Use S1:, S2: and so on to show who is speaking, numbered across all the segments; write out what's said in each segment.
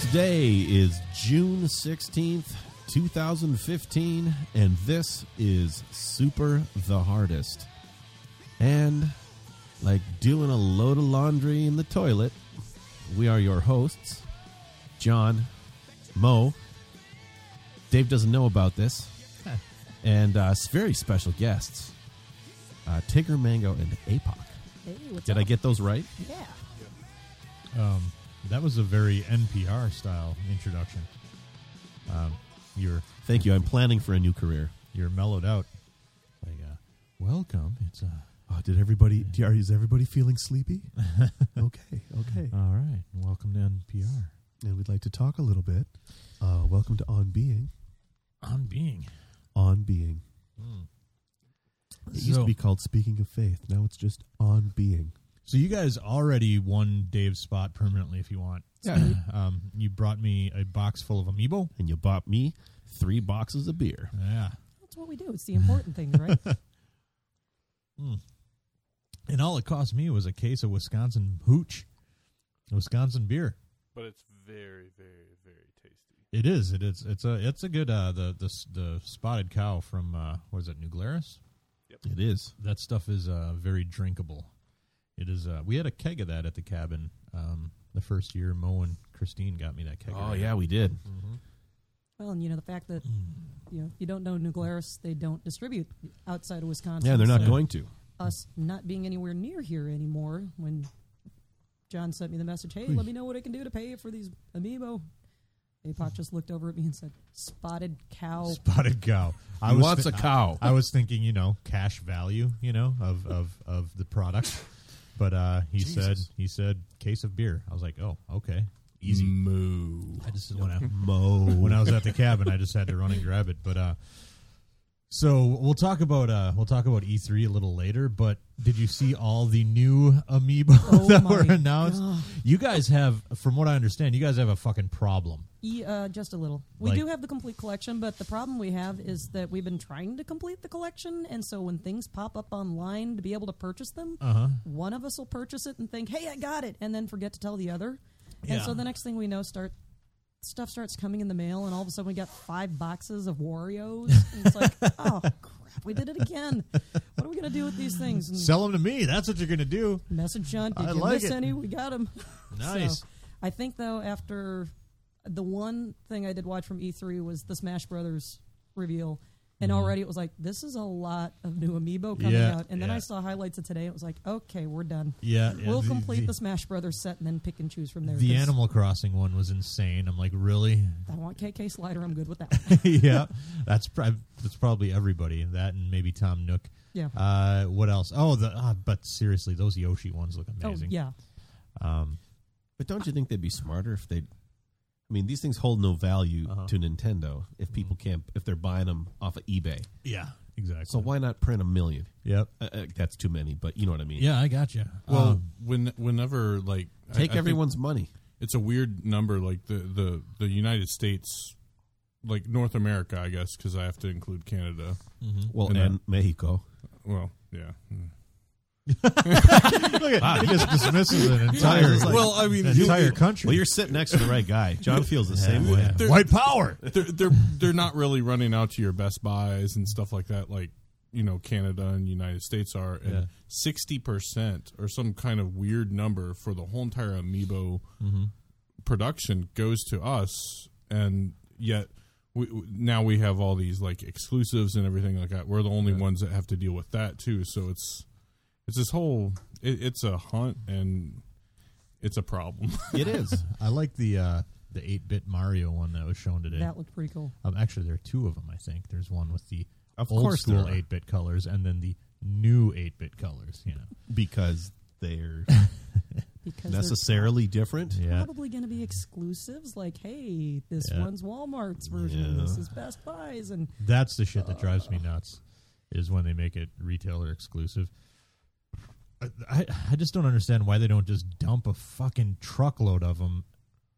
S1: Today is June 16th, 2015, and this is Super the Hardest. And like doing a load of laundry in the toilet, we are your hosts, John, Mo. Dave doesn't know about this, and uh, s- very special guests, uh, Tigger Mango and APOC. Did I get those right?
S2: Yeah.
S3: Um, that was a very NPR style introduction. Um, you're
S1: Thank you. I'm planning for a new career.
S3: you're mellowed out. Like, uh, welcome. It's uh,
S4: Oh, did everybody? Are, is everybody feeling sleepy? okay, okay.
S3: all right. Welcome to NPR
S4: And we'd like to talk a little bit. Uh, welcome to On Being.
S3: on being.
S4: On Being. It used
S3: So-
S4: to be called Speaking of Faith. Now it's just On Being.
S3: So you guys already won Dave's spot permanently if you want.
S1: Yeah.
S3: Um, you brought me a box full of amiibo.
S1: And you bought me three boxes of beer.
S3: Yeah.
S2: That's what we do. It's the important thing, right?
S3: And all it cost me was a case of Wisconsin hooch, Wisconsin beer.
S5: but it's very, very, very tasty.
S3: It is. It is. It's a. It's a good. Uh, the the s- the spotted cow from uh, what is it? New Glarus.
S1: It is.
S3: That stuff is uh, very drinkable. It is. Uh, we had a keg of that at the cabin. Um, the first year, Mo and Christine got me that keg.
S1: Oh, yeah, we did.
S5: Mm-hmm.
S2: well, and you know the fact that
S1: Hmm.
S2: you know you don't know New Glarus, they don't distribute outside of Wisconsin.
S1: Yeah, they're not
S2: so
S1: going to.
S2: Us not being anywhere near here anymore. When John sent me the message, hey, let me know what I can do to pay you for these amiibo.
S1: Hmm.
S2: Apoc just looked over at me and said, "Spotted cow."
S3: Spotted cow. I
S1: He
S3: was
S1: wants
S3: thi-
S1: a cow.
S3: I, I was thinking, you know, cash value, you know, of of of the product. But uh, he said
S1: Jesus.
S3: he said case of beer. I was like, oh, okay, easy.
S1: Moo.
S3: I just when I
S1: Mo.
S3: when I was at the cabin, I just had to run and grab it. But uh, so we'll talk about uh, we'll talk about E3 a little later. But did you see all the new amiibo
S2: Oh
S3: that
S2: my
S3: were announced?
S2: God.
S3: You guys have, from what I understand, you guys have a fucking problem.
S2: E- uh, just a little. We
S3: Like-
S2: do have the complete collection, but the problem we have is that we've been trying to complete the collection, and so when things pop up online to be able to purchase them,
S3: Uh-huh.
S2: one of us will purchase it and think, "Hey, I got it," and then forget to tell the other, and
S3: Yeah.
S2: so the next thing we know, start stuff starts coming in the mail, and all of a sudden we got five boxes of Wario's. And it's like, oh crap, we did it again. What are we gonna do with these things? And
S3: Sell them to me. That's what you're gonna do.
S2: message John, did
S3: I
S2: you
S3: like
S2: miss
S3: it.
S2: any? We got them.
S3: Nice.
S2: So, I think though after the one thing I did watch from E3 was the Smash Brothers reveal, and already it was like this is a lot of new amiibo coming
S3: Mm-hmm. Yeah,
S2: out. And then
S3: yeah.
S2: I saw highlights of today. It was like, okay, we're done.
S3: Yeah, yeah,
S2: we'll
S3: the-
S2: complete the,
S3: the-
S2: Smash Brothers set and then pick and choose from there.
S3: The
S2: 'cause
S3: Animal Crossing one was insane. I'm like, really?
S2: I want KK Slider. I'm good with that. one.
S3: yeah, that's prob- that's probably everybody. That and maybe Tom Nook.
S2: Yeah.
S3: Uh, what else? Oh, the ah, but seriously, those Yoshi ones look
S2: oh
S3: amazing.
S2: yeah,
S3: Um,
S1: But don't you think they'd be smarter if they? I mean, these things hold no value
S3: Uh-huh.
S1: to Nintendo
S4: Mm-hmm.
S1: if people can't if they're buying them off of eBay.
S3: yeah, exactly.
S1: So why not print a million?
S3: Yep.
S1: Uh, uh, that's too many, but you know what I mean.
S3: Yeah, I got you.
S5: Well, when whenever like I- I
S1: Take
S5: think
S1: everyone's money.
S5: it's a weird number. Like the the the United States, like North America, I guess, because I have to include Canada.
S3: mm-hmm.
S1: Well, and,
S5: And, uh,
S1: Mexico.
S5: Well, yeah. Mm.
S3: look at he just dismisses an entire
S1: Like-
S5: well, I mean,
S3: an entire country.
S1: Well, you're sitting next to the right guy. John feels the same way.
S3: Yeah. white power.
S5: they're they're they're not really running out to your Best Buys and stuff like that, like you know Canada and United States are.
S3: Yeah.
S5: And sixty percent or some kind of weird number for the whole entire Amiibo production goes to us, and yet we, w- now we have all these like exclusives and everything like that. We're the only ones that have to deal with that too. So it's it's this whole it, it's a hunt and it's a problem.
S1: It is.
S3: I like the uh, the eight bit Mario one that was shown today.
S2: that looked pretty cool.
S3: Um, actually, there are two of them. I think there's one with the
S1: Of
S3: old
S1: course there
S3: school
S1: are.
S3: eight bit colors, and then the new eight bit colors. You know.
S1: because they're
S2: Because they're
S1: necessarily different.
S2: Probably going to be exclusives like, hey, this
S3: Yeah.
S2: one's Walmart's version, and
S1: Yeah.
S2: this is Best Buy's, and
S3: That's the shit
S1: Uh,
S3: that drives me nuts. Is when they make it retailer exclusive. I- I, I just don't understand why they don't just dump a fucking truckload of them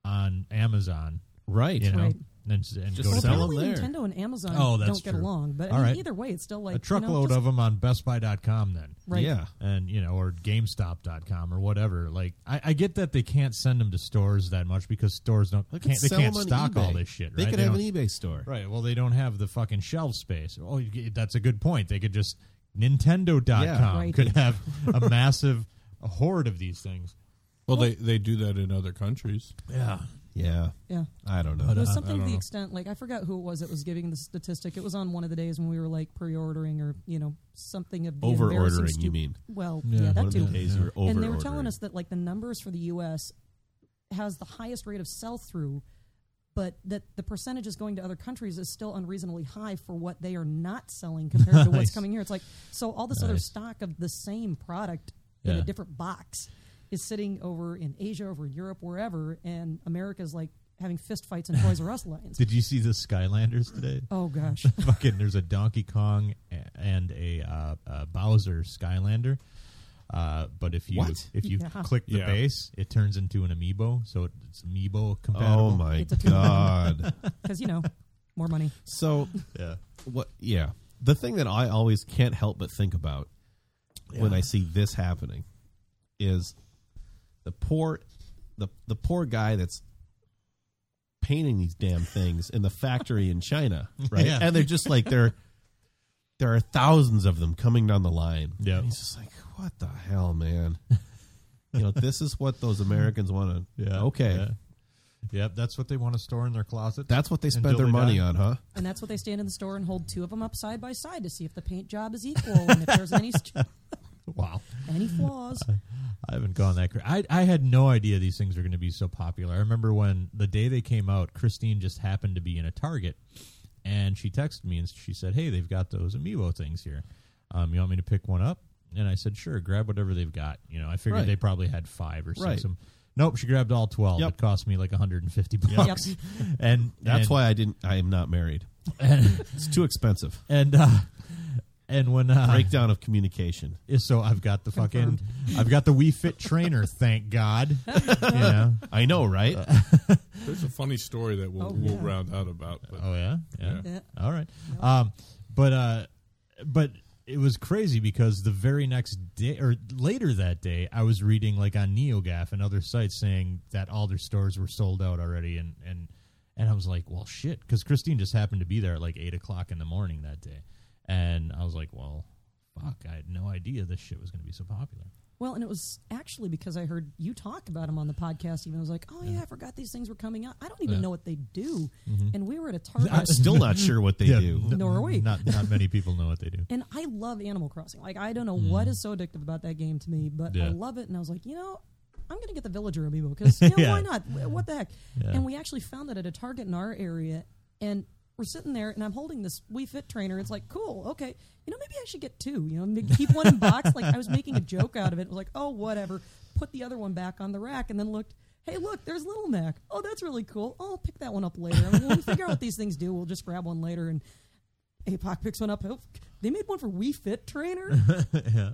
S3: on Amazon.
S1: Right.
S3: You know,
S2: Right.
S3: and, s- and
S1: Just
S3: go to
S1: sell
S3: them.
S1: them.
S2: apparently
S1: there.
S2: Nintendo and Amazon
S3: Oh, that's
S2: don't get
S3: true.
S2: along, but I
S3: All
S2: mean,
S3: right.
S2: either way, it's still like
S3: a
S2: you know,
S3: truckload
S2: just-
S3: of 'em of them on BestBuy.com then,
S2: right.
S1: Yeah.
S3: and you know, or GameStop.com or whatever. Like, I, I get that they can't send them to stores that much because stores don't
S1: They could
S3: can't they
S1: sell
S3: can't
S1: them on
S3: stock all
S1: eBay.
S3: this shit.
S1: They
S3: right?
S1: could have
S3: don't-
S1: an eBay store.
S3: Right. Well, they don't have the fucking shelf space. Oh, you get- that's a good point. They could just Nintendo.com
S1: Yeah.
S2: Right.
S3: could have a massive horde of these things.
S5: Well, they they do that in other countries.
S3: Yeah.
S1: Yeah,
S2: Yeah.
S1: I don't know.
S2: It was
S3: Uh,
S5: I
S2: something to
S5: don't
S2: the
S5: know.
S2: extent like I forgot who it was that was giving the statistic. It was on one of the days when we were like pre-ordering or you know something of the
S1: Over
S2: embarrassing
S1: ordering, you
S2: stu-
S1: mean?
S2: Well,
S3: Yeah,
S2: yeah,
S3: one
S2: that
S1: One of the
S2: too.
S1: days we were over
S2: and they were telling us that like the numbers for the U.S. has the highest rate of sell through, but that the percentages going to other countries is still unreasonably high for what they are not selling compared to
S3: Nice.
S2: what's coming here. It's like so all this other
S3: Nice.
S2: stock of the same product in
S3: Yeah.
S2: a different box is sitting over in Asia, over in Europe, wherever, and America's like having fist fights in Toys R Us lines.
S3: Did you see the Skylanders today?
S2: Oh gosh.
S3: fucking there's a Donkey Kong a- and a, uh, uh Bowser Skylander. Uh, but if you
S1: What?
S3: if you
S2: Yeah.
S3: click the
S5: Yeah.
S3: base, it turns into an amiibo, so it, it's amiibo compatible.
S1: Oh my
S2: It's a two-
S1: god!
S2: Because you know, more money.
S1: so
S3: Yeah.
S1: what? Yeah, the thing that I always can't help but think about when I see this happening is the poor, the the poor guy that's painting these damn things in the factory in China, right?
S3: Yeah.
S1: And they're just like they're. There are thousands of them coming down the line.
S3: Yeah.
S1: And he's just like, what the hell, man? you know, this is what those Americans want to.
S3: Yeah.
S1: Okay.
S3: Yeah. Yep, that's what they want to store in their closet.
S1: That's what they spend
S3: Billy
S1: their money on,
S3: Dunn.
S1: huh?
S2: And that's what they stand in the store and hold two of them up side by side to see if the paint job is equal and if there's any st-
S3: wow.
S2: any flaws.
S3: I haven't gone that crazy. I, I had no idea these things were going to be so popular. I remember when the day they came out, Christine just happened to be in a Target, and she texted me and she said, "Hey, they've got those Amiibo things here. Um, you want me to pick one up?" And I said, "Sure, grab whatever they've got." You know, I figured
S1: Right.
S3: they probably had five or six.
S1: Right.
S3: of 'em. Nope, she grabbed all twelve.
S1: Yep.
S3: It cost me like 150 bucks. And
S1: That's
S3: and-
S1: why I didn't. I am not married.
S3: And
S1: It's too expensive.
S3: and, uh, and when uh,
S1: Breakdown of communication.
S3: is so I've got the fucking I've got the Wii Fit trainer, thank God. you know.
S1: I know, right?
S5: There's a funny story that we'll,
S2: Oh,
S5: we'll
S2: yeah.
S5: round out about. But
S3: Oh yeah, yeah.
S2: Yeah.
S3: All right, um, but uh, but it was crazy because the very next day or later that day, I was reading like on NeoGaf and other sites saying that all their stores were sold out already, and and and I was like, well, shit, because Christine just happened to be there at like eight o'clock in the morning that day, and I was like, well, fuck, I had no idea this shit was going to be so popular.
S2: Well, and it was actually because I heard you talk about them on the podcast. Even I was like, "Oh yeah, I forgot these things were coming out. I don't even
S3: Yeah.
S2: know what they do." And we were at a Target,
S1: I'm still not sure what they
S3: Mm-hmm. Yeah,
S1: do.
S3: n-
S2: Nor are we.
S3: Not not many people know what they do.
S2: and I love Animal Crossing. Like I don't know what is so addictive about that game to me, but
S3: Mm. Yeah.
S2: I love it. And I was like, you know, I'm gonna get the Villager amiibo because you know,
S3: Yeah.
S2: why not? Wh- What the heck?
S3: Yeah.
S2: And we actually found it at a Target in our area, and we're sitting there, and I'm holding this Wii Fit trainer. It's like, cool, okay, you know, maybe I should get two. You know, make- keep one in box. Like I was making a joke out of it. It was like, oh, whatever. Put the other one back on the rack, and then looked. Hey, look, there's Little Mac. Oh, that's really cool. Oh, I'll pick that one up later. I mean, when we figure out what these things do, we'll just grab one later. And APOC picks one up. Oh, They made one for We Fit Trainer.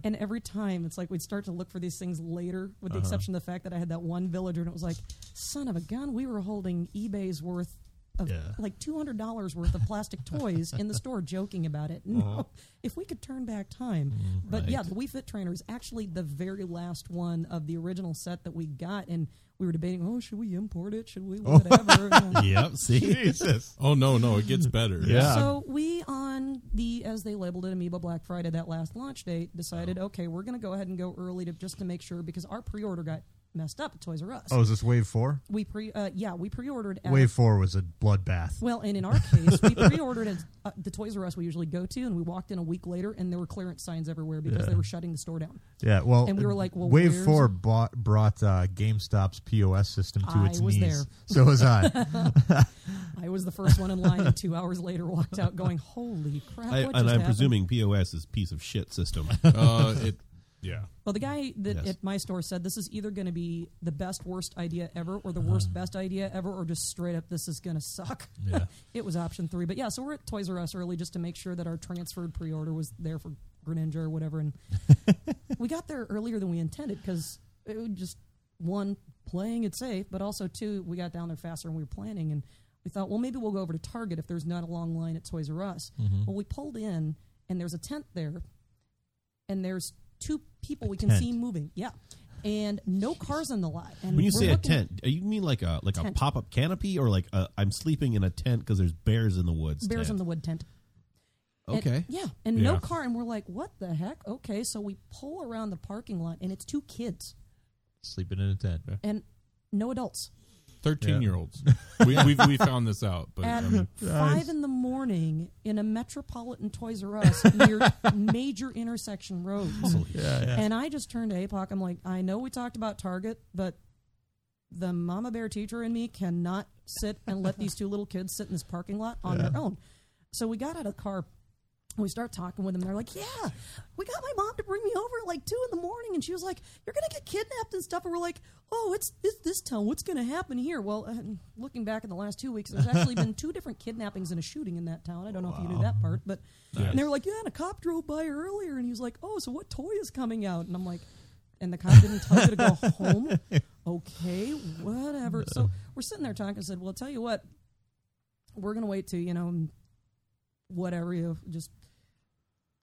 S2: And every time it's like we'd start to look for these things later, with the exception of the fact that I had that one villager and it was like, son of a gun, we were holding eBay's worth of
S3: Yeah.
S2: like $200 worth of plastic toys in the store joking about it. No, if we could turn back time. but yeah, the We Fit Trainer is actually the very last one of the original set that we got. And we were debating, oh, should we import it? Should we whatever? And-
S3: Yep. See.
S5: oh no, no, it gets better.
S3: Yeah.
S2: so we on the as they labeled it Amoeba Black Friday that last launch date decided okay we're gonna go ahead and go early to just to make sure because our pre-order got messed up at Toys R Us.
S3: Oh, is this wave four?
S2: We pre uh, yeah we pre-ordered at
S3: Wave four was a bloodbath.
S2: well and in our case we pre-ordered at uh, the Toys R Us we usually go to and we walked in a week later and there were clearance signs everywhere because
S3: Yeah.
S2: they were shutting the store down.
S3: Yeah, well,
S2: And we were like, well,
S3: Wave
S2: where's-
S3: Four bought, brought uh, GameStop's POS system to
S2: I
S3: its
S2: was
S3: knees. So was I.
S2: I was the first one in line and two hours later walked out going holy crap
S1: I,
S2: what
S1: and
S2: just
S1: I'm
S2: happened?
S1: presuming POS is piece of shit system.
S5: Uh, it, yeah.
S2: Well, the guy that
S1: Yes.
S2: at my store said this is either going to be the best worst idea ever, or the worst best idea ever, or just straight up this is going to suck.
S3: Yeah.
S2: it was option three, but yeah. So we're at Toys R Us early just to make sure that our transferred pre-order was there for Greninja or whatever, and we got there earlier than we intended because it was just one playing it safe, but also two we got down there faster than we were planning, and We thought, well, maybe we'll go over to Target if there's not a long line at Toys R Us.
S1: Mm-hmm.
S2: Well, we pulled in, and there's a tent there, and there's two people we can
S3: tent.
S2: see moving. Yeah, and no cars on the lot. And
S1: When you
S2: we're
S1: say a
S2: looking-
S1: tent, uh, you mean like a like a
S2: Tent.
S1: pop up canopy, or like i I'm sleeping in a tent because there's bears in the woods.
S2: bears in
S1: tent?
S2: the wood tent. And-
S1: okay.
S2: yeah, and
S5: Yeah.
S2: no car, and we're like, what the heck? Okay, so we pull around the parking lot, and it's two kids
S3: Sleeping in a tent.
S2: and no adults.
S5: Thirteen
S3: Yeah.
S5: year olds. we, we we found this out, but um,
S2: At
S5: I mean,
S2: five in the morning in a metropolitan Toys R Us near major intersection roads,
S3: Yeah,
S2: and I just turned to APOC. I'm like, I know we talked about Target, but the mama bear teacher and me cannot sit and let these two little kids sit in this parking lot on their own. So we got out of the car. and We start talking with them. They're like, "Yeah, we got my mom to bring me over at like two in the morning," and she was like, "You're gonna get kidnapped and stuff." And we're like, "Oh, it's this, this town. What's gonna happen here?" Well, uh, looking back in the last two weeks, there's actually been two different kidnappings and a shooting in that town. I don't know if you knew that part, but and they were like, "Yeah," and a cop drove by earlier, and he was like, "Oh, so what toy is coming out?" And I'm like, "And the cop didn't tell you to go home." Okay, whatever. So we're sitting there talking. I said, "Well, tell you what, we're gonna wait to you know, whatever you just."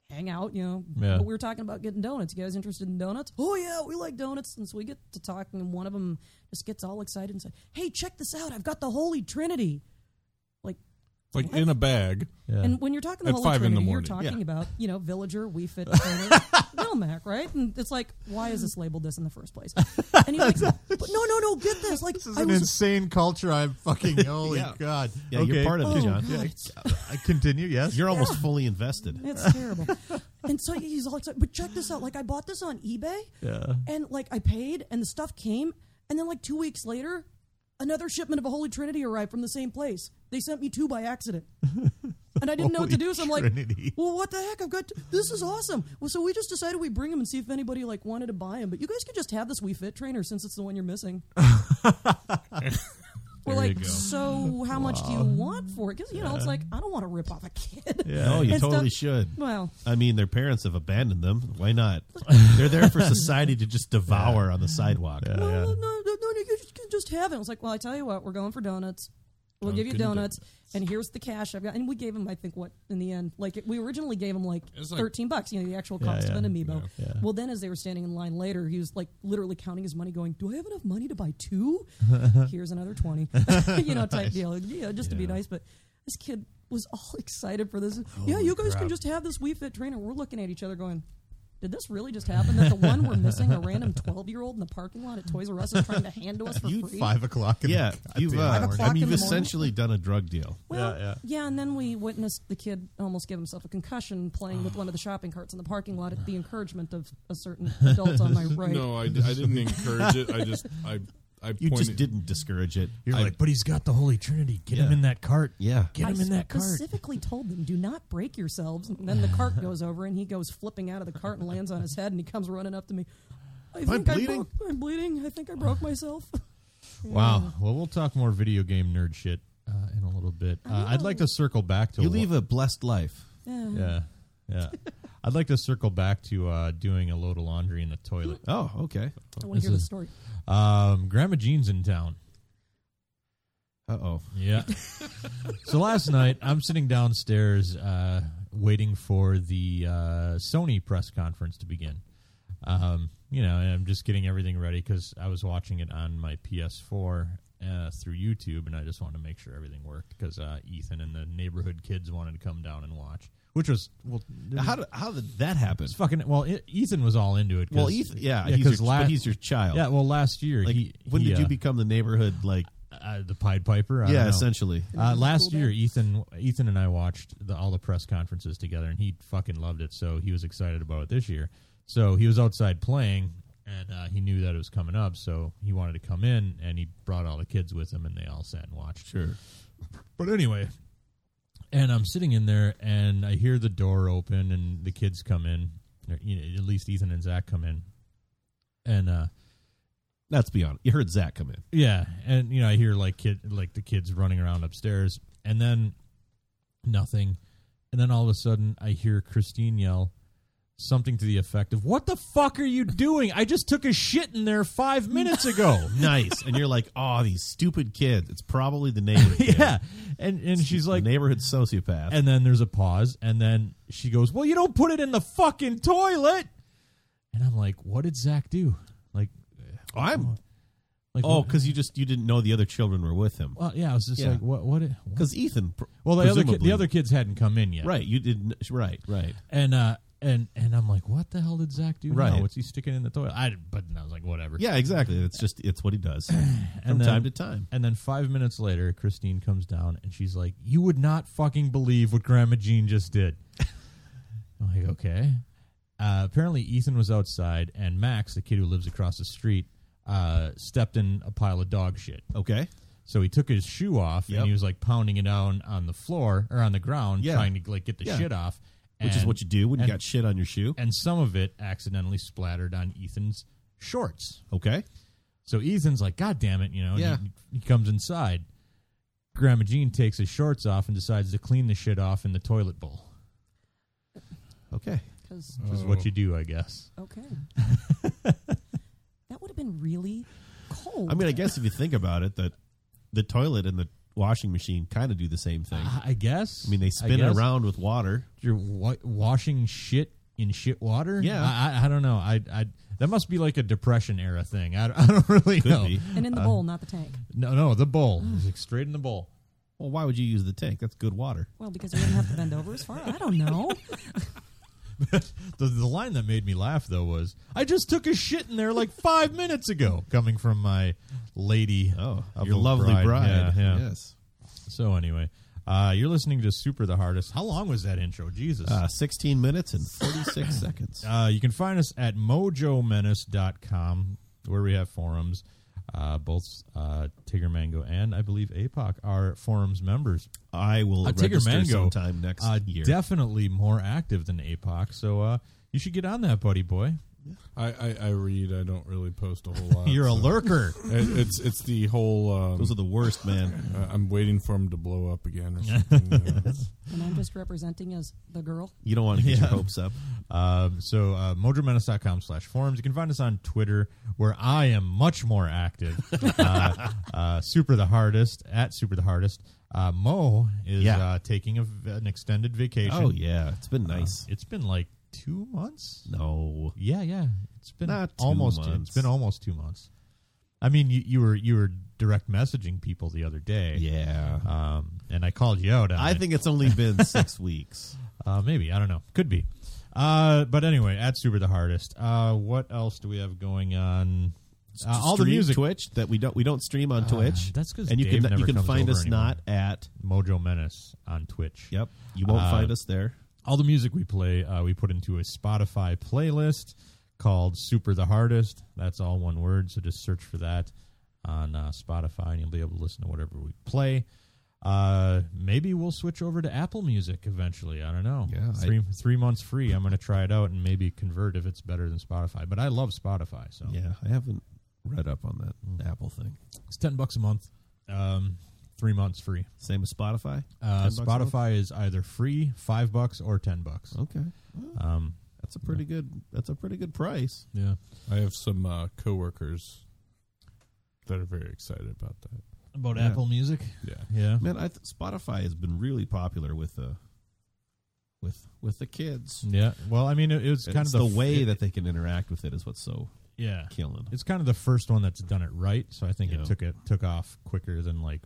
S2: Hang out, you know.
S3: Yeah.
S2: But we were talking about getting donuts. You guys interested in donuts? Oh yeah, we like donuts. And so we get to talking, and one of them just gets all excited and said, "Hey, check this out! I've got the Holy Trinity." Like,
S5: like
S2: what?
S5: in a bag.
S3: yeah.
S2: and when you're talking the
S5: At
S2: Holy
S5: five in
S2: Trinity,
S5: the
S2: you're
S5: morning.
S2: talking
S1: Yeah.
S2: about, you know, Villager, We Fit, Wilmac, right? And it's like, why is this labeled this in the first place? And you're like, but no, no, no, get this. Like,
S4: This is
S2: I
S4: an
S2: was,
S4: insane culture. I'm fucking. Holy
S1: Yeah.
S4: God.
S1: Yeah,
S4: okay.
S1: you're part of it,
S2: Oh,
S1: John.
S2: God.
S4: I continue. Yes.
S1: You're almost fully invested.
S2: it's terrible. And so he's all excited, but check this out. Like, I bought this on eBay,
S3: yeah.
S2: and like, I paid, and the stuff came, and then like two weeks later, another shipment of a Holy Trinity arrived from the same place. They sent me two by accident. And I didn't know what to
S4: Holy
S2: do, so I'm like,
S4: Trinity.
S2: well, what the heck? I've got this is awesome. Well, so we just decided we bring them and see if anybody like wanted to buy them. But you guys could just have this We Fit trainer since it's the one you're missing. We're
S5: There you
S2: like,
S5: go.
S2: so how much do you want for it? Because you know, it's like I don't want to rip off a kid.
S1: No, you
S2: And
S1: totally
S2: stuff-
S1: should.
S2: Well,
S1: I mean, their parents have abandoned them. Why not? They're there for society to just devour on the sidewalk.
S2: well, no, no, no, no, you just- you just have it. I was like, well, I tell you what, we're going for donuts. We'll give you
S5: Dunkin'
S2: donuts, and here's the cash I've got. And we gave him, I think, what in the end, like it, we originally gave him like
S5: It's like-
S2: thirteen bucks, you know, the actual cost
S3: yeah,
S2: of an amiibo.
S5: yeah,
S3: yeah.
S2: Well, then as they were standing in line later, he was like literally counting his money, going, "Do I have enough money to buy two? here's another twenty, you know, type deal. Yeah, just to be nice. But this kid was all excited for this. yeah, you guys can just have this Wii Fit trainer. We're looking at each other, going. Did this really just happen? That the one we're missing, a random twelve-year-old in the parking lot at Toys R Us, is trying to hand to us for free.
S4: Five o'clock. In
S1: Yeah,
S4: The
S1: you've.
S4: goddamn
S1: Uh,
S4: morning.
S2: o'clock
S1: I mean,
S2: in
S1: you've
S2: the morning.
S1: essentially done a drug deal.
S2: Well,
S3: Yeah,
S2: yeah,
S3: yeah.
S2: and then we witnessed the kid almost give himself a concussion playing with one of the shopping carts in the parking lot at the encouragement of a certain adult on my right.
S5: No, I, I didn't encourage it. I just I I
S1: You
S5: pointed,
S1: just didn't discourage it.
S3: You're
S5: I-
S3: like, but he's got the Holy Trinity. Get him
S1: Yeah.
S3: in that cart.
S1: Yeah.
S3: Get
S2: I
S3: him in that cart.
S2: specifically told them, do not break yourselves. And then the cart goes over and he goes flipping out of the cart and lands on his head and he comes running up to me. I think I
S1: bleeding?
S2: broke, I'm bleeding. I think I broke myself.
S3: Wow. Well, we'll talk more video game nerd shit uh, in a little bit. Uh, I'd like to circle back to
S1: You
S3: one-
S1: leave a blessed life.
S2: Yeah.
S3: Yeah, yeah. I'd like to circle back to uh, doing a load of laundry in the toilet.
S1: Oh, okay.
S2: I want to hear the story.
S3: Um, Grandma Jean's in town.
S1: Uh oh.
S3: Yeah. so last night, I'm sitting downstairs uh, waiting for the uh, Sony press conference to begin. Um, you know, and I'm just getting everything ready because I was watching it on my PS4 uh, through YouTube, and I just wanted to make sure everything worked because uh, Ethan and the neighborhood kids wanted to come down and watch, which was well,
S1: How did how did that happen?
S3: it's fucking well. E- Ethan was all into it. 'cause-
S1: Well, Ethan. Yeah, he's
S3: 'cause
S1: your,
S3: la-
S1: but he's your child.
S3: yeah. Well, last year,
S1: Like,
S3: he,
S1: when
S3: he,
S1: did you
S3: uh,
S1: become the neighborhood? Like,
S3: uh, the Pied Piper? I don't
S1: yeah,
S3: know.
S1: essentially.
S3: Uh, last year, Ethan, Ethan and I watched the, all the press conferences together, and he fucking loved it. So he was excited about it this year. So he was outside playing, and uh, he knew that it was coming up, so he wanted to come in, and he brought all the kids with him, and they all sat and watched.
S1: Sure.
S3: But anyway, and I'm sitting in there, and I hear the door open, and the kids come in. Or, you know, at least Ethan and Zach come in, and uh,
S1: Let's be honest. You heard Zach come in.
S3: yeah, and you know I hear like kid like the kids running around upstairs, and then nothing, and then all of a sudden I hear Christine yell, something to the effect of "What the fuck are you doing? I just took a shit in there five minutes ago."
S1: nice. And you're like, oh, these stupid kids. It's probably the neighbor. kid.
S3: yeah, and and she's
S1: The
S3: like,
S1: neighborhood sociopath.
S3: and then there's a pause, and then she goes, "Well, you don't put it in the fucking toilet." And I'm like, "What did Zach do?" Like,
S1: I'm
S3: like
S1: oh, because you just you didn't know the other children were with him.
S3: well, yeah, I was just
S1: Yeah.
S3: like, "What? What?" what?
S1: Because Ethan, pr-
S3: Well, the other kid,
S1: presumably-
S3: the other kids hadn't come in yet,
S1: right? You didn't. Right, right.
S3: And uh, and and I'm like, "What the hell did Zach do?"
S1: Right.
S3: now? what's he sticking in the toilet? I but I was like, "Whatever."
S1: Yeah, exactly. It's just it's what he does from
S3: then-
S1: time to time.
S3: And then five minutes later, Christine comes down and she's like, "You would not fucking believe what Grandma Jean just did." I'm like, "Okay." Uh, apparently, Ethan was outside, and Max, the kid who lives across the street, uh, stepped in a pile of dog shit.
S1: Okay.
S3: So he took his shoe off
S1: Yep.
S3: and he was like pounding it down on the floor or on the ground,
S1: Yeah.
S3: trying to like get the
S1: Yeah.
S3: shit off.
S1: Which is
S3: And-
S1: what you do when you
S3: and-
S1: got shit on your shoe.
S3: And some of it accidentally splattered on Ethan's shorts.
S1: Okay.
S3: So Ethan's like, God damn it, you know, and
S1: Yeah.
S3: he, he comes inside. Grandma Jean takes his shorts off and decides to clean the shit off in the toilet bowl.
S1: Okay.
S2: Because
S3: Which is
S5: Oh.
S1: Oh.
S3: what you do, I guess.
S2: okay, that would have been really cold.
S1: I mean, I guess if you think about it, that the toilet and the washing machine kind of do the same thing.
S3: Uh, I guess.
S1: I mean, they spin it
S3: guess.
S1: around with water.
S3: You're wa- washing shit in shit water.
S1: Yeah.
S3: I, I, I don't know. I, I that must be like a depression era thing. I, I don't really
S1: Could
S3: know.
S1: be.
S2: and in the bowl, not the tank.
S3: No, no, the bowl. It's like straight in the bowl.
S1: Well, why would you use the tank? That's good water.
S2: Well, because we wouldn't have to bend over as far. I don't know.
S3: The, the line that made me laugh though was, "I just took a shit in there like five minutes ago," coming from my lady.
S1: Oh,
S3: of
S1: your
S3: a
S1: lovely bride.
S3: Yeah, yeah.
S1: Yes.
S3: So anyway, uh, you're listening to Super the Hardest. How long was that intro? Jesus.
S1: Uh, 16 minutes and 46 seconds.
S3: Uh, you can find us at mojomenace.com, where we have forums. Uh, both uh, Tigger Mango and I believe APOC are forums members.
S1: I will
S3: Uh, Tigger
S1: register
S3: Mango
S1: sometime next
S3: uh,
S1: year.
S3: definitely more active than APOC, so uh, you should get on that, buddy boy.
S5: I, I, I read. I don't really post a whole lot.
S3: You're a
S5: so-
S3: lurker.
S5: It, it's it's the whole. Um,
S1: Those are the worst, man.
S5: I- I'm waiting for him to blow up again or something. uh,
S2: And I'm just representing as the girl.
S1: You don't want to get your hopes up.
S3: Um, so uh, mojomenace.com slash forums. You can find us on Twitter, where I am much more active. uh, uh, Super the hardest at Super the hardest. Uh, Mo is
S1: Yeah.
S3: uh, taking a v an extended vacation.
S1: Oh, yeah. It's been nice.
S3: Uh, it's been like two months.
S1: no.
S3: Yeah, yeah. It's been
S1: Not two
S3: almost.
S1: months.
S3: It's been almost two months. I mean, you, you were you were direct messaging people the other day.
S1: Yeah.
S3: Um, and I called you out. on
S1: I
S3: it.
S1: think it's only been six weeks.
S3: Uh, maybe I don't know. Could be. Uh, but anyway, at Super the hardest. Uh, what else do we have going on? Uh, all the
S1: Stream
S3: music.
S1: Twitch that we don't we don't stream on Twitch.
S3: Uh, that's 'cause
S1: and you
S3: Dave
S1: can
S3: never
S1: you can
S3: comes
S1: find
S3: over
S1: us
S3: anymore.
S1: not at
S3: Mojo Menace on Twitch.
S1: yep. You won't
S3: Uh,
S1: find us there.
S3: All the music we play, uh, we put into a Spotify playlist called Super the Hardest. That's all one word. So just search for that on uh, Spotify, and you'll be able to listen to whatever we play. Uh, maybe we'll switch over to Apple Music eventually. I don't know.
S1: Yeah, I-
S3: three three months free. I'm going to try it out and maybe convert if it's better than Spotify. But I love Spotify, so
S1: Yeah, I haven't read up on that
S3: Hmm.
S1: Apple thing.
S3: It's ten bucks a month, um, three months free.
S1: Same as Spotify. 10
S3: Uh,
S1: bucks a month? Oh.
S3: Spotify is either free, five bucks, or ten bucks.
S1: Okay,
S3: Um,
S1: that's a pretty good. That's a pretty good price.
S3: yeah,
S5: I have some uh, coworkers that are very excited about that.
S3: about
S1: Yeah.
S3: Apple Music.
S5: Yeah,
S3: Yeah,
S1: Man, I th- Spotify has been really popular with the with with the kids.
S3: yeah. Well, I mean, it, it was kind
S1: it's
S3: of
S1: the,
S3: the,
S1: way
S3: it-
S1: that they can interact with it is what's so
S3: yeah,
S1: killing.
S3: it's kind of the first one that's done it right. So I think
S1: Yeah.
S3: it took it took off quicker than like,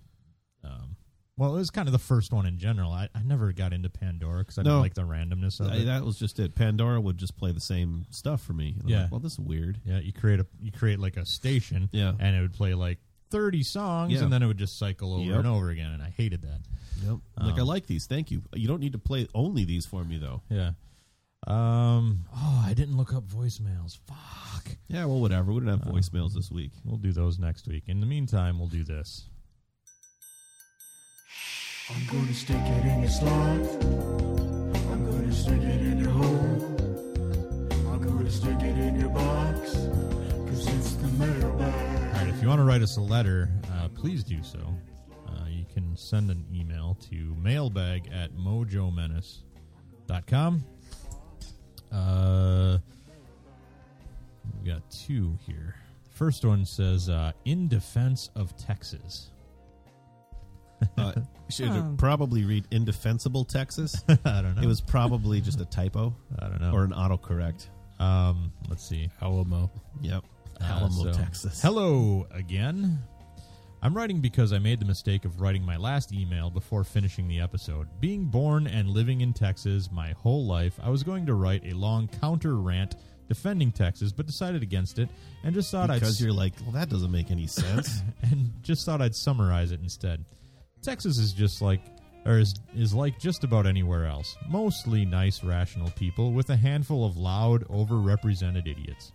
S3: um, well, it was kind of the first one in general. I, I never got into Pandora because I
S1: No.
S3: didn't like the randomness of
S1: I-
S3: it.
S1: that was just it. Pandora would just play the same stuff for me. And I'm
S3: Yeah.
S1: like, well, this is weird.
S3: Yeah, you create a you create like a station,
S1: Yeah.
S3: and it would play like thirty songs,
S1: Yeah.
S3: and then it would just cycle over
S1: Yep.
S3: and over again, and I hated that.
S1: Yep. like I
S3: Um,
S1: like these. Thank you. You don't need to play only these for me though.
S3: Yeah. Um. Oh, I didn't look up voicemails. Fuck.
S1: Yeah. Well, whatever. We didn't have voicemails this week.
S3: We'll do those next week. In the meantime, we'll do this.
S6: I'm gonna stick it in your slot. I'm gonna stick it in your hole. I'm gonna stick it in your box. Cause it's the mailbag.
S3: All right. If you want to write us a letter, uh, please do so. Uh, you can send an email to mailbag at mojomenace.com. Uh, two here. First one says, uh, "In defense of Texas."
S1: Uh, should
S2: Huh.
S1: probably read Indefensible Texas.
S3: I don't know.
S1: It was probably just a typo
S3: I don't know.
S1: or an autocorrect.
S3: um, let's see.
S5: Alamo.
S1: Yep.
S3: Uh,
S1: Alamo,
S3: so-
S1: Texas.
S3: Hello again. I'm writing because I made the mistake of writing my last email before finishing the episode. Being born and living in Texas my whole life, I was going to write a long counter rant defending Texas, but decided against it and just thought I'd
S1: because you're like, well, that doesn't make any sense.
S3: and just thought I'd summarize it instead. Texas is just like or is, is like just about anywhere else. Mostly nice, rational people with a handful of loud, overrepresented idiots.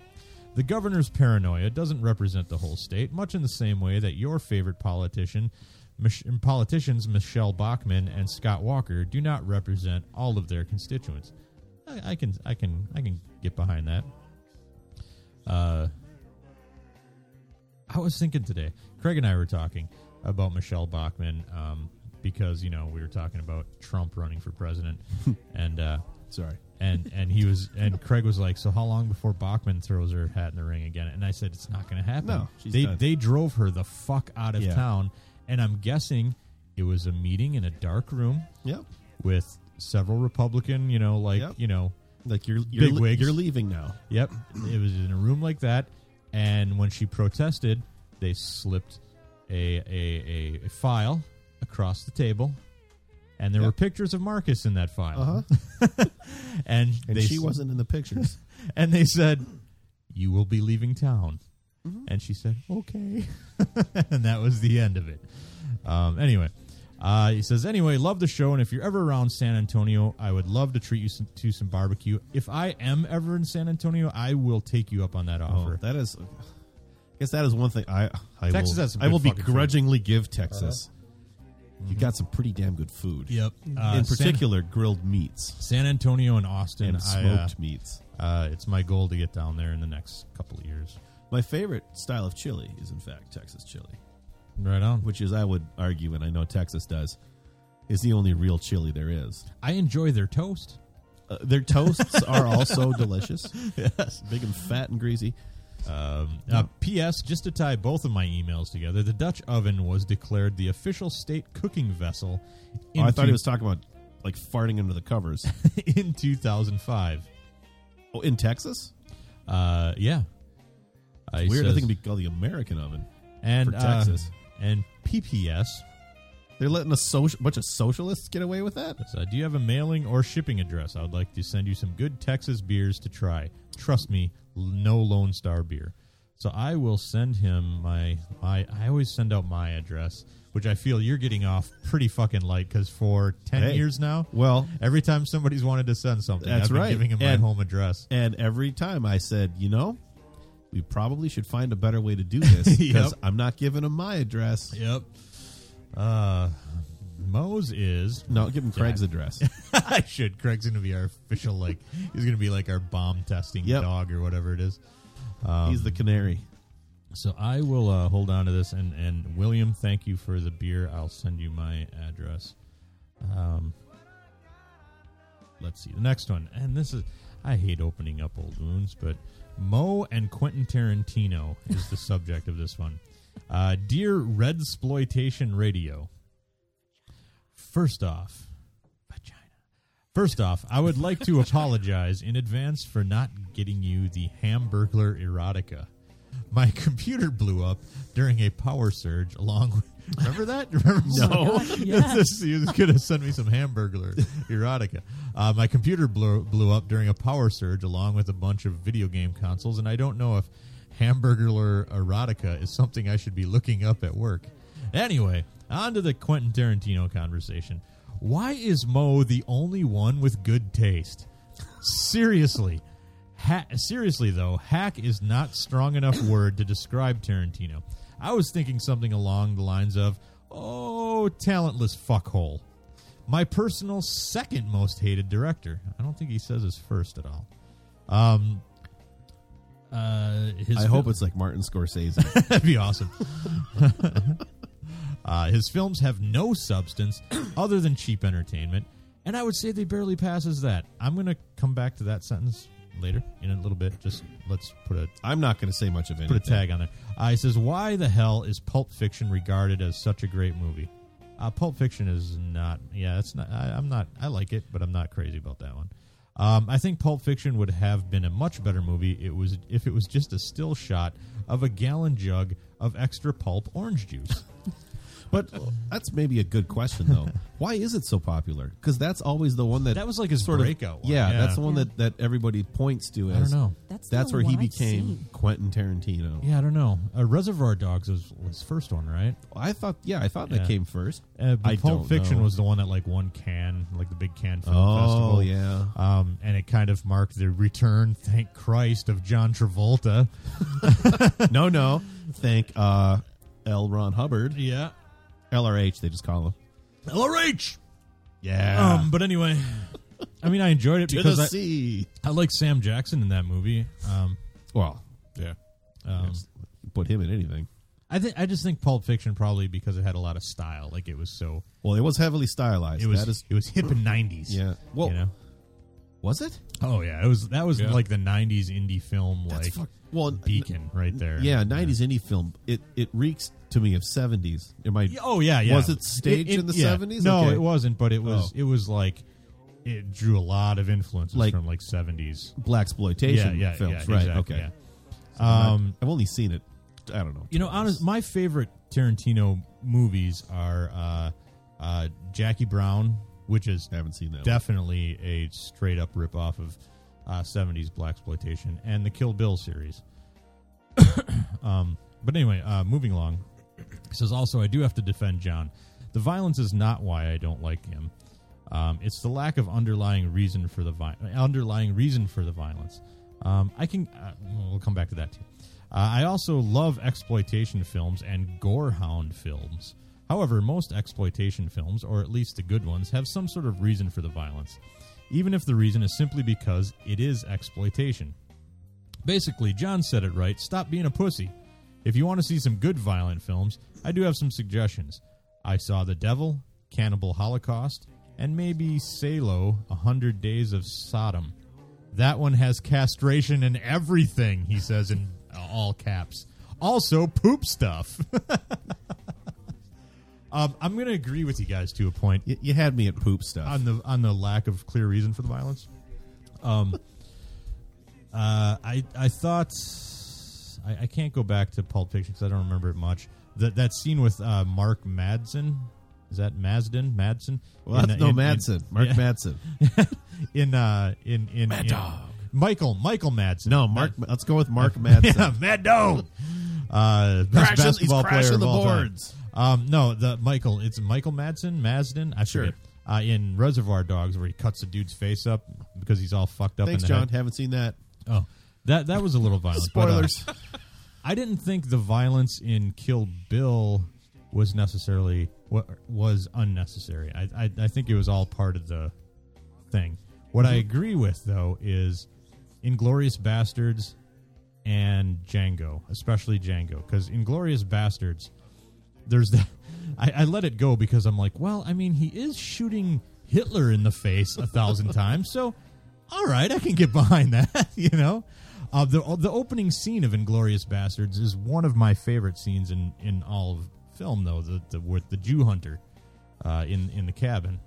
S3: The governor's paranoia doesn't represent the whole state, much in the same way that your favorite politician, Mich- politicians Michelle Bachmann and Scott Walker, do not represent all of their constituents. I, I can, I can, I can get behind that. Uh, I was thinking today, Craig and I were talking about Michelle Bachmann um, because you know we were talking about Trump running for president, and uh,
S1: Sorry.
S3: and and he was and Craig was like, so how long before Bachman throws her hat in the ring again? And I said, it's not going to happen.
S1: No, she's
S3: they
S1: done.
S3: they drove her the fuck out of
S1: Yeah.
S3: town, and I'm guessing it was a meeting in a dark room
S1: Yep.
S3: with several Republican, you know, like
S1: Yep.
S3: you know,
S1: Like you're you're, le-
S3: Bigwigs.
S1: you're leaving now.
S3: Yep, it was in a room like that, and when she protested, they slipped a a, a, a file across the table, and there
S1: Yep.
S3: were pictures of Marcus in that file,
S1: Uh huh.
S3: and,
S1: And
S3: they
S1: she
S3: s-
S1: wasn't in the pictures.
S3: and they said, Mm-hmm. "You will be leaving town," and she said,
S4: Okay.
S3: and that was the end of it. Um, anyway, uh, he says, anyway, love the show, and if you're ever around San Antonio, I would love to treat you some, to some barbecue. If I am ever in San Antonio, I will take you up on that
S1: Oh,
S3: offer.
S1: that is. I guess that is one thing I I
S3: Texas
S1: will,
S3: has some
S1: I
S3: good
S1: will
S3: fucking food.
S1: begrudgingly give Texas. Uh-huh. You got some pretty damn good food.
S3: Yep. Uh,
S1: in
S3: San-
S1: particular, grilled meats
S3: San, Antonio and Austin.
S1: and
S3: I,
S1: smoked
S3: uh,
S1: meats.
S3: uh, it's my goal to get down there in the next couple of years.
S1: My favorite style of chili is, in fact, Texas chili,
S3: Right on.
S1: which is I would argue, and I know Texas does, is the only real chili there is.
S3: I enjoy their toast.
S1: Uh, their toasts are also delicious. Yes, big and fat and greasy.
S3: Um, uh, P.S. Just to tie both of my emails together, the Dutch oven was declared the official state cooking vessel. In
S1: Oh, I thought he
S3: two-
S1: was talking about like farting under the covers.
S3: in 2005.
S1: oh, in Texas,
S3: Uh, yeah. Uh, he
S1: weird. I
S3: says-
S1: think it'd be called the American oven.
S3: and
S1: for
S3: uh,
S1: Texas.
S3: and PPS.
S1: They're letting a social, bunch of socialists get away with that.
S3: says, uh, do you have a mailing or shipping address? I would like to send you some good Texas beers to try. Trust me, l- no Lone Star beer. So I will send him my my. I always send out my address, which I feel you're getting off pretty fucking light because for ten
S1: Hey.
S3: years now,
S1: Well,
S3: every time somebody's wanted to send something,
S1: That's
S3: I've been
S1: right.
S3: giving him my
S1: And-
S3: home address.
S1: and every time I said, you know, we probably should find a better way to do this because
S3: Yep.
S1: I'm not giving them my address.
S3: Yep. Uh, Moe's is
S1: No, give them Craig's address.
S3: I should. Craig's gonna be our official like he's gonna be like our bomb testing
S1: Yep.
S3: dog or whatever it is.
S1: He's the canary.
S3: So I will uh, hold on to this and and William, thank you for the beer. I'll send you my address. Um, let's see the next one, and this is I hate opening up old wounds, but Mo and Quentin Tarantino is the subject of this one. Uh, dear Red Exploitation Radio, first off, vagina. First off, I would like to apologize in advance for not getting you the Hamburglar erotica. My computer blew up during a power surge along with. Remember that? Remember
S2: No. gosh, yes.
S3: this, he was going to send me some Hamburglar erotica. Uh, my computer blew, blew up during a power surge along with a bunch of video game consoles, and I don't know if Hamburglar erotica is something I should be looking up at work. Anyway, on to the Quentin Tarantino conversation. Why is Mo the only one with good taste? Seriously. Ha- seriously though, hack is not strong enough word to describe Tarantino. I was thinking something along the lines of, "Oh, talentless fuckhole." My personal second most hated director. I don't think he says his first at all. Um, uh, his
S1: I
S3: fil-
S1: hope it's like Martin Scorsese.
S3: That'd be awesome. uh, his films have no substance other than cheap entertainment, and I would say they barely passes that. I'm going to come back to that sentence later in a little bit. Just let's put a
S1: I'm not going to say much of anything.
S3: put a tag on there. Uh, he says, "Why the hell is Pulp Fiction regarded as such a great movie?" Uh, Pulp Fiction is not. Yeah, it's not. I, I'm not. I like it, but I'm not crazy about that one. Um, I think Pulp Fiction would have been a much better movie. It was if it was just a still shot of a gallon jug of extra pulp orange juice.
S1: But that's maybe a good question though. Why is it so popular? Because that's always the one that
S3: That was like his
S1: sort of-
S3: breakout one,
S1: Yeah,
S3: yeah.
S1: that's the one
S2: Yeah.
S1: that that everybody points to as.
S3: I don't know.
S2: That's
S1: That's
S2: the
S1: where he
S2: one I've
S1: became
S2: seen.
S1: Quentin Tarantino.
S3: Yeah, I don't know. Uh, Reservoir Dogs was his first one, right?
S1: I thought. Yeah, I thought
S3: Yeah.
S1: that came first.
S3: Uh, but
S1: I don't
S3: Pulp Fiction
S1: know.
S3: was the one that like won Cannes, like the big Cannes Film Festival.
S1: Oh yeah.
S3: um, and it kind of marked the return, thank Christ, of John Travolta.
S1: no, no. Thank uh, L. Ron Hubbard.
S3: Yeah,
S1: LRH. They just call him.
S3: LRH.
S1: Yeah.
S3: Um, but anyway, I mean, I enjoyed it
S1: to
S3: because
S1: the
S3: I,
S1: sea.
S3: I like Sam Jackson in that movie. Um,
S1: Well,
S5: Yeah.
S3: um,
S1: put him in anything.
S3: I think I just think Pulp Fiction probably because it had a lot of style, like it was so
S1: Well, it was heavily stylized.
S3: it was
S1: that is.
S3: it was hip and nineties.
S1: Yeah. Well,
S3: you know?
S1: was it?
S3: oh yeah, it was that was
S5: Yeah.
S3: like the nineties indie film like
S1: fuck- well, n-
S3: beacon right there.
S1: Yeah, nineties indie film. It it reeks to me of seventies. Am I?
S3: Yeah, Oh yeah, yeah.
S1: Was it staged in the
S3: yeah.
S1: 70s?
S3: No,
S1: Okay.
S3: it wasn't. But it was.
S1: Oh.
S3: It was like it drew a lot of influences
S1: Like-
S3: from like seventies.
S1: Black
S3: Yeah,
S1: exploitation
S3: yeah,
S1: films,
S3: yeah.
S1: right?
S3: exactly,
S1: okay.
S3: yeah. Um,
S1: I've only seen it. I don't know.
S3: you know, honest, my favorite Tarantino movies are uh, uh, Jackie Brown, which is
S1: I haven't seen that. one.
S3: definitely a straight up rip off of uh, 70s black exploitation and the Kill Bill series. um, but anyway, uh, moving along. He says also, I do have to defend John. The violence is not why I don't like him. Um, it's the lack of underlying reason for the vi- underlying reason for the violence. Um, I can uh, we'll come back to that too. Uh, I also love exploitation films and gorehound films. However, most exploitation films, or at least the good ones, have some sort of reason for the violence, even if the reason is simply because it is exploitation. Basically, John said it right. Stop being a pussy. If you want to see some good violent films, I do have some suggestions. I saw The Devil, Cannibal Holocaust, and maybe Salo, A Hundred Days of Sodom. That one has castration and everything, he says in all caps. Also, poop stuff. um, I'm going to agree with you guys to a point
S1: You, you had me at poop stuff.
S3: on the on the lack of clear reason for the violence. Um, uh, I I thought I, I can't go back to Pulp Fiction because I don't remember it much. That that scene with uh, Mark Madsen is that Madsen Madsen?
S1: well, that's
S3: In-
S1: no
S3: in-
S1: Madsen. Mark
S3: yeah.
S1: Madsen.
S3: in uh in in, in Michael Michael Madsen.
S1: No, Mark. Let's go with Mark Madsen.
S3: yeah, Mad Dog. Uh, best
S1: Crashing- he's
S3: basketball player
S1: crashing
S3: of
S1: the
S3: all time.
S1: boards.
S3: Um, no, the Michael. It's Michael Madsen, Madsen. I
S1: Sure.
S3: forget. Uh, in Reservoir Dogs, where he cuts the dude's face up because he's all fucked up.
S1: Thanks,
S3: in the
S1: John.
S3: Head.
S1: Haven't seen that.
S3: Oh, that that was a little violent. but, uh,
S1: Spoilers.
S3: I didn't think the violence in Kill Bill was necessarily what was unnecessary. I, I I think it was all part of the thing. What I agree with though is Inglorious Bastards and Django, especially Django, because Inglorious Bastards, there's that. I, I let it go because I'm like, well, I mean, he is shooting Hitler in the face a thousand times, so all right, I can get behind that, you know. Uh, the the opening scene of Inglorious Bastards is one of my favorite scenes in, in all of film, though the, the with the Jew hunter uh, in in the cabin.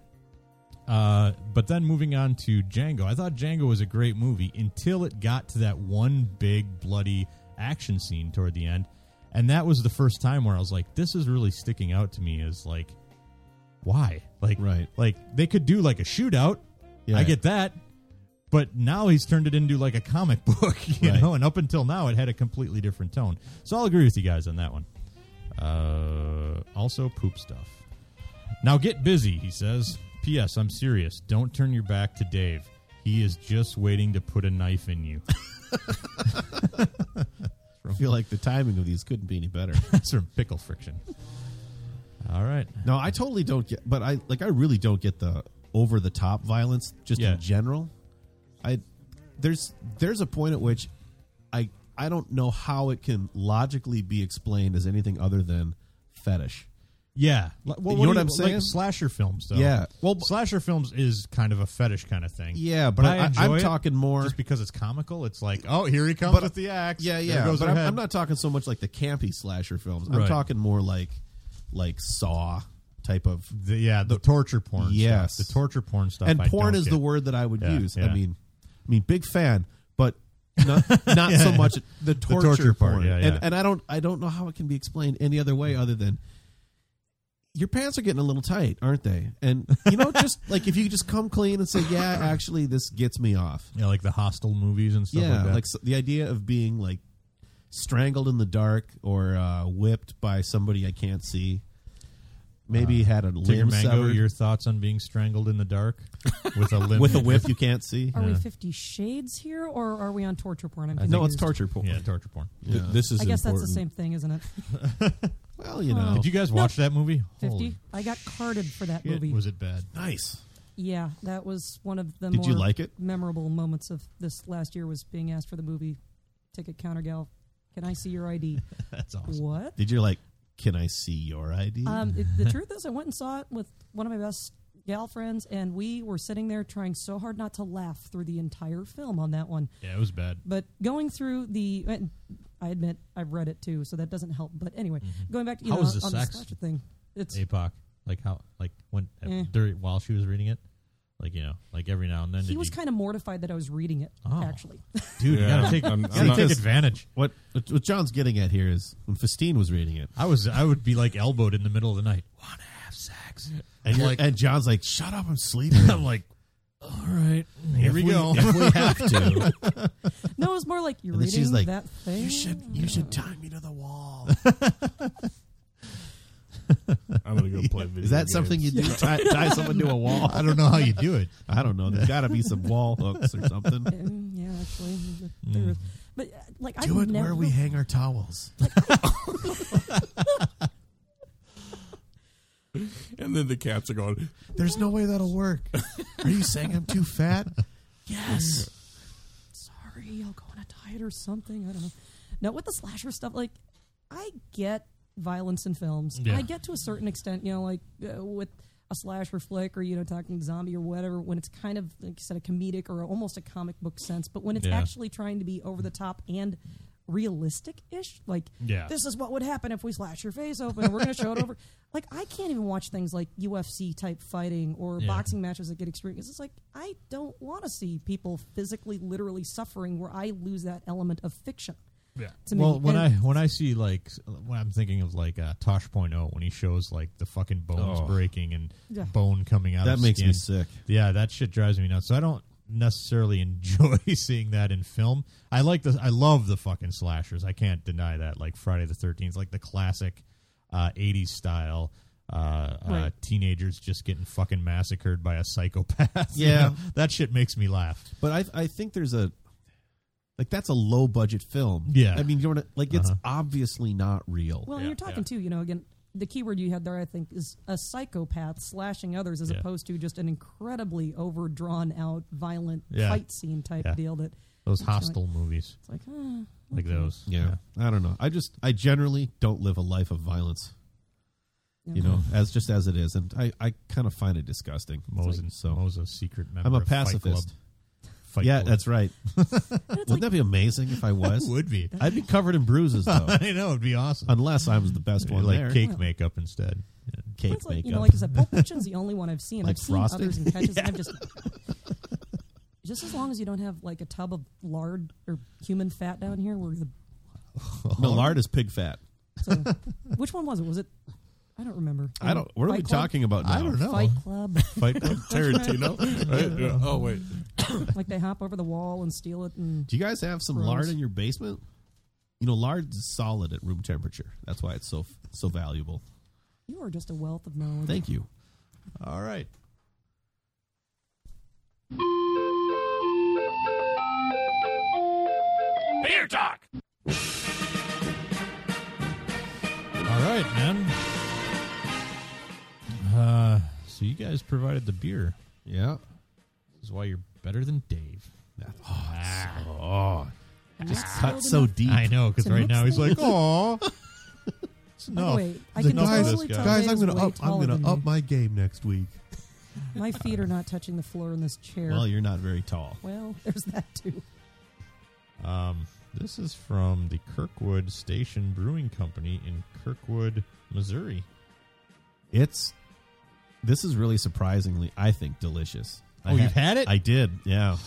S3: Uh, but then moving on to Django, I thought Django was a great movie until it got to that one big bloody action scene toward the end, and that was the first time where I was like, "This is really sticking out to me." Is like, why? Like,
S1: Right.
S3: Like they could do like a shootout.
S1: Yeah.
S3: I get that, but now he's turned it into like a comic book, you
S1: Right.
S3: know. And up until now, it had a completely different tone. So I'll agree with you guys on that one. Uh, also, poop stuff. Now get busy, he says. P.S. I'm serious. Don't turn your back to Dave. He is just waiting to put a knife in you.
S1: I feel like the timing of these couldn't be any better.
S3: That's from pickle friction. All right.
S1: no, I totally don't get. But I like. I really don't get the over the top violence just
S3: Yeah.
S1: in general. I there's there's a point at which I I don't know how it can logically be explained as anything other than fetish.
S3: Yeah, L- well,
S1: You
S3: what
S1: know
S3: do
S1: what I'm
S3: like
S1: saying?
S3: slasher films, though.
S1: Yeah.
S3: well, slasher films is kind of a fetish kind of thing.
S1: Yeah, but I, I,
S3: enjoy
S1: am
S3: it
S1: talking more.
S3: just because it's comical. It's like, oh, here he comes
S1: But-
S3: with the axe.
S1: yeah,
S3: There
S1: yeah.
S3: goes
S1: But
S3: her
S1: I'm,
S3: head.
S1: I'm not talking so much like the campy slasher films. I'm
S3: Right.
S1: talking more like like Saw type of.
S3: The, yeah, the torture porn.
S1: Yes.
S3: stuff. the torture porn stuff.
S1: And
S3: I
S1: porn
S3: don't
S1: is
S3: get.
S1: the word that I would
S3: Yeah,
S1: use.
S3: yeah.
S1: I mean, I mean, big fan, but not not so much the torture,
S3: torture part,
S1: porn.
S3: yeah, yeah.
S1: And and I don't I don't know how it can be explained any other way other than. Your pants are getting a little tight, aren't they? And you know, just like if you just come clean and say, "Yeah, actually, this gets me off."
S3: Yeah, like the hostile movies and stuff
S1: yeah,
S3: like that.
S1: like, s the idea of being like strangled in the dark or uh, whipped by somebody I can't see. Maybe had a
S3: Tigger
S1: limb
S3: Uh, Mango,
S1: severed
S3: your thoughts on being strangled in the dark with a limb?
S1: with a whip you can't see.
S2: Are we
S3: Yeah.
S2: Fifty Shades here, or are we on torture porn? I'm
S1: No, it's
S2: confused.
S1: torture porn.
S3: Yeah, torture porn.
S5: Th- this is
S2: I guess
S5: important.
S2: that's the same thing, isn't it?
S1: Well, you know,
S3: Did you guys watch that movie?
S2: Fifty.
S3: Holy
S2: I got carded for that
S3: shit,
S2: movie.
S3: was it bad?
S1: nice.
S2: yeah, that was one of the
S1: Did
S2: more
S1: you like it?
S2: memorable moments of this last year. Was being asked for the movie ticket counter gal. Can I see your ID?
S3: That's awesome.
S2: what?
S1: Did you like? Can I see your ID?
S2: Um, it- the truth is, I went and saw it with one of my best gal friends, and we were sitting there trying so hard not to laugh through the entire film on that one.
S3: Yeah, it was bad.
S2: But going through the, and I admit I've read it too, so that doesn't help. But anyway,
S1: Mm-hmm.
S2: going back to you
S3: How
S2: know,
S3: was the
S2: on
S3: sex?
S2: the slasher thing, it's
S3: APOC. Like how? Like when? uh,
S2: Eh.
S3: During while she was reading it. Like you know, like every now and then.
S2: he
S3: did
S2: was
S3: you-
S2: kind of mortified that I was reading it.
S3: Oh.
S2: Actually,
S3: dude. You
S5: Yeah,
S3: gotta take,
S5: I'm-
S3: you
S5: I'm
S3: gotta
S5: not-
S3: take advantage.
S1: what what John's getting at here is when Fistine was reading it,
S3: I was. I would be like elbowed in the middle of the night. Want to have sex?
S1: and,
S3: I'm
S1: you're-
S3: like,
S1: and John's like, "Shut up, I'm sleeping."
S3: I'm like, all right, here
S1: If
S3: we go.
S1: If we have to,
S2: no, it was more like you're
S1: And then
S2: reading
S1: she's like,
S2: that thing.
S1: you should you should tie me to the wall.
S5: I'm gonna go play video.
S1: Is that something you
S5: games.
S1: do? Tie, tie someone to a wall?
S3: I don't know how you do it.
S1: I don't know. There's got to be some wall hooks or something.
S2: Mm, yeah, actually, there is. but uh, like
S1: Mm. Do
S2: I've
S1: it
S2: never
S1: where we hang our towels.
S5: And then the cats are going.
S1: There's no way that'll work. Are you saying I'm too fat? Yes.
S2: sorry, I'll go on a diet or something. I don't know. Now with the slasher stuff, like I get violence in films.
S3: Yeah.
S2: I get to a certain extent, you know, like uh, with a slasher flick or you know talking zombie or whatever when it's kind of like you said a comedic or almost a comic book sense, but when it's
S3: Yeah.
S2: actually trying to be over the top and realistic-ish, like
S3: Yeah.
S2: this is what would happen if we slash your face open. We're going to show it over. Like I can't even watch things like UFC type fighting or
S3: Yeah.
S2: boxing matches that get extreme. 'cause It's like I don't want to see people physically, literally suffering where I lose that element of fiction.
S3: Yeah.
S2: to me.
S3: Well, when I
S2: And-
S3: when I see like s- when I'm thinking of like uh, Tosh Point oh, when he shows like the fucking bones
S1: Oh.
S3: breaking and
S2: Yeah.
S3: bone coming out.
S1: That
S3: of
S1: makes me
S3: skin.
S1: sick.
S3: Yeah, that shit drives me nuts. So I don't necessarily enjoy seeing that in film. I like the I love the fucking slashers. I can't deny that. Like Friday the Thirteenth, like the classic uh, '80s style. Uh, uh,
S2: Right.
S3: teenagers just getting fucking massacred by a psychopath. you
S1: Yeah.
S3: know? that shit makes me laugh.
S1: But I I think there's a like that's a low budget film.
S3: Yeah.
S1: I mean, you want to like it's
S3: Uh-huh.
S1: obviously not real.
S2: Well,
S3: Yeah,
S2: and you're talking
S3: yeah.
S2: too. You know, again, the key word you had there, I think, is a psychopath slashing others as
S3: Yeah.
S2: opposed to just an incredibly overdrawn out, violent
S3: Yeah.
S2: fight scene type
S3: Yeah.
S2: deal. That
S3: Those
S2: That's right.
S3: hostile movies,
S2: it's like, huh,
S3: like
S2: okay.
S3: those.
S1: yeah. I don't know. I just I generally don't live a life of violence.
S2: Yeah.
S1: You know, as just as it is, and I I kind of find it disgusting.
S3: Mm-hmm. Moses,
S1: so
S3: Moses, secret member.
S1: I'm a
S3: of Fight
S1: pacifist.
S3: Club. Fight
S1: yeah,
S3: Club.
S1: that's right.
S2: And it's
S1: Wouldn't that be amazing if I was?
S3: That would be.
S1: I'd be covered in bruises though,
S3: I know it'd be awesome.
S1: unless I was the best one
S3: like
S1: there.
S3: cake
S2: Well-
S3: makeup instead. Yeah.
S1: cake
S2: It's like,
S1: makeup.
S2: you know, like I said, Pulp Fiction's the only one I've seen.
S1: Like
S2: I've seen
S1: frosted?
S2: others in catches. and I've just just as long as you don't have like a tub of lard or human fat down here, where the
S1: no, lard is pig fat.
S2: so, which one was it? Was it? I don't remember.
S1: I don't. What are
S2: Fight
S1: we
S2: Club?
S1: talking about now?
S3: I don't know.
S2: Fight Club.
S3: Fight Club.
S5: Tarantino. Right? Yeah. Oh wait,
S2: like they hop over the wall and steal it, and
S1: Do you guys have some
S2: Gross.
S1: lard in your basement? You know, lard's solid at room temperature. That's why it's so so valuable.
S2: you are just a wealth of knowledge.
S1: Thank you.
S3: All right. Beer talk. All right, man. Uh, so you guys provided the beer.
S1: Yeah.
S3: This is why you're better than Dave.
S1: Oh,
S2: Just
S1: cut so deep.
S3: Oh, I know, because
S2: Ah. It's a
S3: right now he's
S2: mixed
S3: like, "Oh, it's No.
S2: wait, I
S3: There's
S2: can
S3: enough of
S4: guys,
S2: totally
S3: this
S2: tell
S3: guy.
S4: guys,
S2: Dave
S4: I'm
S2: is
S4: gonna
S2: way
S4: up. I'm
S2: taller than
S4: gonna up
S2: me.
S4: my game next week.
S2: My feet are not touching the floor in this chair.
S1: Well, you're not very tall.
S2: Well, there's that too.
S3: Um, this is from the Kirkwood Station Brewing Company in Kirkwood, Missouri.
S1: It's this is really surprisingly, I think, delicious. I
S3: Oh,
S1: ha-
S3: you've had it?
S1: I did, yeah.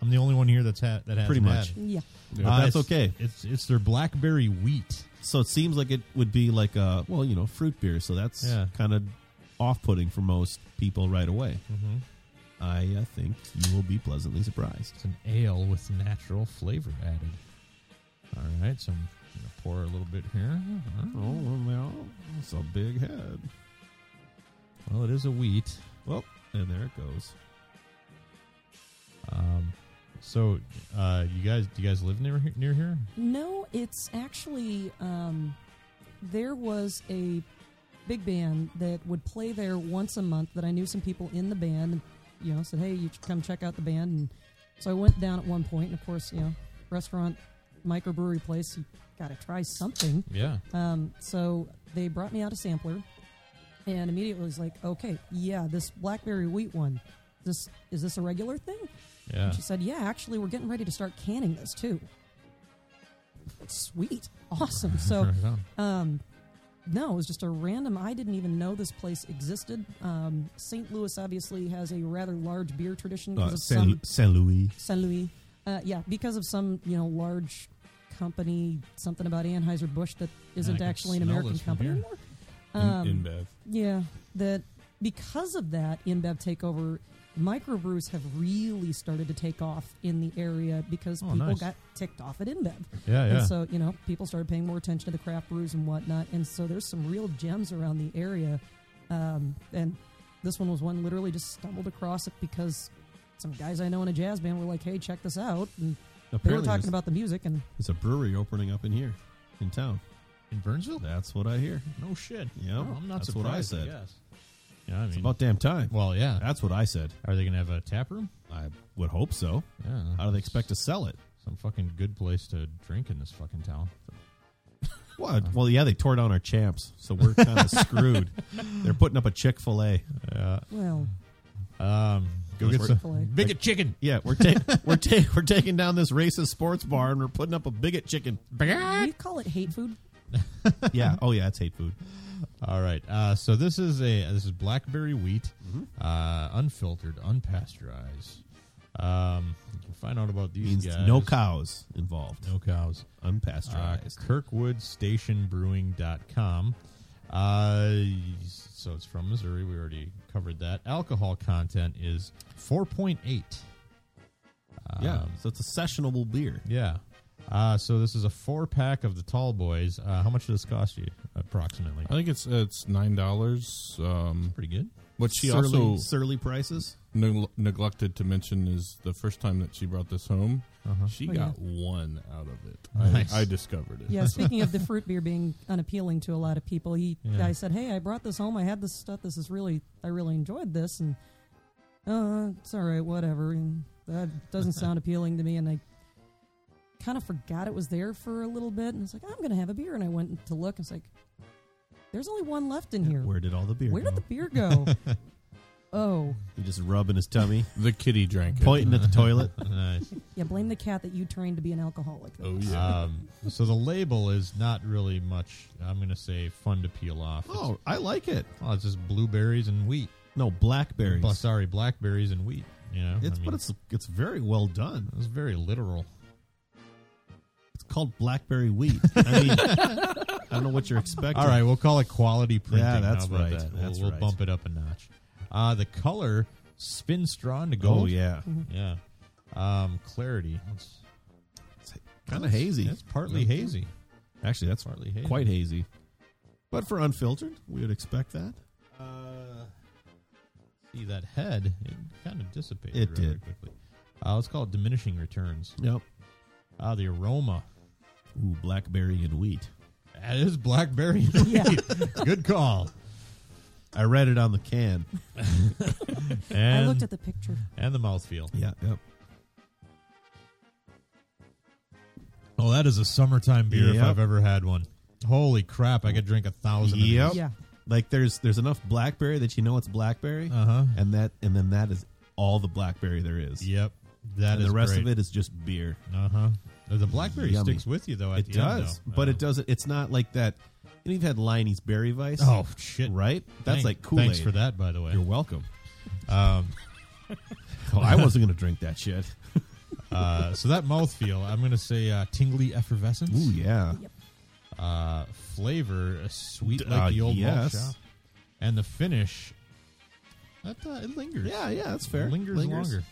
S3: I'm the only one here that's had that has
S1: Pretty much.
S2: Yeah.
S1: But that's okay.
S3: It's it's their blackberry wheat.
S1: So it seems like it would be like a well, you know, fruit beer. So that's
S3: Yeah.
S1: kind of off-putting for most people right away.
S3: Mm-hmm.
S1: I uh, think you will be pleasantly surprised.
S3: It's an ale with natural flavor added. All right, so I'm gonna pour a little bit here.
S1: Oh, well, it's a big head.
S3: Well, it is a wheat.
S1: Well, and there it goes.
S3: Um, so uh, you guys, do you guys live near he- near here?
S2: No, it's actually um, there was a big band that would play there once a month. That I knew some people in the band. And, you know, said, "Hey, you should come check out the band." And so I went down at one point, and of course, you know, restaurant, microbrewery place. You got to try something.
S3: Yeah.
S2: Um, so they brought me out a sampler, and immediately was like, "Okay, yeah, this blackberry wheat one. This is this a regular thing?"
S3: Yeah.
S2: And she said, "Yeah, actually, we're getting ready to start canning this too." Sweet, awesome. So,
S3: Right on.
S2: um, no, it was just a random. I didn't even know this place existed. Um, St. Louis obviously has a rather large beer tradition because
S1: Uh,
S2: of
S1: Saint,
S2: some
S1: Saint Louis.
S2: Saint Louis. Uh, yeah, because of some you know large company, something about Anheuser Busch that
S3: I
S2: isn't
S3: can
S2: actually an
S3: smell
S2: American
S3: this from
S2: company
S3: here.
S2: anymore. Um,
S5: In, in Bev.
S2: Yeah, that because of that InBev takeover, microbrews have really started to take off in the area because
S3: Oh,
S2: people
S3: nice.
S2: got ticked off at InBev.
S3: Yeah, yeah.
S2: And so, you know, people started paying more attention to the craft brews and whatnot. And so there's some real gems around the area. Um, and this one was one literally just stumbled across it because some guys I know in a jazz band were like, hey, check this out. And they were
S1: Apparently,
S2: talking
S1: there's,
S2: about the music. And
S1: there's a brewery opening up in here, in town.
S3: In Burnsville?
S1: That's what I hear.
S3: No shit.
S1: Yeah,
S3: Oh, I'm not
S1: that's what I
S3: surprised.
S1: said.
S3: guess. Yeah, I mean,
S1: It's about damn time.
S3: well, yeah.
S1: That's what I said.
S3: Are they gonna have a tap room?
S1: I would hope so.
S3: Yeah.
S1: How do they expect to sell it?
S3: Some fucking good place to drink in this fucking town.
S1: What? Well, yeah, they tore down our champs, so we're kind of screwed. They're putting up a Chick Fil A.
S3: Yeah.
S2: well,
S3: Um, go get
S1: Those
S3: some
S2: were-
S3: bigot chicken.
S1: Yeah, we're ta- we're ta- we're taking down this racist sports bar and we're putting up a bigot chicken.
S2: we call it hate food.
S1: Yeah. Oh yeah, that's hate food.
S3: All right. Uh, so this is a this is blackberry wheat, uh, unfiltered, unpasteurized. Um, you can find out about these
S1: Means
S3: guys.
S1: no cows involved.
S3: No cows. Uh,
S1: Unpasteurized.
S3: KirkwoodStationBrewing.com. Uh, so it's from Missouri. We already covered that. Alcohol content is 4.8.
S1: yeah.
S3: Um,
S1: So it's a sessionable beer.
S3: Yeah. Uh, so this is a four pack of the Tall Boys. Uh, how much does this cost you approximately?
S5: I think it's it's nine dollars. Um,
S3: Pretty good.
S5: what she
S1: surly,
S5: also
S1: surly prices.
S5: neg- neglected to mention is the first time that she brought this home,
S3: Uh-huh.
S5: she
S2: Oh,
S5: got one out of it.
S3: Nice.
S5: I, I discovered it.
S2: Yeah, speaking of the fruit beer being unappealing to a lot of people, he
S3: Yeah.
S2: guy said, "Hey, I brought this home. I had this stuff. This is really, I really enjoyed this." And uh, it's all right, whatever. And that doesn't sound appealing to me. And I kind of forgot it was there for a little bit. And I was like, "I'm gonna have a beer." And I went to look. and was like, "There's only one left in here.
S1: Where did all the beer
S2: Where
S1: go?
S2: did the beer go?" oh,
S1: He just rubbing his tummy,
S5: The kitty drank it.
S1: pointing at the toilet.
S3: nice.
S2: yeah. Blame the cat that you trained to be an alcoholic.
S5: Oh
S2: though.
S5: yeah.
S3: Um, so the label is not really much. I'm going to say fun to peel off. It's-
S1: Oh, I like it.
S3: well, it's just blueberries and wheat.
S1: No blackberries.
S3: Bu- sorry, blackberries and wheat. You know,
S1: It's
S3: I mean,
S1: but it's it's very well done.
S3: it's very literal.
S1: It's called blackberry wheat. I mean, I don't know what you're expecting.
S3: All right, we'll call it quality printing.
S1: Yeah, that's
S3: How about
S1: right.
S3: that? We'll,
S1: That's
S3: we'll
S1: right.
S3: bump it up a notch. Uh, the color spin straw into gold.
S1: Oh yeah,
S3: yeah. Um, clarity. It's,
S1: kind of hazy.
S3: it's partly hazy.
S1: Actually, that's
S3: Partly hazy.
S1: quite hazy. But for unfiltered, we would expect that.
S3: Uh, see that head? It kind of dissipated.
S1: It
S3: rather
S1: did.
S3: quickly. Uh, let's call it diminishing returns.
S1: Yep.
S3: Ah, the aroma.
S1: Ooh, blackberry and wheat.
S3: That is blackberry.
S2: Yeah.
S3: Good call.
S1: I read it on the can.
S2: I
S3: And
S2: looked at the picture.
S3: and the mouthfeel.
S1: Yeah. Yep.
S3: Oh, that is a summertime beer if
S1: Yep.
S3: I've ever had one. Holy crap! I could drink a thousand. of these.
S5: Oh.
S1: Yep.
S2: Yeah.
S1: Like there's there's enough blackberry that you know it's blackberry,
S3: Uh-huh.
S1: and that and then that is all the blackberry there is.
S3: Yep. That
S1: and
S3: is
S1: the rest
S3: great.
S1: of it is just beer.
S3: Uh huh. The blackberry
S1: Yummy.
S3: sticks with you though. At
S1: It
S3: the end,
S1: does,
S3: though.
S1: but
S3: Uh,
S1: it doesn't. It's not like that. You know, you've had Liney's Berry Vice.
S3: Oh shit!
S1: right. That's
S3: Thank-
S1: like Kool Aid.
S3: Thanks for that, by the way.
S1: You're welcome.
S3: Um,
S1: Oh, I wasn't gonna drink that shit.
S3: uh, so that mouthfeel, I'm gonna say uh, tingly effervescence.
S1: Ooh yeah.
S3: uh, flavor, uh, sweet
S1: D-
S3: like
S1: uh,
S3: the old malt
S1: yes.
S3: shop, and the finish. That uh, it lingers.
S1: Yeah, yeah, that's fair.
S3: It lingers, longer.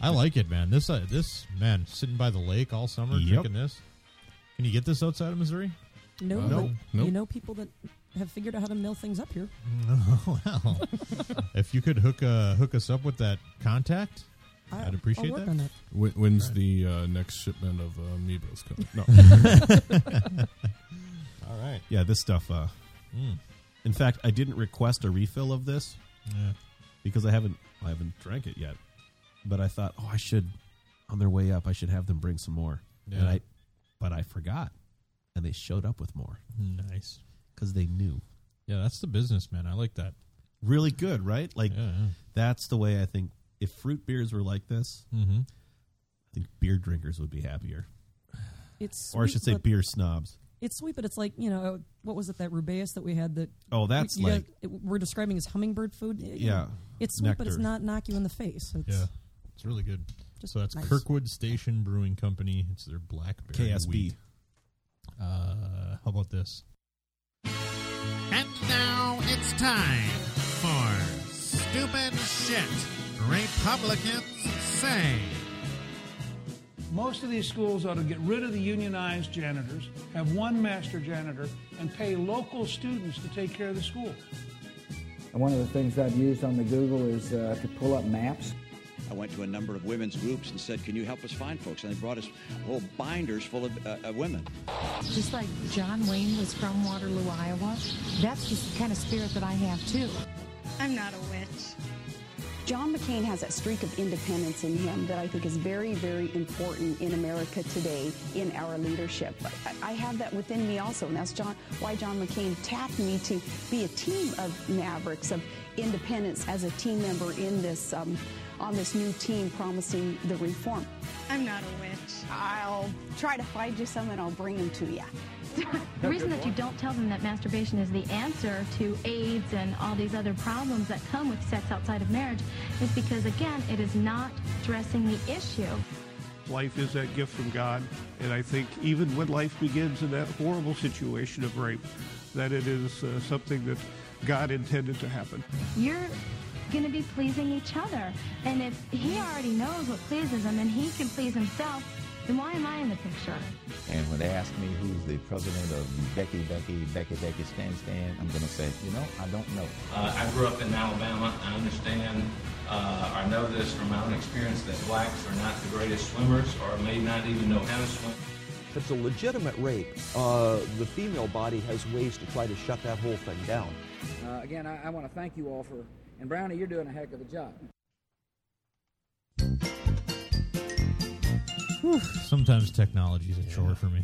S3: I like it, man. This uh, this man sitting by the lake all summer
S1: Yep.
S3: drinking this. Can you get this outside of Missouri?
S2: No,
S5: Uh,
S2: but
S5: nope, nope.
S2: you know people that have figured out how to mill things up here.
S3: No. well, if you could hook uh, hook us up with that contact,
S2: I,
S3: I'd appreciate
S2: will work
S3: that.
S2: on that.
S5: When, when's
S3: Right.
S5: the uh, next shipment of uh, amiibos coming? No,
S3: all right.
S1: Yeah, this stuff. Uh,
S3: Mm.
S1: in fact, I didn't request a refill of this
S3: Yeah.
S1: because I haven't I haven't drank it yet. But I thought, oh, I should on their way up, I should have them bring some more.
S3: Yeah.
S1: And I, but I forgot, and they showed up with more
S3: Hmm. Nice.
S1: because they knew.
S3: Yeah, that's the business, man. I like that.
S1: Really good, right? Like
S3: yeah.
S1: that's the way I think. If fruit beers were like this,
S3: Mm-hmm.
S1: I think beer drinkers would be happier,
S2: It's
S1: or I
S2: sweet,
S1: should say,
S2: but-
S1: beer snobs.
S2: it's sweet, but it's like you know what was it that rubeus that we had that
S1: Oh, that's
S2: you
S1: like
S2: guys- it- we're describing as hummingbird food. You know,
S1: yeah,
S2: it's sweet, but it's
S1: nectar.
S2: not knock you in the face. It's
S3: Yeah. It's really good.
S2: just
S3: So that's
S2: nice.
S3: Kirkwood Station Brewing Company. It's their blackberry
S1: KSB.
S3: wheat. Uh, how about this?
S7: And now it's time for Stupid Shit Republicans Say.
S8: Most of these schools ought to get rid of the unionized janitors, have one master janitor, and pay local students to take care of the school.
S9: And one of the things I've used on the Google is uh, to pull up maps.
S10: I went to a number of women's groups and said, "Can you help us find folks?" And they brought us whole binders full of, uh, of women.
S11: Just like John Wayne was from Waterloo, Iowa, that's just the kind of spirit that I have too.
S12: I'm not a witch.
S11: John McCain has that streak of independence in him that I think is very, very important in America today in our leadership. I, I have that within me also, and that's John, why John McCain tapped me to be a team of mavericks of independence as a team member in this um, on this new team promising the reform.
S12: I'm not a witch.
S11: I'll try to find you some and I'll bring them to you.
S12: The reason that you don't tell them that masturbation is the answer to AIDS and all these other problems that come with sex outside of marriage is because, again, it is not addressing the issue.
S8: Life is that gift from God, and I think even when life begins in that horrible situation of rape, that it is uh, something that God intended to happen.
S12: You're going to be pleasing each other. And if he already knows what pleases him and he can please himself, then why am I in the picture?
S10: And when they ask me who's the president of Becky, Becky, Becky, Becky, Stan, Stan, I'm going to say, you know, I don't know.
S7: Uh, I grew up in Alabama. I understand, uh, I know this from my own experience, that blacks are not the greatest swimmers or may not even know how to swim.
S10: If it's a legitimate rape, uh, the female body has ways to try to shut that whole thing down.
S9: Uh, again, I, I want to thank you all for, and Brownie, you're doing a heck of a job.
S3: Sometimes technology is a chore for me.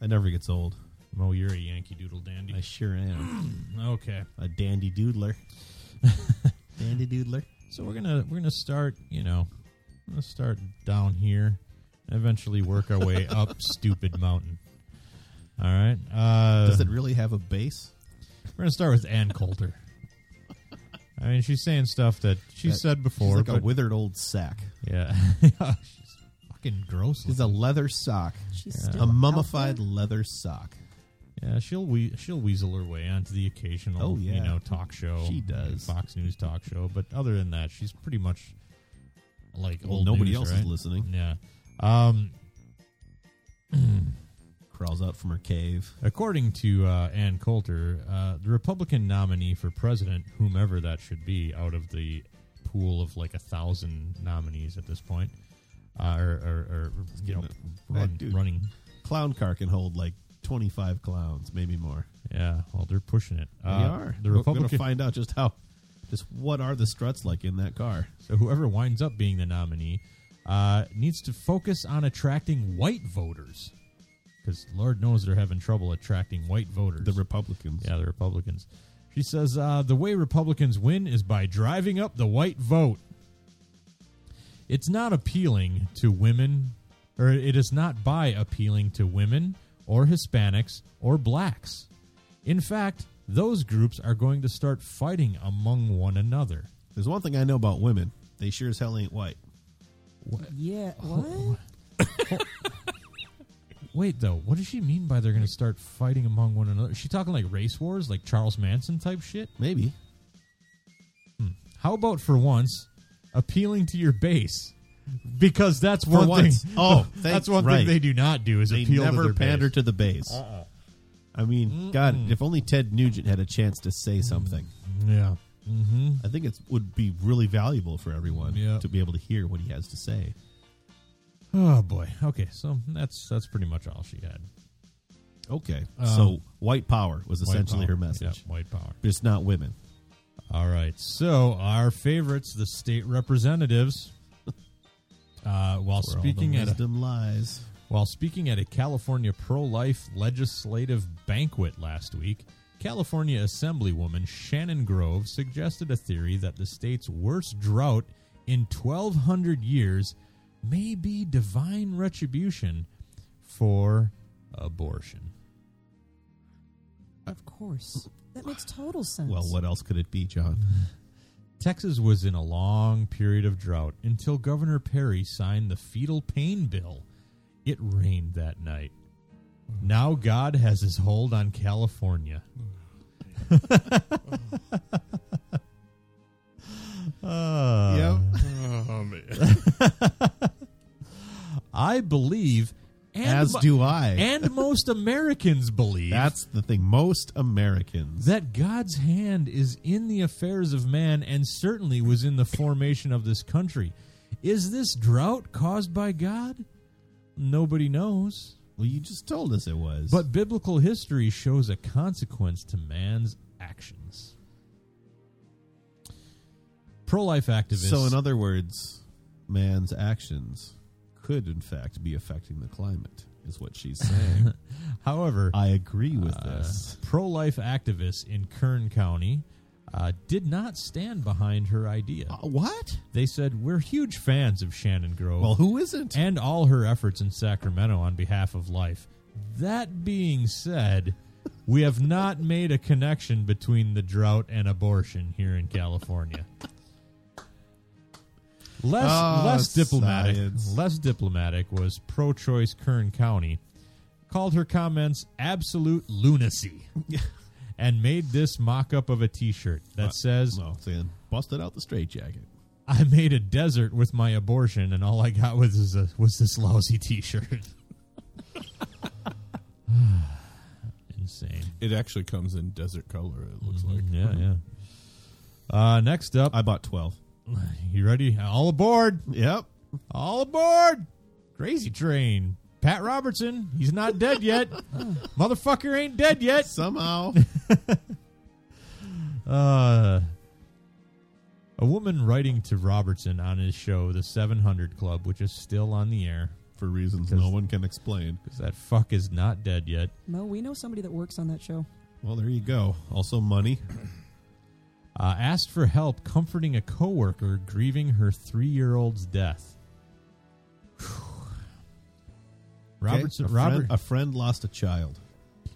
S1: That never gets old.
S3: Mo, you're a Yankee Doodle dandy.
S1: I sure am
S3: Okay,
S1: a dandy doodler. dandy doodler.
S3: so we're gonna we're gonna start. You know, we're gonna start down here, and eventually work our way up stupid mountain. All right. Uh,
S1: Does it really have a base?
S3: We're gonna start with Ann Coulter. I mean, she's saying stuff that she
S1: That-
S3: said
S1: She's
S3: before.
S1: like a
S3: but-
S1: withered old sack.
S3: yeah, she's fucking gross.
S1: She's a leather sock,
S2: She's
S3: Yeah.
S2: still
S1: a
S2: out
S1: mummified
S2: there.
S1: leather sock.
S3: Yeah, she'll we- she'll weasel her way onto the occasional,
S1: Oh, yeah.
S3: you know, talk show.
S1: She does.
S3: Fox News talk show, but other than that, she's pretty much like
S1: Well,
S3: old.
S1: nobody
S3: news,
S1: else
S3: right?
S1: is listening.
S3: Yeah. Um,
S1: Crawls out from her cave.
S3: according to uh, Ann Coulter, uh, the Republican nominee for president, whomever that should be, out of the pool of like a thousand nominees at this point, uh, or, or, or you know, run,
S1: dude.
S3: running
S1: Clown car can hold like twenty five clowns, maybe more.
S3: Yeah, well, they're pushing it.
S1: They
S3: Uh,
S1: are.
S3: The
S1: We're gonna
S3: Republican,
S1: find out just how, just what are the struts like in that car?
S3: so whoever winds up being the nominee uh, needs to focus on attracting white voters. because Lord knows they're having trouble attracting white voters. The
S1: Republicans.
S3: Yeah, the Republicans. She says uh, the way Republicans win is by driving up the white vote. It's not appealing to women, or it is not by appealing to women or Hispanics or blacks. In fact, those groups are going to start fighting among one another.
S1: There's one thing I know about women. They sure as hell ain't white.
S2: Yeah.
S1: Oh. Uh,
S2: What?
S3: Wait, though, what does she mean by they're going to start fighting among one another? Is she talking like race wars, like Charles Manson type shit?
S1: Maybe.
S3: How about for once appealing to your base? Because that's
S1: For
S3: one
S1: once.
S3: thing.
S1: Oh,
S3: that's
S1: thank-
S3: one
S1: right.
S3: thing they do not do is
S1: They
S3: appeal
S1: never
S3: to their
S1: pander
S3: base.
S1: to the base.
S3: Uh-uh.
S1: I mean, God,
S3: Mm-mm.
S1: if only Ted Nugent had a chance to say something.
S3: Yeah. Mm-hmm.
S1: I think it would be really valuable for everyone
S3: Yeah.
S1: to be able to hear what he has to say.
S3: Oh boy. Okay, so that's that's pretty much all she had.
S1: Okay.
S3: Um,
S1: so white power was
S3: white
S1: essentially her
S3: power.
S1: message.
S3: Yeah, white power.
S1: But it's not women.
S3: All right. So our favorites, the state representatives, uh, while
S1: Where all the
S3: speaking at a,
S1: wisdom lies.
S3: while speaking at a California pro-life legislative banquet last week, California Assemblywoman Shannon Grove suggested a theory that the state's worst drought in 1,200 years may be divine retribution for abortion.
S2: Of course. That makes total sense.
S1: Well, what else could it be, John?
S3: Texas was in a long period of drought until Governor Perry signed the fetal pain bill. It rained that night.
S1: Mm.
S3: Now God has his hold on California. Uh,
S5: Oh, man.
S3: I believe, and
S1: As
S3: mo-
S1: do I.
S3: and most Americans believe
S1: That's the thing. Most Americans.
S3: that God's hand is in the affairs of man and certainly was in the formation of this country. Is this drought caused by God? Nobody knows.
S1: Well, you just told us it was.
S3: But biblical history shows a consequence to man's actions. Pro life activists.
S1: so, in other words, man's actions could, in fact, be affecting the climate, is what she's saying.
S3: However,
S1: I agree with this.
S3: pro life activists in Kern County uh, did not stand behind her idea.
S1: Uh, what?
S3: They said, We're huge fans of Shannon Grove.
S1: Well, who isn't?
S3: and all her efforts in Sacramento on behalf of life. That being said, we have not made a connection between the drought and abortion here in California. Less
S1: Ah,
S3: less diplomatic,
S1: science.
S3: less diplomatic was pro-choice Kern County called her comments absolute lunacy and made this mock-up of a t-shirt that says
S1: Well, saying, busted out the straitjacket.
S3: I made a desert with my abortion, and all I got was was, a, was this lousy T-shirt. Insane.
S5: it actually comes in desert color. It looks
S1: Mm-hmm.
S5: like.
S3: Yeah, yeah. Uh, next up,
S1: I bought 12.
S3: you ready? All aboard!
S1: Yep.
S3: All aboard! Crazy train. Pat Robertson, he's not dead yet. Motherfucker ain't dead yet.
S1: Somehow.
S3: Uh, a woman writing to Robertson on his show, The 700 Club, which is still on the air.
S1: for reasons no one can explain.
S3: Because that fuck is not dead yet.
S2: Mo, we know somebody that works on that show.
S1: Well, there you go. Also, money.
S3: uh, asked for help comforting a coworker grieving her three-year-old's death.
S1: Okay?
S3: Robertson,
S1: a friend,
S3: Robert,
S1: a friend lost a child.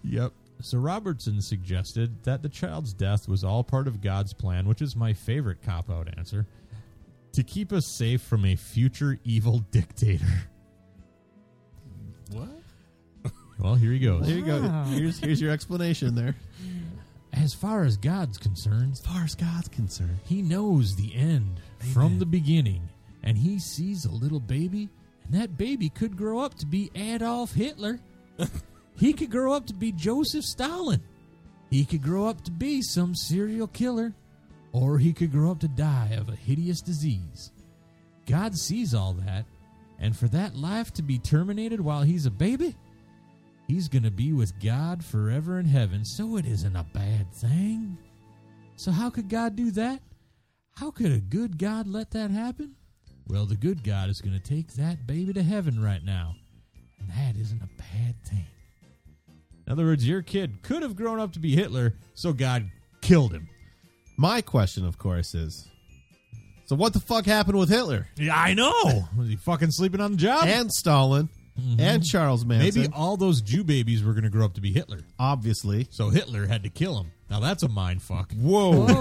S3: yep. So Robertson suggested that the child's death was all part of God's plan, which is my favorite cop-out answer, to keep us safe from a future evil dictator.
S5: What?
S3: Well, here he goes.
S1: There you go.
S2: Wow.
S1: Here's here's your explanation there.
S3: As far as God's concerned,
S1: As far as God's concerned,
S3: He knows the end from the beginning, and he sees a little baby, and that baby could grow up to be Adolf Hitler. he could grow up to be Joseph Stalin. He could grow up to be some serial killer, or he could grow up to die of a hideous disease. God sees all that, and for that life to be terminated while he's a baby, he's going to be with God forever in heaven, so it isn't a bad thing. So, how could God do that? How could a good God let that happen? Well, the good God is going to take that baby to heaven right now. And that isn't a bad thing. In other words, your kid could have grown up to be Hitler, so God killed him.
S1: My question, of course, is so what the fuck happened with Hitler?
S3: Yeah, I know. Was he fucking sleeping on the job?
S1: And Stalin and Charles Manson.
S3: Maybe all those Jew babies were going to grow up to be Hitler.
S1: obviously.
S3: So Hitler had to kill him. Now that's a mind fuck.
S1: Whoa.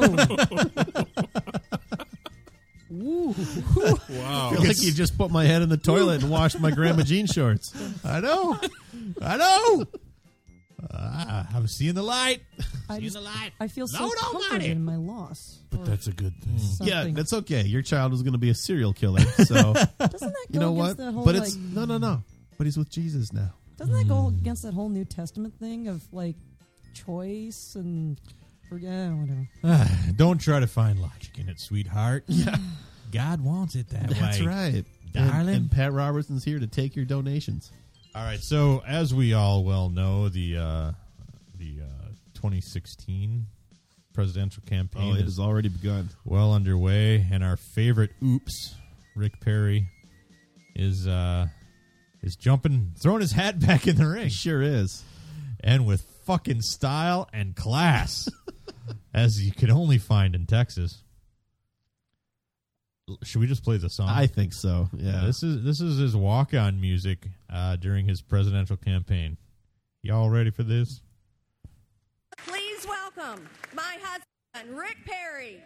S2: Ooh.
S1: I feel like you just put my head in the toilet and washed my grandma jean shorts.
S3: I know. I know. Ah, I'm seeing the light.
S2: I,
S3: Seeing
S2: just,
S3: the light.
S2: I feel so
S3: Lord
S2: comforted
S3: Almighty.
S2: in my loss. Or
S5: That's a good thing.
S1: Yeah,
S2: something.
S1: that's okay. Your child is going to be a serial killer. So,
S2: doesn't that go
S1: you know what?
S2: against that whole
S1: But it's
S2: like,
S1: no, no, no. But he's with Jesus now.
S2: Doesn't that go
S1: Hmm.
S2: against that whole New Testament thing of like choice and forget yeah, whatever?
S3: Ah, Don't try to find logic in it, sweetheart. Yeah. God wants it that way.
S1: That's right. And-
S3: Darling.
S1: and Pat Robertson's here to take your donations.
S3: All right. So, as we all well know, the uh, the uh, 2016 presidential campaign
S1: Oh, it
S3: is
S1: has already begun.
S3: well underway, and our favorite oops, Rick Perry, is uh, is jumping, throwing his hat back in the ring,
S1: It sure is.
S3: and with fucking style and class, as you could only find in Texas. L- Should we just play the song?
S1: I think so. Yeah.
S3: This is this is his walk on music uh, during his presidential campaign. Y'all ready for this?
S13: Please welcome my husband, Rick Perry.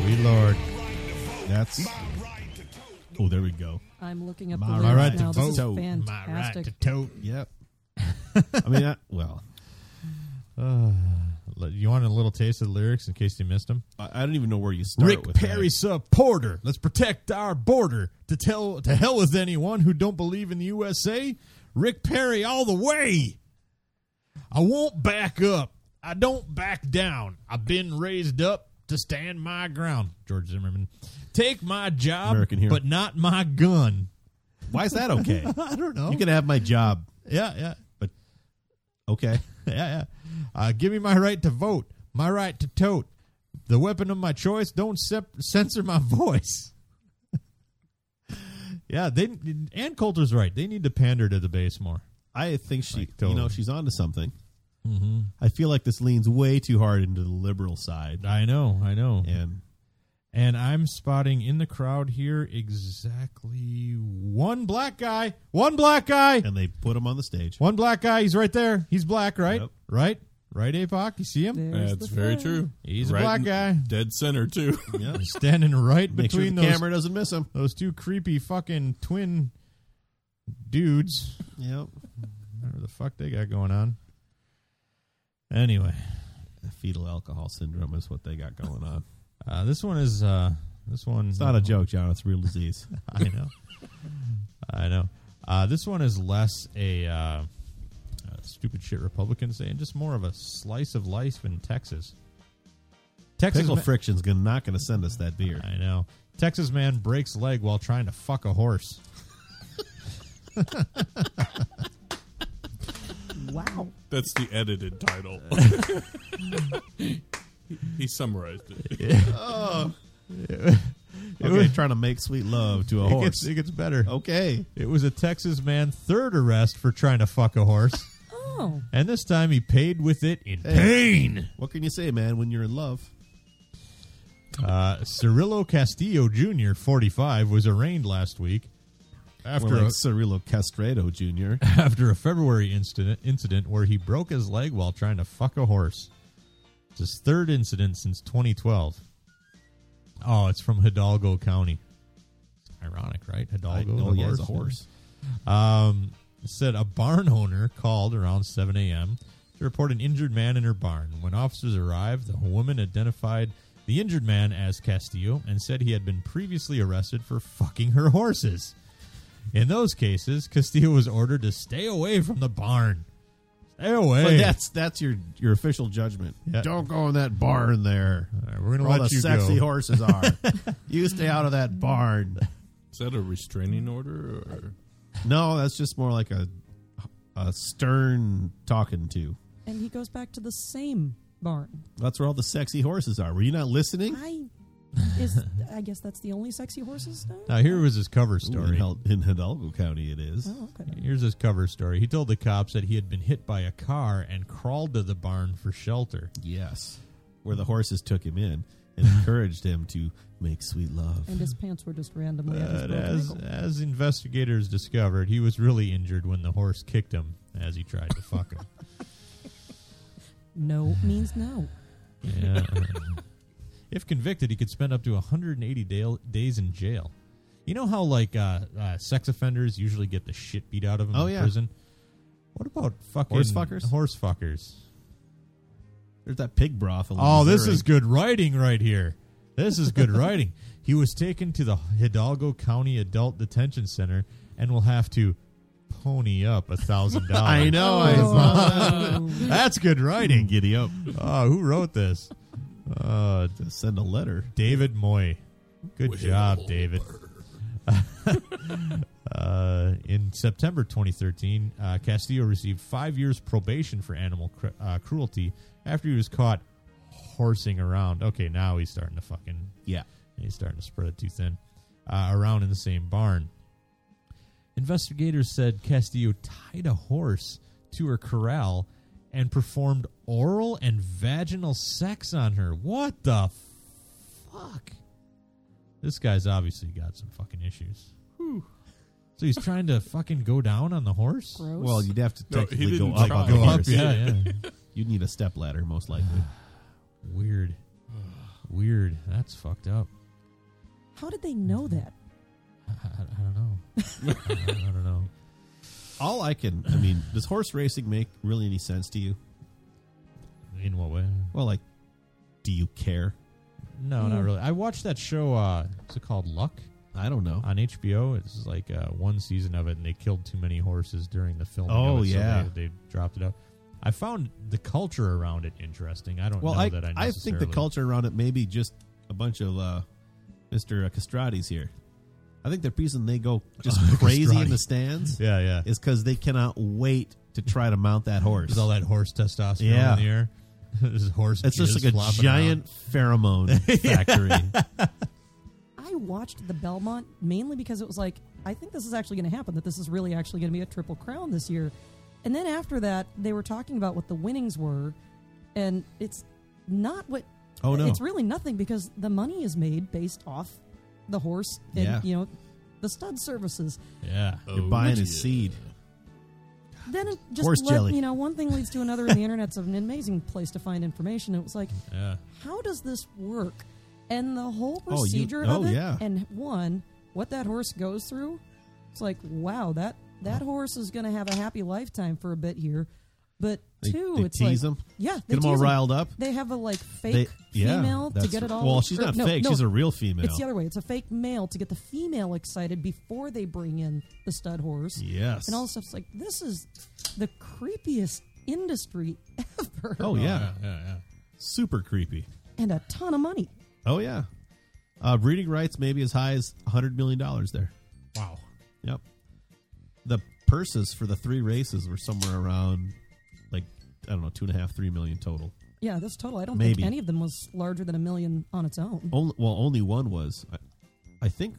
S3: Sweet Lord.
S1: That's. Oh, there we go.
S2: I'm looking up
S1: My
S2: the lyrics
S1: right to
S2: now. This
S1: vote.
S2: is
S1: My right
S2: fantastic.
S3: tote.
S1: Yep. I mean, I, well,
S3: Uh, you want a little taste of the lyrics in case you missed them?
S1: I, I don't even know where you start.
S3: Rick
S1: with
S3: Perry
S1: that.
S3: supporter. Let's protect our border. To tell to hell with anyone who don't believe in the USA. Rick Perry all the way. I won't back up. I don't back down. I've been raised up to stand my ground. George Zimmerman. Take my job
S1: American hero.
S3: but not my gun.
S1: Why is that okay?
S3: I don't know.
S1: you can have my job.
S3: yeah, yeah.
S1: Okay.
S3: yeah, yeah. Uh, give me my right to vote, my right to tote, the weapon of my choice. Don't sep- censor my voice. yeah, they Ann Coulter's right. They need to pander to the base more.
S1: I think she,
S3: Like,
S1: you know,
S3: totally.
S1: she's onto something.
S3: Mm-hmm.
S1: I feel like this leans way too hard into the liberal side,
S3: I know, I know.
S1: and
S3: And I'm spotting in the crowd here exactly one black guy. One black guy.
S1: and they put him on the stage.
S3: One black guy. He's right there. He's black, right?
S1: Yep.
S3: Right? Right, Apoc? You see him?
S2: There's
S5: That's
S2: the
S5: very
S2: flag.
S5: true.
S3: He's a
S5: Right
S3: black
S5: in-
S3: guy.
S5: Dead center too.
S1: Yeah.
S3: He's Standing right
S1: Make sure the
S3: between those
S1: camera doesn't miss him.
S3: those two creepy fucking twin dudes.
S1: Yep.
S3: Whatever the fuck they got going on. Anyway,
S1: Fetal alcohol syndrome is what they got going on.
S3: uh, this one is uh, this one.
S1: It's not a joke, John. It's a real disease.
S3: I know. I know. Uh, this one is less a uh, uh, stupid shit Republican say, and just more of a slice of life in Texas. Texas
S1: Pickle
S3: ma-
S1: Friction's gonna, not going to send us that beer.
S3: I know. Texas man breaks leg while trying to fuck a horse.
S2: Wow.
S5: That's the edited title. he summarized it.
S1: Okay, trying to make sweet love to a
S3: It
S1: horse. Oh.
S3: gets, it gets better.
S1: okay.
S3: It was a Texas man third arrest for trying to fuck a horse.
S2: Oh.
S3: And this time he paid with it in
S1: Hey.
S3: pain.
S1: What can you say, man? When you're in love,
S3: Uh, Cirillo Castillo Jr., 45, was arraigned last week after
S1: We're like
S3: a,
S1: Cirillo Castredo Jr.
S3: after a February incident, incident where he broke his leg while trying to fuck a horse. It's his third incident since 2012. Oh, it's from Hidalgo County. Ironic, right? right? Hidalgo,
S1: I- oh,
S3: the
S1: yeah,
S3: horse.
S1: it's a horse.
S3: Um, said a barn owner called around 7 a.m. to report an injured man in her barn. When officers arrived, the woman identified the injured man as Castillo and said he had been previously arrested for fucking her horses. In those cases, Castillo was ordered to stay away from the barn. Stay away.
S1: But that's that's your your official judgment.
S3: Yeah.
S1: Don't go in that barn there.
S3: All right, we're gonna
S1: where all
S3: let
S1: the
S3: you
S1: sexy
S3: go.
S1: horses are. you stay out of that barn.
S5: Is that a restraining order? Or?
S1: No, that's just more like a a stern talking to.
S2: And he goes back to the same barn.
S1: That's where all the sexy horses are. Were you not listening?
S2: I is I guess that's the only sexy horses now.
S3: Now here was his cover
S1: Ooh,
S3: story.
S1: in, Hel- in Hidalgo County, it is.
S2: Oh, okay.
S3: Here's his cover story. He told the cops that he had been hit by a car and crawled to the barn for shelter.
S1: Yes, where the horses took him in and encouraged him to make sweet love.
S2: And his pants were just randomly at his
S3: But
S2: broken
S3: as
S2: ankle.
S3: as investigators discovered, he was really injured when the horse kicked him as he tried to fuck him.
S2: No means no.
S3: Yeah. if convicted, he could spend up to 180 dale- days in jail. You know how like uh, uh, sex offenders usually get the shit beat out of them
S1: Oh,
S3: in
S1: yeah.
S3: prison. What about fucking
S1: Horse fuckers?
S3: Horse fuckers.
S1: There's that pig brothel. in
S3: Oh, this
S1: Missouri.
S3: is good writing right here. This is good writing. He was taken to the Hidalgo County Adult Detention Center and will have to pony up a thousand dollars.
S1: I know, I saw that.
S3: That's good writing.
S1: Giddy up.
S3: Oh, who wrote this? Uh,
S1: To send a letter.
S3: David Moy. Good job, David. uh, in September 2013, uh, Castillo received five years probation for animal cru- uh, cruelty after he was caught horsing around. Okay, now he's starting to fucking
S1: Yeah.
S3: he's starting to spread it too thin uh, around in the same barn. Investigators said Castillo tied a horse to her corral and performed oral and vaginal sex on her. What the fuck? This guy's obviously got some fucking issues. So he's trying to fucking go down on the horse?
S2: Gross.
S1: Well, you'd have to
S5: No, he
S1: technically go
S5: didn't
S1: up.
S5: try.
S1: on the
S5: Go up,
S1: horse.
S3: yeah, yeah.
S1: You'd need a step ladder, most likely.
S3: Weird. Weird. That's fucked up.
S2: How did they know that?
S3: I, I, I don't know. I, I don't know.
S1: All I can, I mean, does horse racing make really any sense to you?
S3: In what way?
S1: Well, like, do you care?
S3: No, not really. I watched that show. Uh, is it called Luck
S1: I don't know.
S3: on HBO? It's like uh, one season of it, and they killed too many horses during the filming.
S1: Oh,
S3: of it, so
S1: yeah.
S3: they, they dropped it out. I found the culture around it interesting. I don't
S1: Well,
S3: know
S1: I,
S3: that I.
S1: I, think the
S3: necessarily-
S1: culture around it may be just a bunch of uh, Mr. Castrati's here. I think the reason they go just crazy in the
S3: Castrati.
S1: stands
S3: Yeah, yeah.
S1: is because they cannot wait to try to mount that horse.
S3: There's all that horse testosterone
S1: Yeah.
S3: in the air. There's horse.
S1: It's just
S3: jizz
S1: like a
S3: flopping
S1: giant pheromone factory.
S2: I watched the Belmont mainly because it was like, I think this is actually going to happen, that this is really actually going to be a Triple Crown this year. And then after that, they were talking about what the winnings were, and it's not what.
S1: Oh, no.
S2: It's really nothing because the money is made based off the horse and,
S1: Yeah.
S2: you know, the stud services.
S3: around. Oh, Yeah.
S1: You're buying his seed.
S2: Then it just
S1: Horse
S2: led-
S1: jelly.
S2: you know, one thing leads to another, and the internet's an amazing place to find information. It was like,
S3: Yeah.
S2: how does this work? And the whole
S1: Oh, you-
S2: procedure
S1: oh,
S2: of it,
S1: yeah.
S2: and one, what that horse goes through, it's like, wow, that that horse is going to have a happy lifetime for a bit here. But
S1: They-
S2: two,
S1: they
S2: it's
S1: tease
S2: like,
S1: them?
S2: yeah,
S1: Get
S2: they
S1: them all
S2: tease 'em.
S1: riled up?
S2: They have a like fake
S1: They- yeah,
S2: female to
S1: that's-
S2: get it all.
S1: well, she's not
S2: no,
S1: fake,
S2: no,
S1: she's a real female.
S2: It's the other way. It's a fake male to get the female excited before they bring in the stud horse
S1: Yes.
S2: and all this stuff's like this is the creepiest industry ever
S1: Oh, yeah.
S3: Yeah. Yeah.
S1: Super creepy.
S2: and a ton of money
S1: Oh, yeah. Uh, breeding rights maybe as high as $100 million there.
S3: Wow.
S1: Yep. The purses for the three races were somewhere around like I don't know two and a half, three million total.
S2: yeah this total i don't
S1: Maybe.
S2: think any of them was larger than a million on its own
S1: Only well, only one was, I, I think.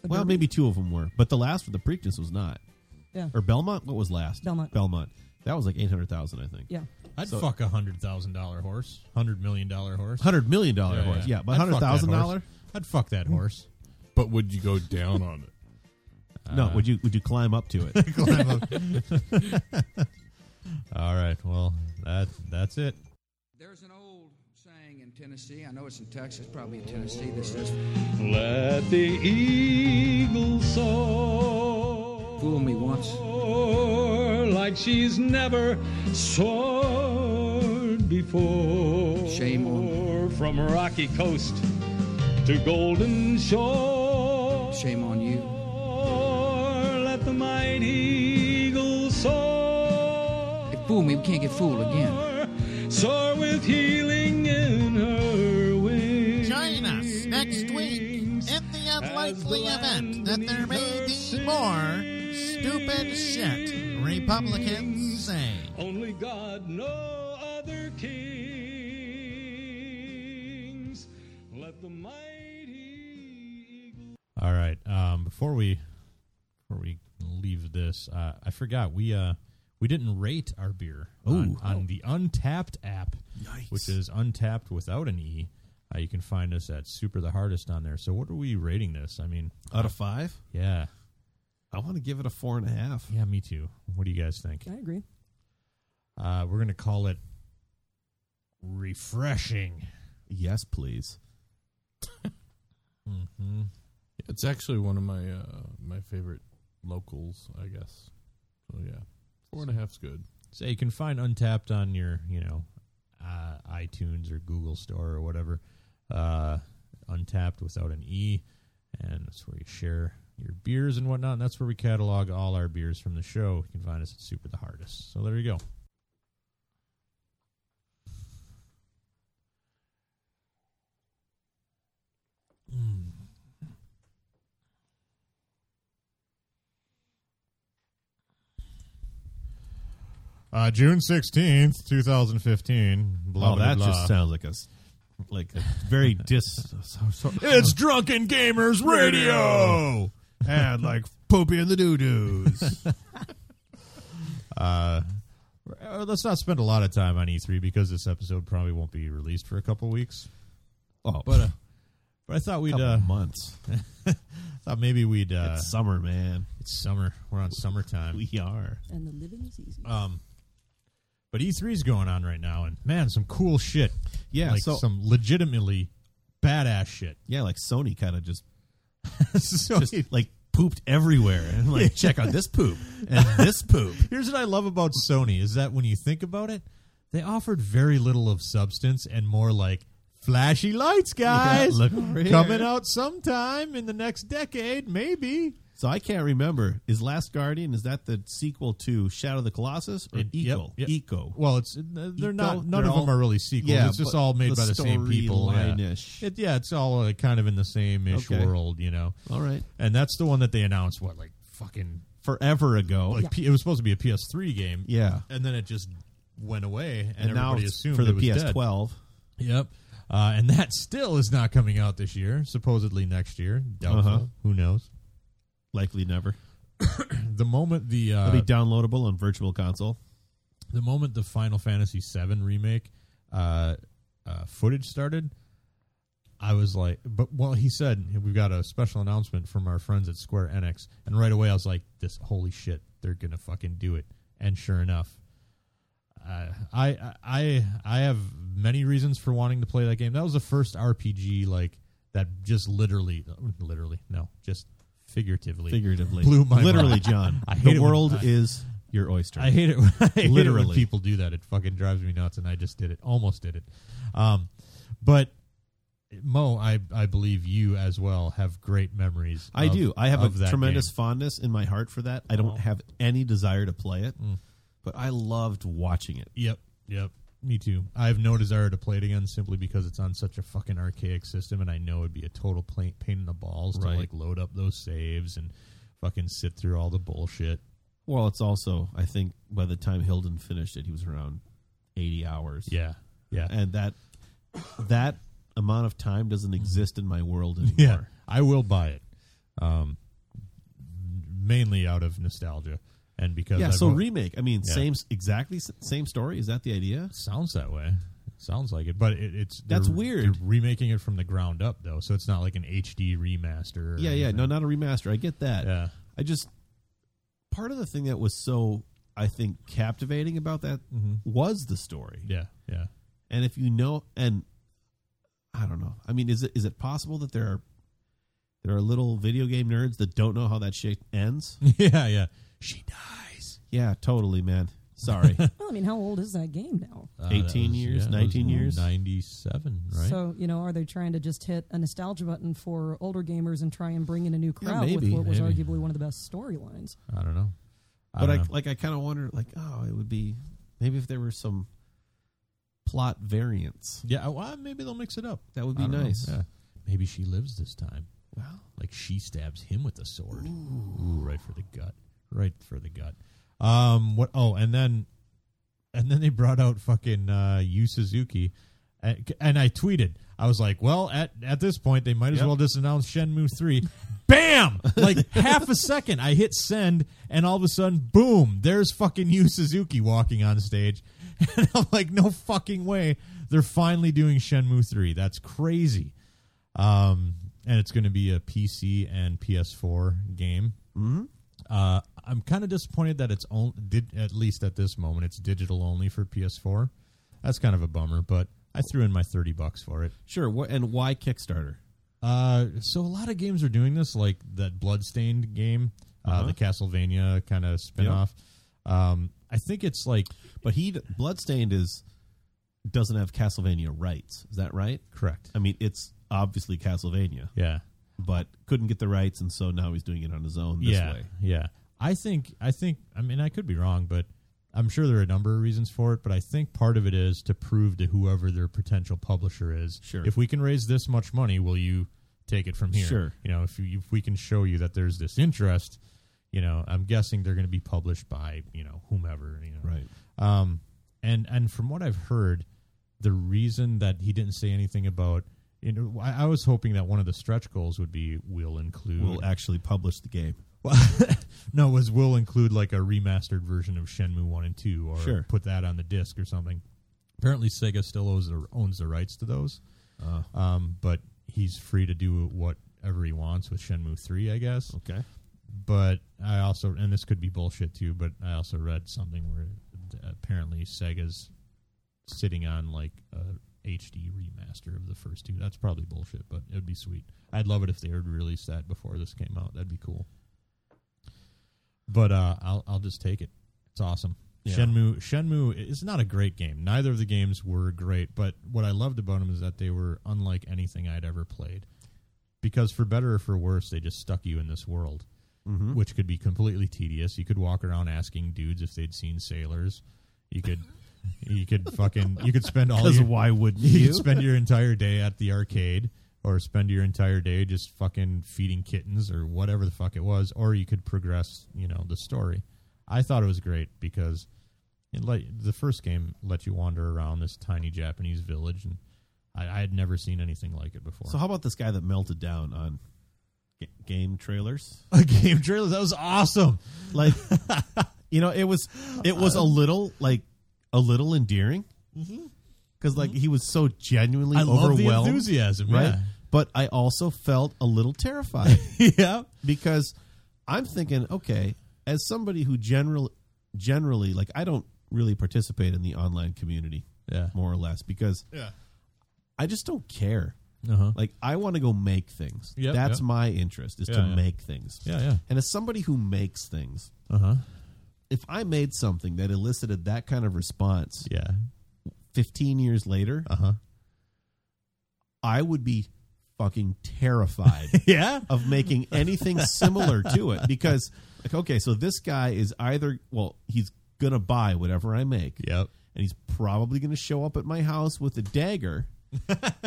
S2: The
S1: well,
S2: Derby?
S1: maybe two of them were, but the last for the Preakness was not.
S2: yeah
S1: Or Belmont, what was last?
S2: Belmont.
S1: Belmont. That was like eight hundred thousand, I think.
S2: yeah
S3: I'd
S1: So-
S3: fuck a hundred thousand dollar horse, hundred million dollar horse,
S1: Hundred million dollar horse. Yeah, but
S3: I'd fuck
S1: hundred
S3: that
S1: thousand
S3: horse.
S1: dollar. Hmm.
S3: I'd fuck that horse.
S5: But would you go down on it?
S1: No,
S3: Uh.
S1: would you would you climb up to it?
S3: All right. Well, that that's it.
S14: There's an old saying in Tennessee. I know it's in Texas, probably in Tennessee. That says,
S15: Let the eagle soar. she's never soared before. Shame on From rocky coast to golden shore. Shame on you. Let the mighty eagle soar.
S14: It fooled me. We can't get fooled again.
S15: Soar with healing in her wings.
S16: Join us next week at the unlikely event that there may be more stupid shit Republicans say.
S15: Only God, no other kings. Let the mighty
S3: All right. Um, before we before we leave this, uh, I forgot we uh we didn't rate our beer on,
S1: Ooh.
S3: on the Untapped app, which is Untapped without an e. Uh, you can find us at Super the Hardest on there. So what are we rating this? I mean,
S1: Out of five?
S3: yeah,
S1: I want to give it a four and a half.
S3: yeah, me too. What do you guys think?
S2: I agree.
S3: Uh, we're gonna call it refreshing.
S1: Yes, please.
S3: Mm-hmm.
S5: It's actually one of my uh, my favorite locals, I guess. So yeah, four and a half's good.
S3: So you can find Untapped on your, you know, uh, iTunes or Google Store or whatever. Uh, Untapped without an E, and that's where you share your beers and whatnot. And that's where we catalog all our beers from the show. You can find us at Super the Hardest. So there you go. Hmm. Uh, June sixteenth, two thousand fifteen.
S1: oh, that just sounds like a s- like a very dis. so- so-
S3: It's Drunken Gamers Radio.
S1: and like poopy and the doo doos.
S3: Uh, uh, let's not spend a lot of time on E3 because this episode probably won't be released for a couple weeks.
S1: Oh,
S3: But uh, but I thought we'd
S1: Couple
S3: uh,
S1: months.
S3: thought maybe we'd uh,
S1: It's summer, man.
S3: It's summer. We're on summertime.
S1: We are.
S2: And the living is easy.
S1: Uh.
S3: Um, but E3 is going on right now, and man, some cool shit.
S1: Yeah,
S3: like
S1: so-
S3: some legitimately badass shit.
S1: Yeah, like Sony kind of just
S3: So- E
S1: just like pooped everywhere and like check on this poop and this poop.
S3: Here's what I love about Sony is that when you think about it, they offered very little of substance and more like flashy lights,
S1: Yeah,
S3: guys.
S1: look over
S3: coming
S1: here.
S3: out sometime in the next decade, maybe.
S1: So I can't remember. Is Last Guardian is that the sequel to Shadow of the Colossus or
S3: It- yep,
S1: Eco?
S3: yep.
S1: Eco.
S3: Well, it's uh,
S1: Eco?
S3: they're not. None
S1: They're
S3: of them
S1: all-
S3: are really sequels.
S1: Yeah,
S3: it's just
S1: but
S3: all made by the same people. Yeah.
S1: storyline-ish.
S3: It, yeah, it's all uh, kind of in the same ish
S1: Okay.
S3: world, you know.
S1: All right.
S3: and that's the one that they announced. What like fucking
S1: Forever ago,
S3: like P- it was supposed to be a PS3 game.
S1: Yeah.
S3: and then it just went away, and,
S1: And now
S3: everybody
S1: it's
S3: assumed
S1: for the
S3: it was dead.
S1: PS12.
S3: Yep. Uh, and that still is not coming out this year. Supposedly next year. Doubtful.
S1: Uh-huh.
S3: Who knows?
S1: likely never.
S3: The moment the uh,
S1: It'll be downloadable on Virtual Console.
S3: the moment the Final Fantasy VII remake uh, uh, footage started, I was like, but well, he said we've got a special announcement from our friends at Square Enix, and right away I was like, this holy shit, they're gonna fucking do it, and sure enough. Uh, I I I have many reasons for wanting to play that game. That was the first RPG like that just literally literally no just figuratively
S1: Figuratively,
S3: blew my
S1: literally,
S3: mind.
S1: John.
S3: I hate
S1: the
S3: it when-
S1: world
S3: I-
S1: is your oyster.
S3: I hate it. when- I hate it when
S1: Literally,
S3: people do that. It fucking drives me nuts, and I just did it. Almost did it. Um, but Mo, I I believe you as well have great memories.
S1: I
S3: of-
S1: do. I have
S3: of
S1: a
S3: that
S1: tremendous
S3: game.
S1: fondness in my heart for that. I don't
S3: Oh.
S1: have any desire to play it,
S3: Mm.
S1: but I loved watching it.
S3: Yep. Yep. Me too. I have no desire to play it again simply because it's on such a fucking archaic system, and I know it'd be a total plain, pain in the balls
S1: Right.
S3: to like load up those saves and fucking sit through all the bullshit.
S1: Well, it's also, I think, by the time Hilden finished it, he was around eighty hours.
S3: Yeah. Yeah.
S1: and that that amount of time doesn't exist in my world anymore.
S3: Mm-hmm. Yeah, I will buy it, um, mainly out of nostalgia and because
S1: Yeah,
S3: I've
S1: so
S3: al-
S1: remake. I mean,
S3: Yeah.
S1: same exactly s- same story. Is that the idea?
S3: sounds that way. Sounds like it, but it, it's
S1: That's
S3: they're-
S1: weird.
S3: They're remaking it from the ground up though, so it's not like an HD remaster. or
S1: Yeah, yeah. No,
S3: anything.
S1: not a remaster. I get that.
S3: Yeah.
S1: I just part of the thing that was so I think captivating about that was the story.
S3: Mm-hmm. yeah, yeah.
S1: And if you know, and I don't know. I mean, is it is it possible that there are there are little video game nerds that don't know how that shit ends?
S3: yeah, yeah. She dies.
S1: Yeah, totally, man. Sorry.
S2: Well, I mean, how old is that game now?
S3: Uh, that
S1: 18
S3: was-
S1: years,
S3: yeah, that was
S1: 19 years.
S3: 97, right?
S2: So you know, are they trying to just hit a nostalgia button for older gamers and try and bring in a new
S1: Yeah,
S2: crowd with
S1: maybe,
S2: what was
S1: maybe.
S2: arguably one of the best storylines?
S3: I don't know. I
S1: but
S3: don't
S1: I
S3: know.
S1: like I kind of wonder like oh it would be maybe if there were some plot variants.
S3: Yeah, uh, well, maybe they'll mix it up.
S1: That would be
S3: I don't know.
S1: nice.
S3: Yeah. Maybe she lives this time.
S1: Well.
S3: like she stabs him with a sword. Ooh, right for the gut. Right for the gut. Um, what? Oh, and then, and then they brought out fucking uh, Yu Suzuki, and, and I tweeted. I was like, well, at at this point, they might as
S1: Yep.
S3: well just announce Shenmue three. Bam! Like half a second, I hit send, and all of a sudden, boom! There's fucking Yu Suzuki walking on stage, and I'm like, no fucking way! They're finally doing Shenmue three. That's crazy. Um, and it's going to be a PC and PS4 game.
S1: Mhm.
S3: Uh, I'm kind of disappointed that it's only did at least at this moment it's digital only for PS4. That's kind of a bummer, but I threw in my thirty bucks for it.
S1: Sure. What and why Kickstarter?
S3: Uh, so a lot of games are doing this, like that Bloodstained game, uh,
S1: Uh-huh.
S3: the Castlevania kind of spinoff. Um, I think it's like,
S1: but he Bloodstained is doesn't have Castlevania rights. Is that right?
S3: Correct.
S1: I mean, it's obviously Castlevania.
S3: Yeah.
S1: But couldn't get the rights, and so now he's doing it on his own this
S3: yeah,
S1: way.
S3: Yeah. I think I think I mean I could be wrong, but I'm sure there are a number of reasons for it, but I think part of it is to prove to whoever their potential publisher is.
S1: Sure.
S3: If we can raise this much money, will you take it from here?
S1: Sure.
S3: You know, if you, if we can show you that there's this interest, you know, I'm guessing they're going to be published by, you know, whomever, you know.
S1: Right.
S3: Um, and and from what I've heard, the reason that he didn't say anything about, you know, I, I was hoping that one of the stretch goals would be we'll include
S1: We'll actually publish the game.
S3: well, no, it was we'll include like a remastered version of Shenmue One and Two, or
S1: Sure.
S3: put that on the disc or something. Apparently, Sega still owns the, owns the rights to those,
S1: Uh,
S3: um, but he's free to do whatever he wants with Shenmue Three, I guess.
S1: okay.
S3: But I also, and this could be bullshit too, but I also read something where apparently Sega's sitting on like a HD remaster of the first two. That's probably bullshit, but it would be sweet. I'd love it if they would release that before this came out. That'd be cool. But uh, I'll I'll just take it. It's awesome.
S1: Yeah.
S3: Shenmue Shenmue is not a great game. Neither of the games were great, but what I loved about them is that they were unlike anything I'd ever played. Because for better or for worse, they just stuck you in this world
S1: Mhm.
S3: which could be completely tedious. You could walk around asking dudes if they'd seen sailors. You could, you could fucking, you could spend all.
S1: 'Cause
S3: Your,
S1: why wouldn't
S3: you?
S1: you?
S3: could spend your entire day at the arcade, or spend your entire day just fucking feeding kittens, or whatever the fuck it was. Or you could progress, you know, the story. I thought it was great because it let, the first game let you wander around this tiny Japanese village, and I, I had never seen anything like it before.
S1: So how about this guy that melted down on g- game trailers?
S3: a game trailer that was awesome.
S1: Like, you know, it was it was a little like a little endearing because like he was so genuinely
S3: Mm-hmm. I love the
S1: overwhelmed,
S3: enthusiasm,
S1: right?
S3: yeah.
S1: But I also felt a little terrified
S3: yeah.
S1: because I'm thinking, okay, as somebody who general generally like I don't really participate in the online community,
S3: Yeah.
S1: more or less, because
S3: Yeah.
S1: I just don't care.
S3: Uh-huh.
S1: Like I want to go make things.
S3: Yep,
S1: That's
S3: yep.
S1: my interest is to
S3: Yeah, yeah.
S1: make things.
S3: Yeah, yeah.
S1: And as somebody who makes things,
S3: Uh-huh.
S1: if I made something that elicited that kind of response
S3: Yeah.
S1: 15 years later,
S3: Uh-huh.
S1: I would be fucking terrified
S3: Yeah. Ah.
S1: of making anything similar to it because like okay, so this guy is either well, he's going to buy whatever I make.
S3: Yep.
S1: And he's probably going to show up at my house with a dagger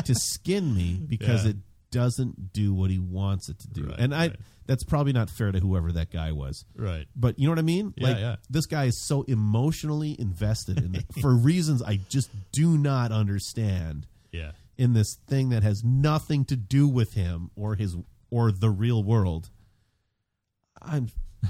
S1: to skin me because
S3: Yeah.
S1: it doesn't do what he wants it to do.
S3: Right,
S1: and I
S3: right.
S1: that's probably not fair to whoever that guy was.
S3: Right.
S1: But you know what I mean?
S3: Yeah,
S1: like
S3: yeah.
S1: this guy is so emotionally invested in it for reasons I just do not understand
S3: Yeah.
S1: in this thing that has nothing to do with him or his or the real world. I'm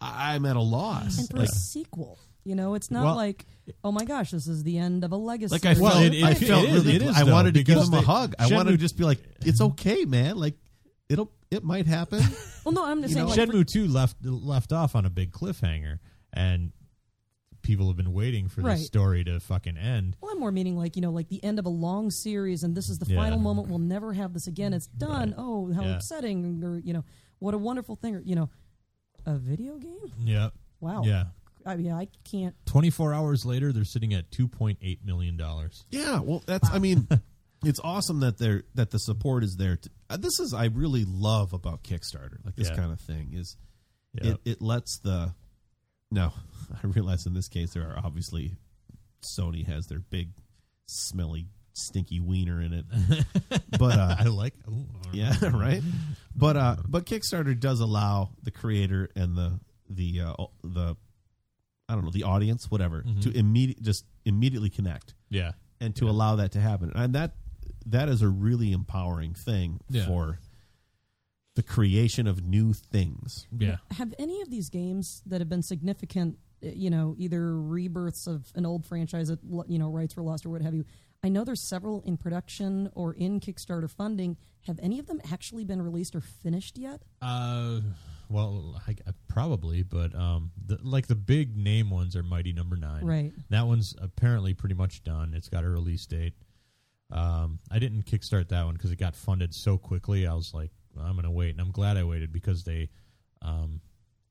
S1: I'm at a loss.
S2: And for
S1: Like,
S2: a sequel, you know, it's not
S1: Well-
S2: like, oh my gosh, this is the end of a legacy.
S1: like I felt,
S3: Well, it- it-
S1: I felt
S3: it is-
S1: really.
S3: it is,
S1: I
S3: though,
S1: wanted to give
S3: because
S1: him a
S3: they-
S1: hug. I
S3: Shenmue-
S1: wanted to just be like, "It's okay, man. Like, it'll it might happen."
S2: well, no, I'm just saying, like,
S3: Shenmue 2 left left off on a big cliffhanger and people have been waiting for
S2: Right.
S3: this story to fucking end.
S2: Well, I'm more meaning like you know, like the end of a long series, and this is the
S3: Yeah.
S2: final moment. We'll never have this again. It's done.
S3: Right.
S2: Oh, how
S3: Yeah.
S2: upsetting! Or you know, what a wonderful thing! Or you know, a video game.
S3: Yeah.
S2: Wow.
S3: Yeah.
S2: I mean, I can't.
S3: 24 hours later, they're sitting at 2.8 million dollars.
S1: Yeah, well, that's. I mean, it's awesome that they're that the support is there. To, uh, this is I really love about Kickstarter, like this
S3: Yeah.
S1: kind of thing is,
S3: Yeah.
S1: it it lets the. No, I realize in this case there are obviously, Sony has their big, smelly, stinky wiener in it, but uh,
S3: I like. Ooh,
S1: yeah, right. But uh, but Kickstarter does allow the creator and the the uh, the I don't know the audience, whatever,
S3: Mhm.
S1: to immediate just immediately connect.
S3: Yeah.
S1: and to allow that to happen, and that that is a really empowering thing
S3: Yeah.
S1: for the creation of new things.
S2: Have any of these games that have been significant, uh, you know, either rebirths of an old franchise that lo- you know rights were lost or what have you? I know there's several in production or in Kickstarter funding. Have any of them actually been released or finished yet?
S3: Uh, well, I, I- probably, but um, the, like the big name ones are Mighty Number Nine,
S2: Right.
S3: That one's apparently pretty much done. It's got a release date. Um, I didn't kickstart that one because it got funded so quickly. I was like, "Well, I'm gonna wait, and I'm glad I waited because they, um,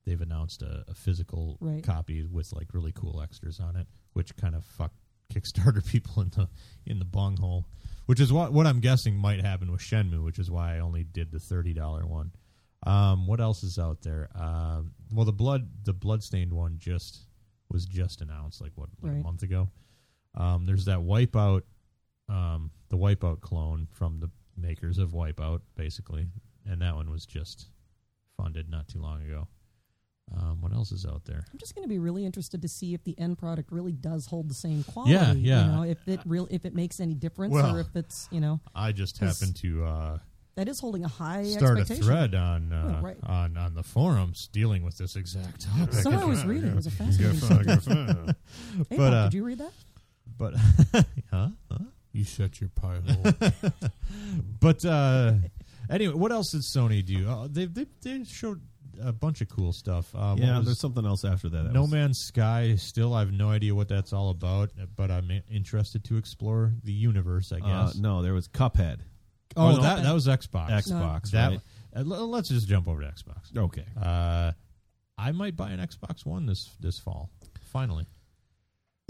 S3: they've announced a, a physical
S2: Right.
S3: copy with like really cool extras on it, which kind of fucked Kickstarter people in the in the bunghole. Which is what what I'm guessing might happen with Shenmue, which is why I only did the thirty dollar one. Um, what else is out there? Um, well, the blood the bloodstained one just was just announced like what like a
S2: Right.
S3: month ago. Um, there's that wipeout, um, the wipeout clone from the makers of Wipeout, basically, and that one was just funded not too long ago. Um, what else is out there?
S2: I'm just going to be really interested to see if the end product really does hold the same quality.
S3: Yeah, yeah.
S2: You know, if it real if it makes any difference
S3: Well,
S2: or if it's you know
S3: I just
S2: 'cause
S3: happened to uh,
S2: that is holding a high
S3: start a
S2: expectation.
S3: thread on uh,
S2: Oh, right.
S3: on on the forums dealing with this exact topic.
S2: So I was reading. It was a fascinating subject. Hey, Bob,
S3: uh,
S2: did you read that?
S3: But huh? Huh?
S5: You shut your pie hole.
S3: but uh, anyway, what else did Sony do? Uh, they, they they showed a bunch of cool stuff. Uh, what
S1: yeah,
S3: was-
S1: there's something else after that. that
S3: no
S1: was-
S3: Man's Sky. Still, I have no idea what that's all about, but I'm i- interested to explore the universe. I
S1: uh,
S3: guess.
S1: no, there was Cuphead.
S3: oh,
S1: Or no,
S3: that that was Xbox.
S1: Xbox,
S3: That
S1: right?
S3: uh, l- let's just jump over to Xbox.
S1: Okay.
S3: Uh, I might buy an Xbox One this this fall. Finally,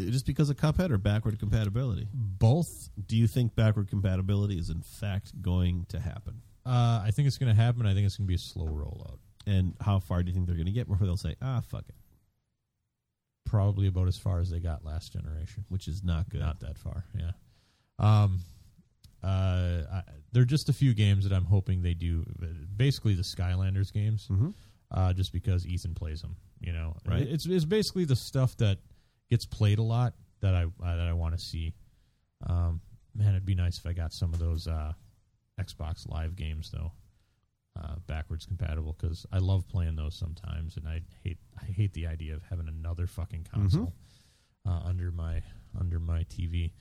S1: Just because of Cuphead or backward compatibility?
S3: Both.
S1: Do you think backward compatibility is in fact going to happen?
S3: uh, I think it's going to happen. I think it's going to be a slow rollout.
S1: And how far do you think they're going to get before they'll say, "Ah, fuck it,"
S3: Probably about as far as they got last generation.
S1: which is not good.
S3: Not that far, yeah. Um, uh, I, there are just a few games that I'm hoping they do. Basically, the Skylanders games,
S1: Mhm.
S3: uh, just because Ethan plays them. You know,
S1: Right.
S3: It's it's basically the stuff that gets played a lot that I uh, that I want to see. Um, man, it'd be nice if I got some of those uh, Xbox Live games though. Uh, backwards compatible because I love playing those sometimes, and I hate I hate the idea of having another fucking console uh, under my under my TV.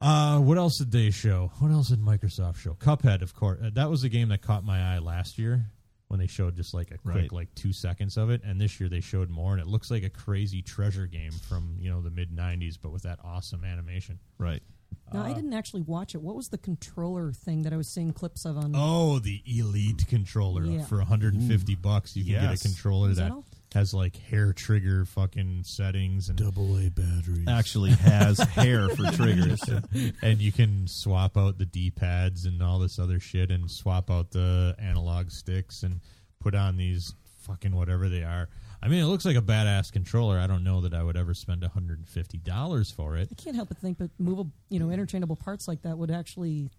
S3: Uh, what else did they show? What else did Microsoft show? Cuphead, of course. Uh, that was a game that caught my eye last year when they showed just like a quick
S1: Right.
S3: like two seconds of it, and this year they showed more, and it looks like a crazy treasure game from you know the mid '90s, but with that awesome animation.
S1: Right.
S2: Now I
S3: Uh,
S2: didn't actually watch it. What was the controller thing that I was seeing clips of on?
S3: Oh, the Elite controller
S2: Yeah.
S3: for 150 bucks. You can
S1: Yes.
S3: get a controller
S2: Is that
S3: that
S2: all?
S3: has like hair trigger fucking settings and
S5: Double A batteries.
S1: Actually, has hair for triggers.
S3: and you can swap out the D pads and all this other shit, and swap out the analog sticks and put on these fucking whatever they are. I mean, it looks like a badass controller. I don't know that I would ever spend 150 dollars for it.
S2: I can't help but think that movable, you know, interchangeable parts like that would actually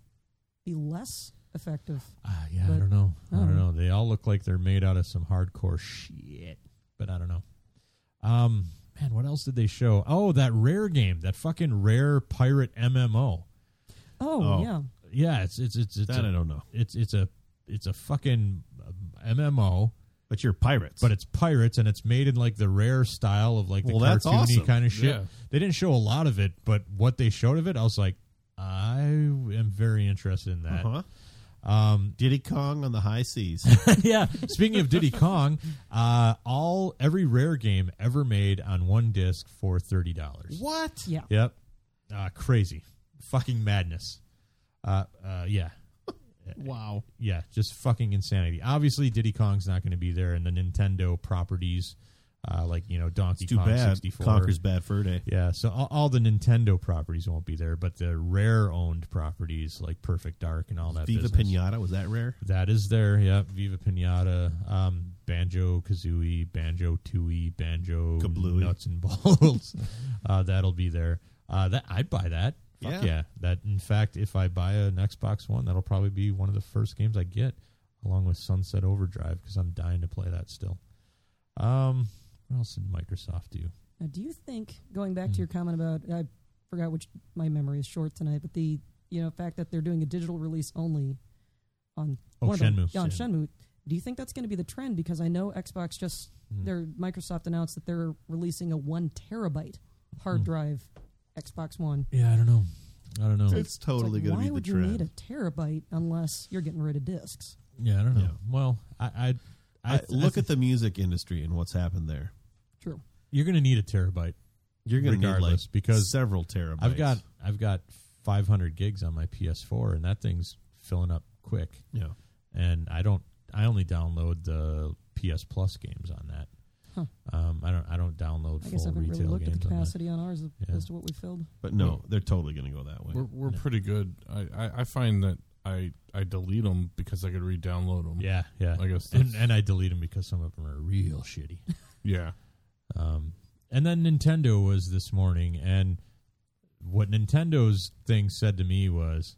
S2: be less effective.
S3: Ah, yeah, I
S2: But-
S3: don't know. I
S2: I
S3: don't
S2: don't
S3: know. They all look like they're made out of some hardcore shit, but I don't know. Um, man, what else did they show? Oh, that rare game, that fucking rare pirate MMO.
S2: Oh,
S1: Oh.
S2: yeah,
S3: Yeah, it's it's it's, it's
S1: That
S3: a-
S1: I don't know.
S3: It's it's a it's a fucking um, MMO,
S1: But you're pirates.
S3: but it's pirates and it's made in like the rare style of like the
S1: Well, that's
S3: cartoony
S1: awesome.
S3: kind of shit.
S5: Yeah.
S3: They didn't show a lot of it, but what they showed of it, I was like, I am very interested in that.
S1: uh-huh.
S3: Um,
S1: Diddy Kong on the high seas.
S3: yeah. Speaking of Diddy Kong, uh, all every rare game ever made on one disc for thirty dollars.
S1: what?
S2: yeah.
S3: Yep. Uh, crazy, fucking madness. Uh, uh, yeah,
S1: Wow.
S3: yeah, just fucking insanity. Obviously, Diddy Kong's not going to be there, and the Nintendo properties uh, like you know Donkey
S1: It's too
S3: Kong
S1: bad.
S3: 64.
S1: Conker's Bad Fur Day.
S3: Yeah, so all, all the Nintendo properties won't be there, but the rare owned properties like Perfect Dark and all that.
S1: Viva
S3: business.
S1: Pinata, was that rare?
S3: That is there. Yeah, Viva Pinata, um, Banjo Kazooie, Banjo Tooie, Banjo
S1: Kablooey.
S3: Nuts and Balls. uh, that'll be there. Uh, that I'd buy that. Fuck
S1: Yeah.
S3: yeah. That in fact, if I buy an Xbox One, that'll probably be one of the first games I get, along with Sunset Overdrive, because I'm dying to play that still. Um, what else did Microsoft do?
S2: Now, do you think going back to
S3: Hmm.
S2: your comment about I forgot which my memory is short tonight, but the you know fact that they're doing a digital release only on
S3: Oh,
S2: one of them-
S3: Shenmue.
S2: yeah, on
S3: Shenmue.
S2: Shenmue. Do you think that's going to be the trend? Because I know Xbox just
S3: Mhm.
S2: their Microsoft announced that they're releasing a one terabyte hard
S3: Mhm.
S2: drive Xbox One.
S3: Yeah, I don't know. I don't know.
S2: So
S1: It's totally
S2: like,
S1: gonna
S2: why
S1: be the
S2: would you need a terabyte unless you're getting rid of discs?
S3: Yeah, I don't know.
S1: Yeah.
S3: Well, I, I, I,
S1: I, look at the music industry and what's happened there.
S2: True.
S3: You're going to need a terabyte.
S1: You're going to need like
S3: regardless, because
S1: several terabytes.
S3: I've got I've got 500 gigs on my PS4, and that thing's filling up quick.
S1: Yeah.
S3: and I don't. I only download the PS Plus games on that.
S2: Huh.
S3: Um, I don't. I don't download
S2: I guess I haven't
S3: full
S2: really
S3: retail
S2: looked at
S3: games
S2: the
S3: on that.
S2: capacity on, ours
S3: Yeah.
S2: as to what we filled.
S1: but no, they're totally going to go that way.
S5: We're we're pretty good. I, I I find that I I delete them because I could re-download them.
S3: Yeah, yeah.
S5: I guess
S3: and,
S5: that's-
S3: and I delete them because some of them are real shitty.
S5: yeah.
S3: Um, and then Nintendo was this morning, and what Nintendo's thing said to me was,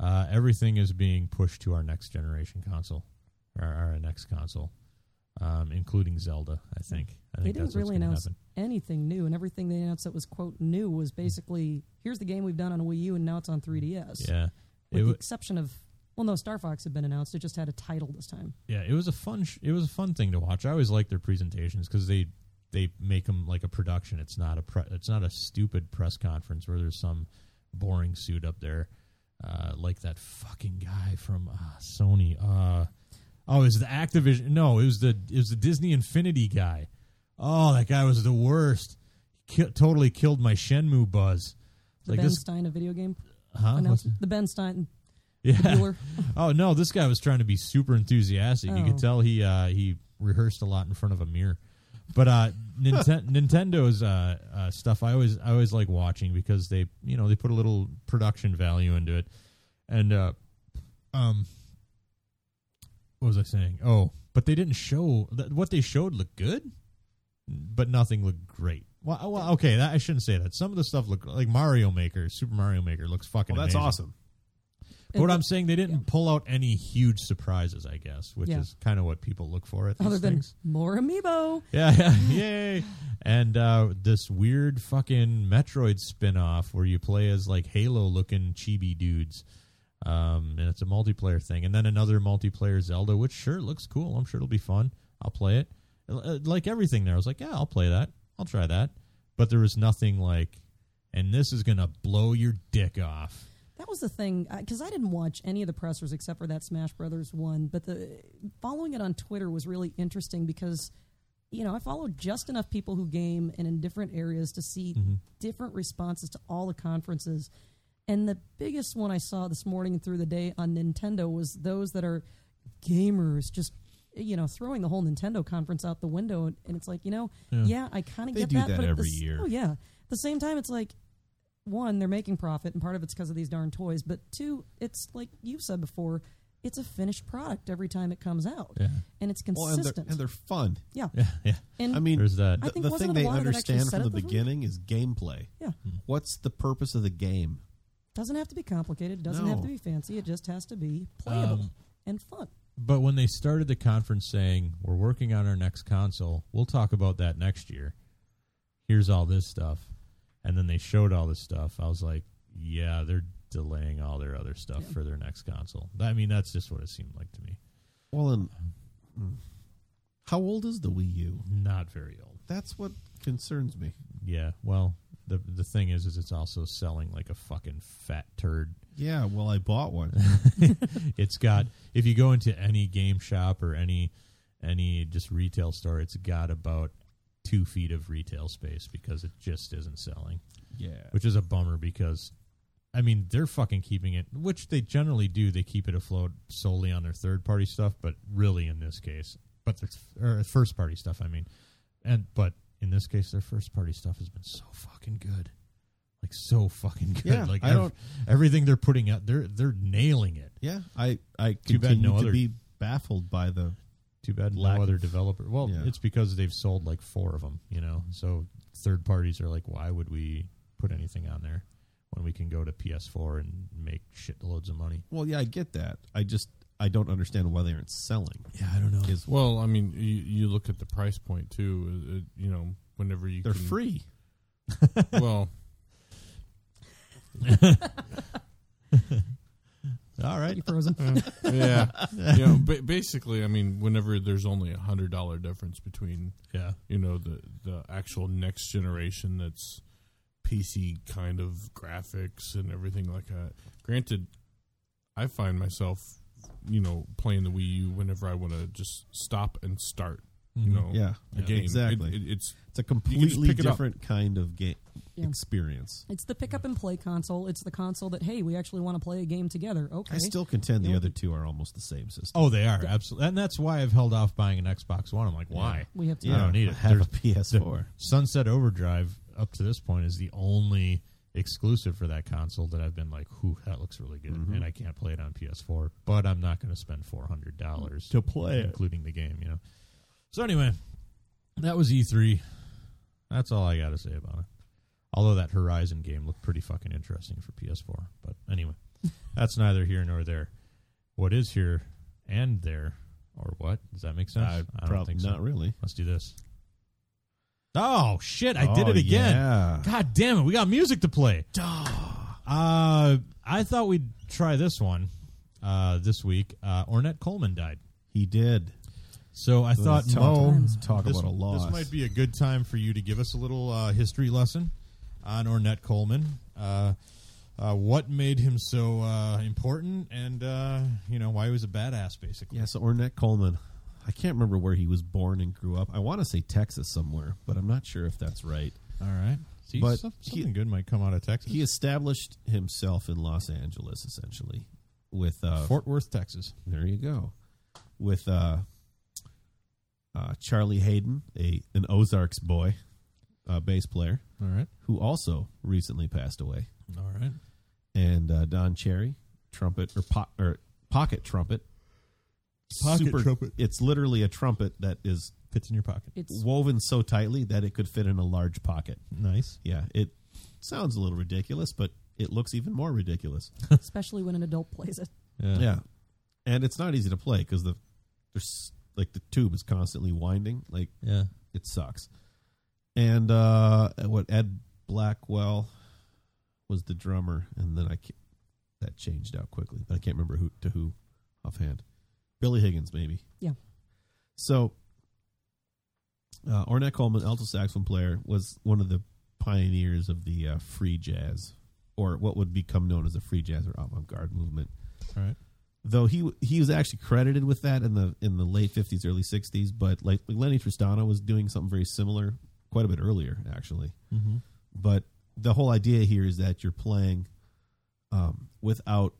S3: uh, everything is being pushed to our next generation console, or our next console, um, including Zelda. I think. I
S2: They
S3: think
S2: didn't
S3: that's what's
S2: really
S3: gonna
S2: announce
S3: happen.
S2: anything new, and everything they announced that was quote new was basically here's the game we've done on Wii U, and now it's on 3DS.
S3: Yeah,
S2: with
S3: it
S2: the
S3: wa-
S2: exception of well, no, Star Fox had been announced. It just had a title this time.
S3: yeah, it was a fun. Sh- it was a fun thing to watch. I always like their presentations because they they make them like a production. It's not a pre- it's not a stupid press conference where there's some boring suit up there, uh, like that fucking guy from uh, Sony. Uh, oh, it was the Activision. No, it was the it was the Disney Infinity guy. Oh, that guy was the worst. Ki- totally killed my Shenmue buzz.
S2: The
S3: like
S2: Ben
S3: this, Oh,
S2: Stein, a video game
S3: huh?
S2: announced the Ben Stein.
S3: Yeah.
S2: Bueller.
S3: oh no, this guy was trying to be super enthusiastic. You
S2: Oh.
S3: could tell he uh, he rehearsed a lot in front of a mirror. But uh, Ninten- Nintendo's uh, uh, stuff, I always I always like watching because they you know they put a little production value into it. And uh, um, what was I saying? Oh, but they didn't show th- what they showed looked good, but nothing looked great. Well, uh, well okay, that, I shouldn't say that. Some of the stuff looked like Mario Maker, Super Mario Maker looks fucking.
S1: Well, that's
S3: amazing.
S1: awesome.
S3: But what I'm saying, they didn't pull out any huge surprises, I guess, which
S2: Yeah.
S3: is kind of what people look for at these
S2: Other than
S3: things.
S2: more amiibo.
S3: Yeah, yeah, yay! And uh, this weird fucking Metroid spin-off where you play as like Halo-looking chibi dudes, um, and it's a multiplayer thing. And then another multiplayer Zelda, which sure looks cool. I'm sure it'll be fun. I'll play it. Uh, Like everything there, I was like, yeah, I'll play that. I'll try that. But there was nothing like, and this is gonna blow your dick off.
S2: That was the thing because I didn't watch any of the pressers except for that Smash Brothers one. But the following it on Twitter was really interesting because you know I follow just enough people who game and in different areas to see
S1: Mm-hmm.
S17: Mhm.
S2: different responses to all the conferences. And the biggest one I saw this morning and through the day on Nintendo was those that are gamers just you know throwing the whole Nintendo conference out the window. And, and it's like you know yeah,
S1: Yeah.
S2: I kind of
S1: They
S2: get
S1: do
S2: that,
S1: that
S2: but at
S1: every
S2: the s-
S1: year.
S2: Oh yeah. At the same time, it's like one, they're making profit, and part of it's because of these darn toys. But two, it's like you've said before, it's a finished product every time it comes out,
S3: Yeah.
S2: and it's
S1: Well, and they're-
S2: consistent.
S1: and they're fun.
S2: Yeah,
S3: Yeah, yeah.
S2: And
S1: I mean,
S3: Mm. There's that.
S2: I
S1: The,
S2: think
S1: the
S2: wasn't
S1: thing
S2: it
S1: they
S2: Wanda that actually
S1: understand
S2: said
S1: from
S2: it
S1: the
S2: this way?
S1: beginning is gameplay.
S2: Yeah.
S3: Mm.
S1: What's the purpose of the game?
S2: doesn't have to be complicated. Doesn't have to
S1: No.
S2: be fancy. It just has to be playable
S3: Um,
S2: and fun.
S3: But when they started the conference saying, we're working on our next console, we'll talk about that next year. Here's all this stuff. And then they showed all this stuff. I was like, yeah, they're delaying all their other stuff
S2: Yeah.
S3: for their next console. I mean, that's just what it seemed like to me.
S1: Well, and mm, how old is the Wii U?
S3: Not very old.
S1: That's what concerns me.
S3: Yeah. Well, the the thing is is it's also selling like a fucking fat turd.
S1: Yeah, well, I bought one.
S3: it's got if you go into any game shop or any any just retail store, it's got about two feet of retail space because it just isn't selling.
S1: Yeah.
S3: Which is a bummer because I mean they're fucking keeping it which they generally do, they keep it afloat solely on their third party stuff, but really in this case but their or first party stuff I mean and but in this case, their first party stuff has been so fucking good, like so fucking good.
S1: Yeah,
S3: like
S1: I
S3: ev-
S1: don't-
S3: everything they're putting out, they're they're nailing it.
S1: Yeah, I I
S3: Too bad
S1: continue
S3: no
S1: to
S3: other-
S1: be baffled by the
S3: too bad
S1: lack
S3: no other
S1: of-
S3: developer. Well,
S1: Yeah.
S3: it's because they've sold like four of them, you know. So third parties are like, why would we put anything on there when we can go to PS4 and make shitloads of money?
S1: Well, yeah, I get that. I just I don't understand why they aren't selling.
S3: Yeah, I don't know.
S1: Is
S5: Well, I mean, you, you look at the price point too. uh, uh, you know, whenever you
S1: They're
S5: can-
S1: free.
S5: well,
S1: all right,
S2: frozen.
S5: yeah, you know, ba- basically, I mean, whenever there's only a hundred dollar difference between,
S3: Yeah.
S5: you know, the the actual next generation that's PC kind of graphics and everything like that. Granted, I find myself, you know, playing the Wii U whenever I want to just stop and start. You
S1: Mhm.
S5: know,
S1: yeah,
S5: a game It-
S1: exactly.
S5: it- it's
S1: it's a
S5: you can just
S1: completely
S5: pick it up.
S1: different kind of game
S2: Yeah.
S1: experience.
S2: It's the pick up and play console. It's the console that hey, we actually want to play a game together. Okay.
S1: I still contend
S2: You
S1: the
S2: know,
S1: other two are almost the same system.
S3: Oh, they are absolutely, and that's why I've held off buying an Xbox One. I'm like, why?
S2: We have to-
S3: I don't need it.
S1: I have a
S3: There's-
S1: PS4.
S3: the Sunset Overdrive up to this point is the only exclusive for that console that I've been like, "Whew, that looks really good,"
S1: Mhm.
S3: and I can't play it on PS4. But I'm not going to spend four hundred dollars
S1: To play it.
S3: including the game. You know. So anyway, that was E3. That's all I got to say about it. Although that Horizon game looked pretty fucking interesting for PS4. But anyway, that's neither here nor there. What is here and there, or what? Does that make sense?
S1: I
S3: don't
S1: prob-
S3: think so.
S1: not really.
S3: Let's do this. Oh shit! I did
S1: Oh,
S3: it again.
S1: yeah.
S3: God damn it! We got music to play. Uh, I thought we'd try this one uh, this week. Uh, Ornette Coleman died.
S1: He did.
S3: So I
S1: Those
S3: thought,
S1: tough
S3: Mo,
S1: times. Talk
S3: this,
S1: about a loss.
S3: This might be a good time for you to give us a little uh, history lesson on Ornette Coleman. Uh, uh, what made him so uh, important, and uh, you know why he was a badass, basically.
S1: Yeah, so Ornette Coleman. I can't remember where he was born and grew up. I want to say Texas somewhere, but I'm not sure if that's right.
S3: All right. See,
S1: But
S3: some-
S1: he-
S3: something good might come out of Texas.
S1: He established himself in Los Angeles, essentially, with uh,
S3: Fort Worth, Texas.
S1: There you go, with uh, uh, Charlie Hayden, a an Ozarks boy, uh, bass player,
S3: All right.
S1: who also recently passed away,
S3: All right.
S1: and uh, Don Cherry, trumpet or, po- or pocket trumpet.
S3: Pocket trumpet.
S1: It's literally a trumpet that is
S3: Fits in your pocket.
S2: It's
S1: woven so tightly that it could fit in a large pocket.
S3: Nice.
S1: Yeah, it sounds a little ridiculous, but it looks even more ridiculous.
S2: especially when an adult plays it.
S3: Yeah.
S1: yeah, and it's not easy to play because the there's like the tube is constantly winding. Like
S3: Yeah.
S1: it sucks. And uh what Ed Blackwell was the drummer, and then I ca- that changed out quickly, but I can't remember who to who offhand. Billy Higgins, maybe.
S2: Yeah.
S1: So uh, Ornette Coleman, alto saxophone player, was one of the pioneers of the uh, free jazz, or what would become known as the free jazz or avant-garde movement
S3: All right.
S1: though he he was actually credited with that in the in the late fifties, early sixties. But like Lenny Tristano was doing something very similar quite a bit earlier, actually.
S3: Mhm.
S1: But the whole idea here is that you're playing um, without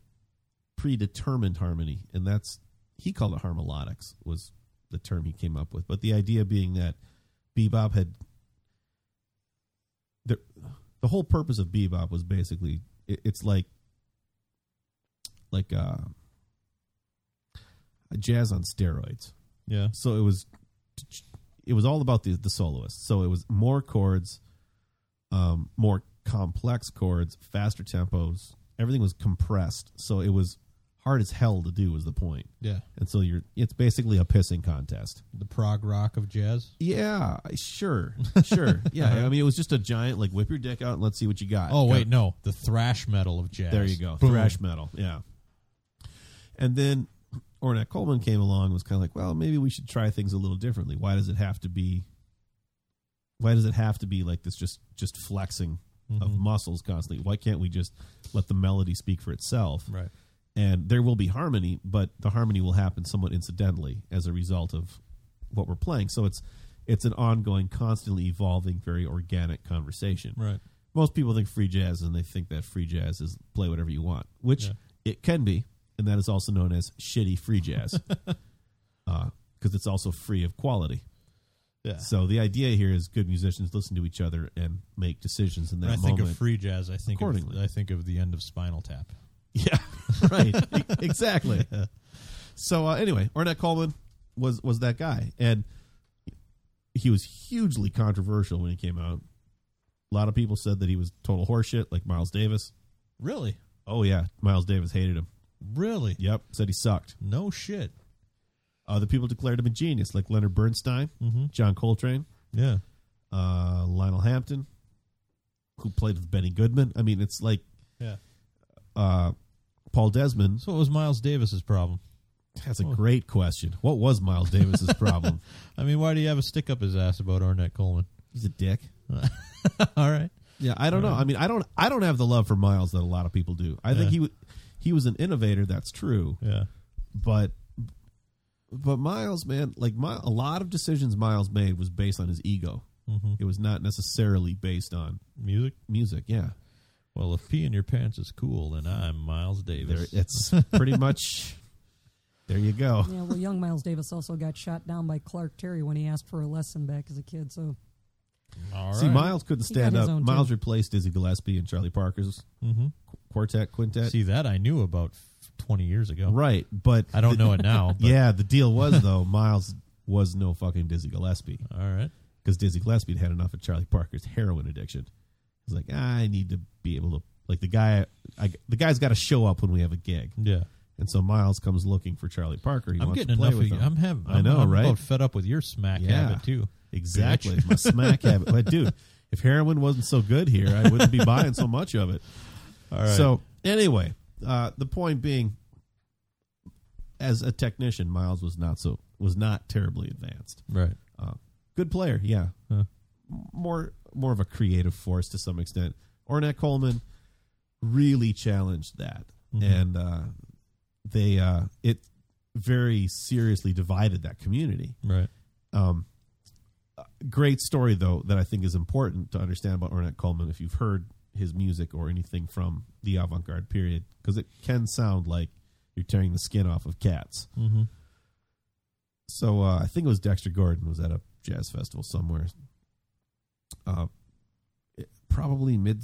S1: predetermined harmony, and that's he called it harmonics was the term he came up with. But the idea being that bebop had the the whole purpose of bebop was basically it, it's like like uh, jazz on steroids.
S3: Yeah.
S1: So it was it was all about the the soloist. So it was more chords, um, more complex chords, faster tempos. Everything was compressed, so it was hard as hell to do. Was the point?
S3: Yeah.
S1: And so you're it's basically a pissing contest.
S3: The prog rock of jazz.
S1: Yeah, sure, sure. Yeah, I mean it was just a giant like whip your dick out and let's see what you got.
S3: Oh
S1: Got-
S3: wait, no, the thrash metal of jazz.
S1: There you go.
S3: Boom.
S1: Thrash metal. Yeah. And then Ornette Coleman came along and was kind of like, well, maybe we should try things a little differently. Why does it have to be why does it have to be like this just just flexing of
S3: Mhm.
S1: muscles constantly? Why can't we just let the melody speak for itself?
S3: Right.
S1: And there will be harmony, but the harmony will happen somewhat incidentally as a result of what we're playing. So it's it's an ongoing, constantly evolving, very organic conversation
S3: Right.
S1: most people think free jazz and they think that free jazz is play whatever you want, which
S3: Yeah.
S1: it can be, and that is also known uh, as shitty free jazz because it's also free of quality.
S3: Yeah.
S1: So the idea here is good musicians listen to each other and make decisions in that
S3: When I think
S1: moment.
S3: of free jazz, I think of,
S1: accordingly.
S3: I think of the end of Spinal Tap.
S1: Yeah, right. E- exactly. So uh, anyway, Ornette Coleman was was that guy, and he was hugely controversial when he came out. A lot of people said that he was total horseshit, like Miles Davis.
S3: Really?
S1: Oh yeah, Miles Davis hated him.
S3: Really?
S1: Yep, said he sucked.
S3: No shit.
S1: Other people declared him a genius, like Leonard Bernstein,
S3: Mhm.
S1: John Coltrane,
S3: Yeah.
S1: uh, Lionel Hampton, who played with Benny Goodman. I mean, it's like
S3: Yeah.
S1: uh, Paul Desmond.
S3: So what was Miles Davis's problem?
S1: That's a great question. What was Miles Davis's problem?
S3: I mean, why do you have a stick up his ass about Arnett Coleman?
S1: He's a dick.
S3: All right.
S1: Yeah, I don't know. I mean, I don't. I don't have the love for Miles that a lot of people do. I
S3: Yeah.
S1: think he w- he was an innovator. That's true.
S3: Yeah.
S1: But but Miles, man, like my, a lot of decisions Miles made was based on his ego.
S3: Mhm.
S1: It was not necessarily based on
S3: Music?
S1: Music, yeah.
S3: Well, if pee in your pants is cool, then I'm Miles
S1: There,
S3: Davis.
S1: it's pretty much. There you go.
S2: Yeah, well, young Miles Davis also got shot down by Clark Terry when he asked for a lesson back as a kid. So,
S3: All
S1: See,
S3: right.
S1: Miles couldn't
S2: He got
S1: stand
S2: his
S1: up.
S2: own, too.
S1: Miles replaced Dizzy Gillespie and Charlie Parker's
S3: Mhm.
S1: qu- quartet, quintet.
S3: See that I knew about f- 20 years ago.
S1: Right, but
S3: I don't know it now. but-
S1: Yeah, the deal was though Miles was no fucking Dizzy Gillespie.
S3: All right.
S1: because Dizzy Gillespie had had enough of Charlie Parker's heroin addiction. He's like, I need to be able to like the guy. I, the guy's got to show up when we have a gig.
S3: Yeah.
S1: and so Miles comes looking for Charlie Parker. He
S3: I'm
S1: wants
S3: getting
S1: to play
S3: enough of
S1: with
S3: you.
S1: him.
S3: I'm having.
S1: I know,
S3: I'm
S1: right?
S3: About fed up with your smack
S1: Yeah.
S3: habit too.
S1: Exactly,
S3: bitch.
S1: my smack habit. But dude, if heroin wasn't so good here, I wouldn't be buying so much of it.
S3: All right.
S1: So anyway, uh, the point being, as a technician, Miles was not so was not terribly advanced.
S3: right.
S1: Uh, good player, yeah.
S3: Huh.
S1: More more of a creative force to some extent. Ornette Coleman really challenged that,
S3: Mhm.
S1: and uh, they uh, it very seriously divided that community.
S3: Right.
S1: Um, uh, great story though that I think is important to understand about Ornette Coleman if you've heard his music or anything from the avant-garde period because it can sound like you're tearing the skin off of cats.
S3: Mm-hmm.
S1: So uh, I think it was Dexter Gordon was at a jazz festival somewhere. Uh, it- probably mid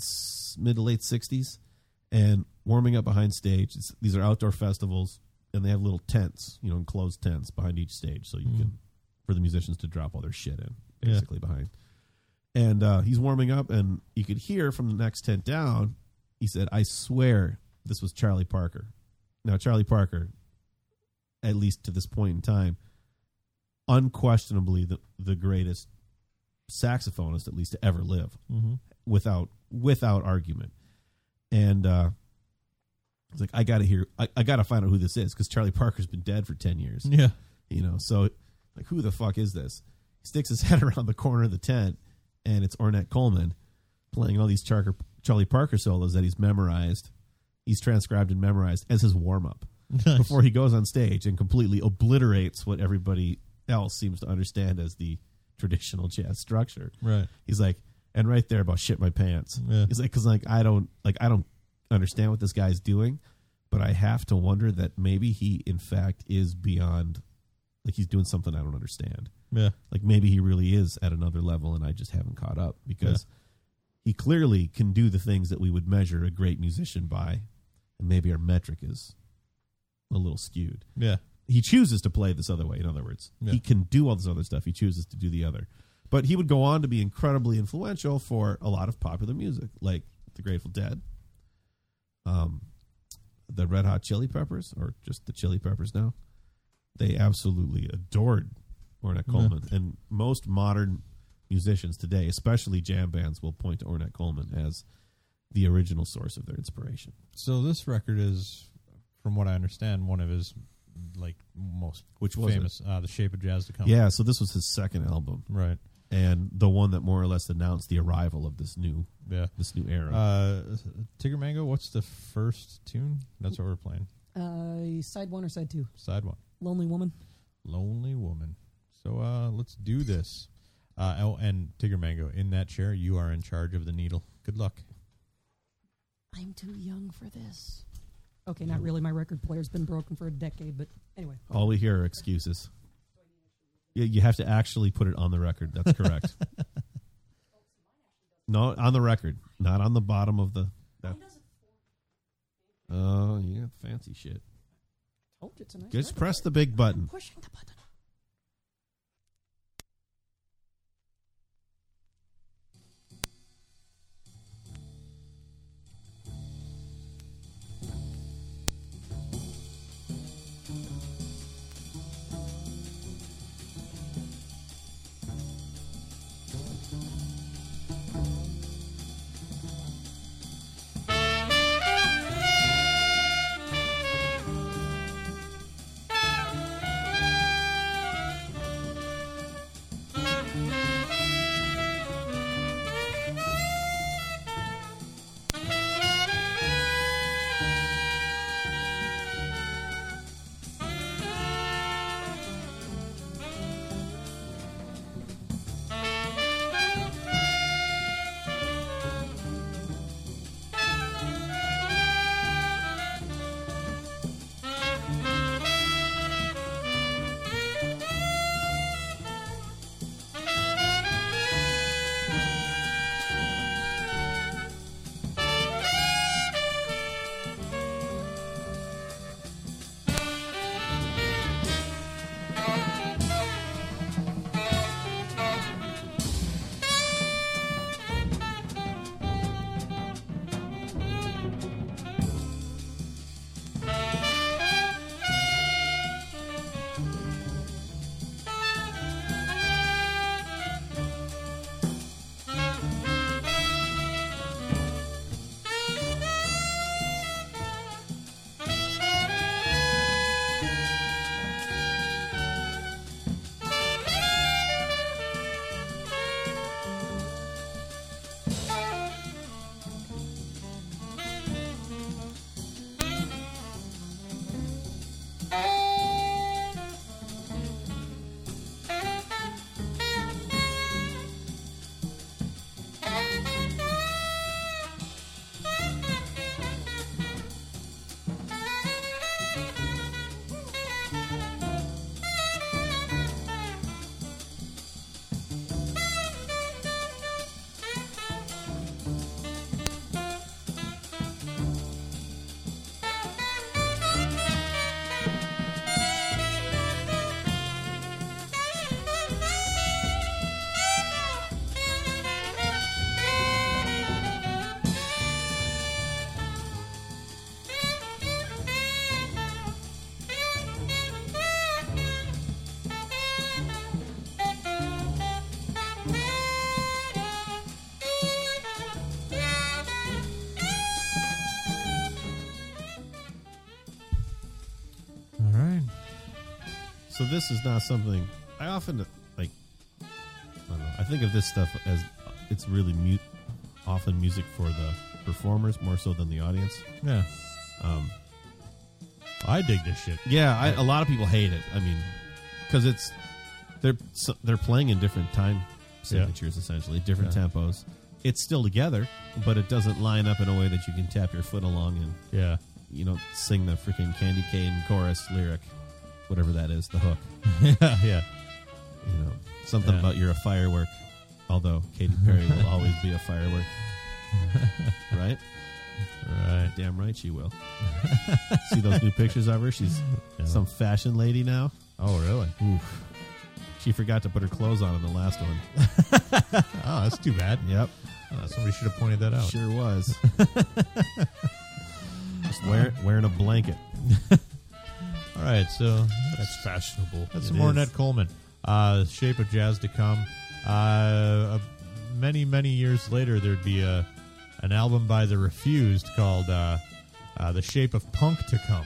S1: mid to late sixties, and warming up behind stage. It's, these are outdoor festivals, and they have little tents, you know, enclosed tents behind each stage, so you
S3: Mhm.
S1: can for the musicians to drop all their shit in,
S3: Yeah.
S1: basically behind. And uh, he's warming up, and you could hear from the next tent down. He said, "I swear this was Charlie Parker." Now Charlie Parker, at least to this point in time, unquestionably the, the greatest saxophonist at least to ever live
S3: Mhm.
S1: without without argument and uh it's like i gotta hear i, I gotta find out who this is because charlie parker's been dead for 10 years
S3: Yeah.
S1: you know so like who the fuck is this he sticks his head around the corner of the tent and it's ornette coleman playing all these Charker, charlie parker solos that he's memorized he's transcribed and memorized as his warm-up
S3: Nice.
S1: before he goes on stage and completely obliterates what everybody else seems to understand as the traditional jazz structure
S3: Right.
S1: He's like, and right there about shit my pants.
S3: Yeah.
S1: He's like, because like I don't like I don't understand what this guy's doing, but I have to wonder that maybe he in fact is beyond, like he's doing something I don't understand.
S3: Yeah.
S1: Like maybe he really is at another level, and I just haven't caught up because he clearly can do the things that we would measure a great musician by, and maybe our metric is a little skewed
S3: Yeah.
S1: he chooses to play this other way. In other words,
S3: Yeah.
S1: he can do all this other stuff. He chooses to do the other. But he would go on to be incredibly influential for a lot of popular music, like the Grateful Dead, um, the Red Hot Chili Peppers, or just the Chili Peppers now. They absolutely adored Ornette
S3: Yeah.
S1: Coleman, and most modern musicians today, especially jam bands, will point to Ornette Coleman as the original source of their inspiration.
S3: So this record is, from what I understand, one of his like most
S1: Which was it?
S3: famous, uh, "The Shape of Jazz to Come."
S1: Yeah, so this was his second album.
S3: Right.
S1: and the one that more or less announced the arrival of this new
S3: Yeah.
S1: this new era.
S3: Uh, Tigger Mango. What's the first tune? That's what we're playing.
S2: uh, side one or side two?
S3: Side one.
S2: Lonely Woman.
S3: Lonely woman. So uh, let's do this. Uh, oh, and Tigger Mango, in that chair, you are in charge of the needle. Good luck.
S2: I'm too young for this. Okay,
S3: Oh.
S2: not really. My record player's been broken for a decade, but anyway.
S1: All we hear are excuses. You- You have to actually put it on the record. That's correct. no, on the record, not on the bottom of the. that- Oh yeah, fancy shit.
S2: Told you it's a nice
S1: Just
S2: record.
S1: press the big button.
S2: Pushing the button.
S3: All right.
S1: So this is not something I often like. I don't know. I think of this stuff as it's really mu- often music for the performers more so than the audience.
S3: Yeah.
S1: Um,
S3: I dig this shit.
S1: Yeah, I, a lot of people hate it. I mean, because it's they're so they're playing in different time signatures, essentially different
S3: Yeah.
S1: tempos. It's still together, but it doesn't line up in a way that you can tap your foot along and
S3: Yeah.
S1: you know sing the freaking candy cane chorus lyric, whatever that is, the hook.
S3: yeah, yeah.
S1: You know, something
S3: Yeah.
S1: about you're a firework. Although Katy Perry will always be a firework, right?
S3: Right.
S1: Damn right she will. See those new pictures of her? She's
S3: Yeah.
S1: some fashion lady now.
S3: Oh, really?
S1: Oof. She forgot to put her clothes on in the last one.
S3: Oh, that's too bad.
S1: Yep.
S3: Uh, somebody should have pointed that out.
S1: Sure was. Just wear, wearing a blanket.
S3: All right, so
S5: That's fashionable.
S3: That's
S1: It
S3: some more
S1: is.
S3: Ned Coleman. Uh, Shape of Jazz to come. Uh, uh, many many years later, there'd be a an album by the Refused called uh, uh, "The Shape of Punk to Come."